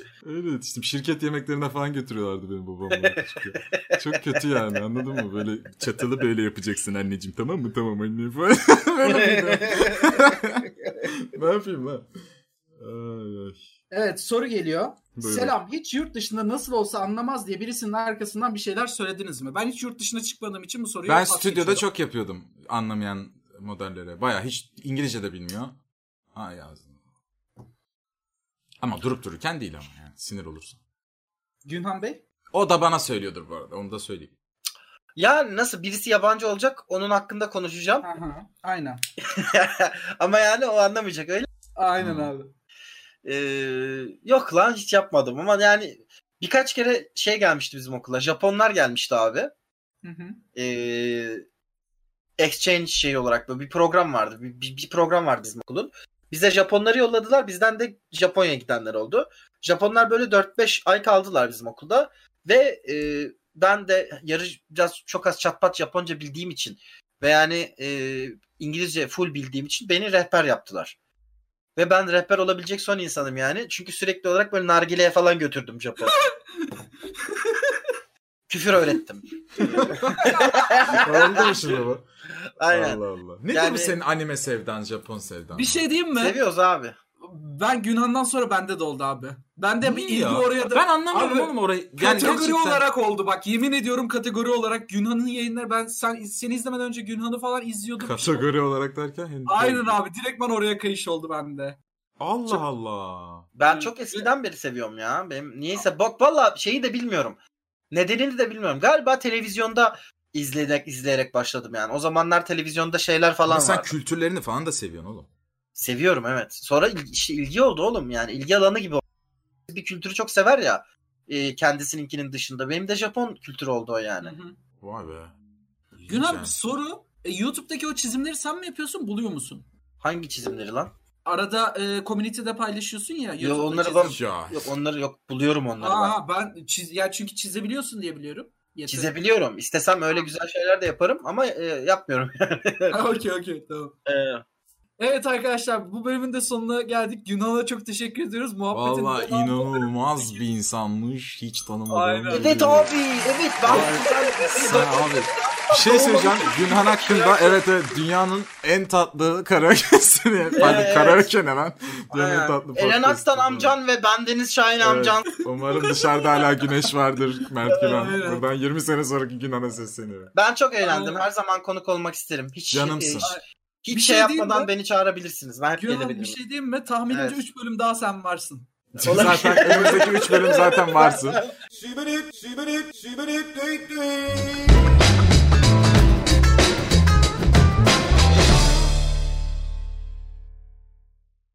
S2: <laughs> Öyle yetiştim. Şirket yemeklerine falan götürüyorlardı benim babamla. küçükken. Çok kötü yani anladın mı? Böyle çatalı böyle yapacaksın anneciğim tamam mı? Tamam anne falan. <laughs> Böyle
S3: <laughs>
S2: bir- ne yapayım lan? Ay, ay.
S4: Evet soru geliyor.
S2: Buyurun.
S4: Selam hiç yurt dışında nasıl olsa anlamaz diye birisinin arkasından bir şeyler söylediniz mi? Ben hiç yurt dışına çıkmadığım için bu soruyu
S2: Ben
S4: pas
S2: stüdyoda
S4: geçiyorum.
S2: çok yapıyordum anlamayan modellere. Baya hiç İngilizce de bilmiyor. Ay ağzım. Ama durup dururken değil ama yani sinir olursun.
S4: Günhan Bey?
S2: O da bana söylüyordur bu arada onu da <laughs> söyleyeyim.
S3: yani nasıl birisi yabancı olacak onun hakkında konuşacağım. <laughs>
S4: Aha, aynen.
S3: Ama yani o anlamayacak öyle.
S4: Aynen
S2: Hmm.
S4: abi.
S3: Ee, yok lan hiç yapmadım ama yani birkaç kere şey gelmişti bizim okula. Japonlar gelmişti abi.
S4: Hı hı.
S3: Ee, exchange şey olarak böyle bir program vardı. Bir, bir- bir program vardı bizim okulun. Bize Japonları yolladılar. Bizden de Japonya'ya gidenler oldu. Japonlar böyle 4-5 ay kaldılar bizim okulda. Ve e, ben de yarı biraz çok az çatpat Japonca bildiğim için ve yani e, İngilizce full bildiğim için beni rehber yaptılar. Ve ben rehber olabilecek son insanım yani. Çünkü sürekli olarak böyle nargileye falan götürdüm Japon. Küfür öğrettim.
S2: Oldu mu şimdi bu?
S3: Aynen.
S2: Allah Allah. Nedir
S3: Yani-
S2: bu senin anime sevdan, Japon sevdan?
S4: Bir şey diyeyim mi?
S3: Seviyoruz abi.
S4: Ben Günhan'dan sonra bende de oldu abi. Bende bir
S2: Niye
S4: ilgi
S2: ya?
S4: oraya da...
S2: Ben anlamıyorum
S4: Abi,
S2: oğlum orayı. Yani
S4: kategori
S2: gerçekten-
S4: olarak oldu bak. Yemin ediyorum kategori olarak Günhan'ın yayınları ben sen seni izlemeden önce Günhan'ı falan izliyordum.
S2: Kategori olarak derken.
S4: Aynen abi. Direktman oraya kayış oldu bende.
S2: Allah Allah.
S3: Ben
S4: Hı.
S3: çok eskiden beri seviyorum ya. Benim niyeyse bak valla şeyi de bilmiyorum. Nedenini de bilmiyorum. Galiba televizyonda izleyerek izleyerek başladım yani. O zamanlar televizyonda şeyler falan
S2: Ama sen
S3: vardı.
S2: kültürlerini falan da seviyorsun oğlum.
S3: Seviyorum evet. Sonra il- işte ilgi oldu oğlum yani ilgi alanı gibi. oldu. Bir kültürü çok sever ya. e, kendisininkinin dışında. Benim de Japon kültürü oldu o yani.
S4: Hı hı.
S2: Vay be. İyiymiş
S4: Günhan
S2: yani.
S4: soru. e, YouTube'daki o çizimleri sen mi yapıyorsun buluyor musun?
S3: Hangi çizimleri lan?
S4: Arada e, community'de paylaşıyorsun ya.
S3: Yo,
S4: YouTube'da
S3: onları
S4: çizim.
S3: bak-
S2: Ya.
S3: Yok onları yok buluyorum onları ben.
S4: Aa, ben çiz ya çünkü çizebiliyorsun diye biliyorum. Yeter.
S3: Çizebiliyorum. İstesem öyle güzel şeyler de yaparım ama e, yapmıyorum.
S4: Ha, <laughs> <laughs> Okey okey tamam.
S3: E,
S4: Evet arkadaşlar bu bölümün de sonuna geldik. Günhan'a çok teşekkür ediyoruz. Muhabbetin
S2: Valla
S4: devamı.
S2: inanılmaz bir insanmış. Hiç tanımadığım
S4: Aynen.
S2: biri.
S3: evet abi. Evet ben.
S2: Sen abi. Bir şey söyleyeceğim. Günhan hakkında evet evet dünyanın en tatlı karaoke'sini. Hadi
S3: Evet.
S2: karaoke ne lan?
S4: şey.
S2: Dünyanın en
S3: Aynen.
S2: tatlı
S3: Eren
S2: podcast'ı.
S3: Aktan amcan ve ben Deniz Şahin
S2: Evet.
S3: amcan.
S2: Umarım dışarıda hala güneş vardır Mert Günan.
S4: Aynen.
S2: Buradan 20 sene sonraki Günhan'a sesleniyorum.
S3: Ben çok eğlendim.
S4: Aynen.
S3: Her zaman konuk olmak isterim. Hiç
S2: Canımsın.
S3: hiç- hiç
S4: Bir
S3: şey,
S4: şey diyeyim
S3: yapmadan
S4: mi?
S3: beni çağırabilirsiniz. Ben hep
S4: Günhan
S3: gelebilirim.
S4: bir şey diyeyim mi? Tahminimce
S3: Evet.
S4: 3 bölüm daha sen varsın.
S3: Olabilir.
S2: Zaten önümüzdeki 3 bölüm zaten varsın.
S1: Shimmy dip, shimmy dip, shimmy dip, dee dee.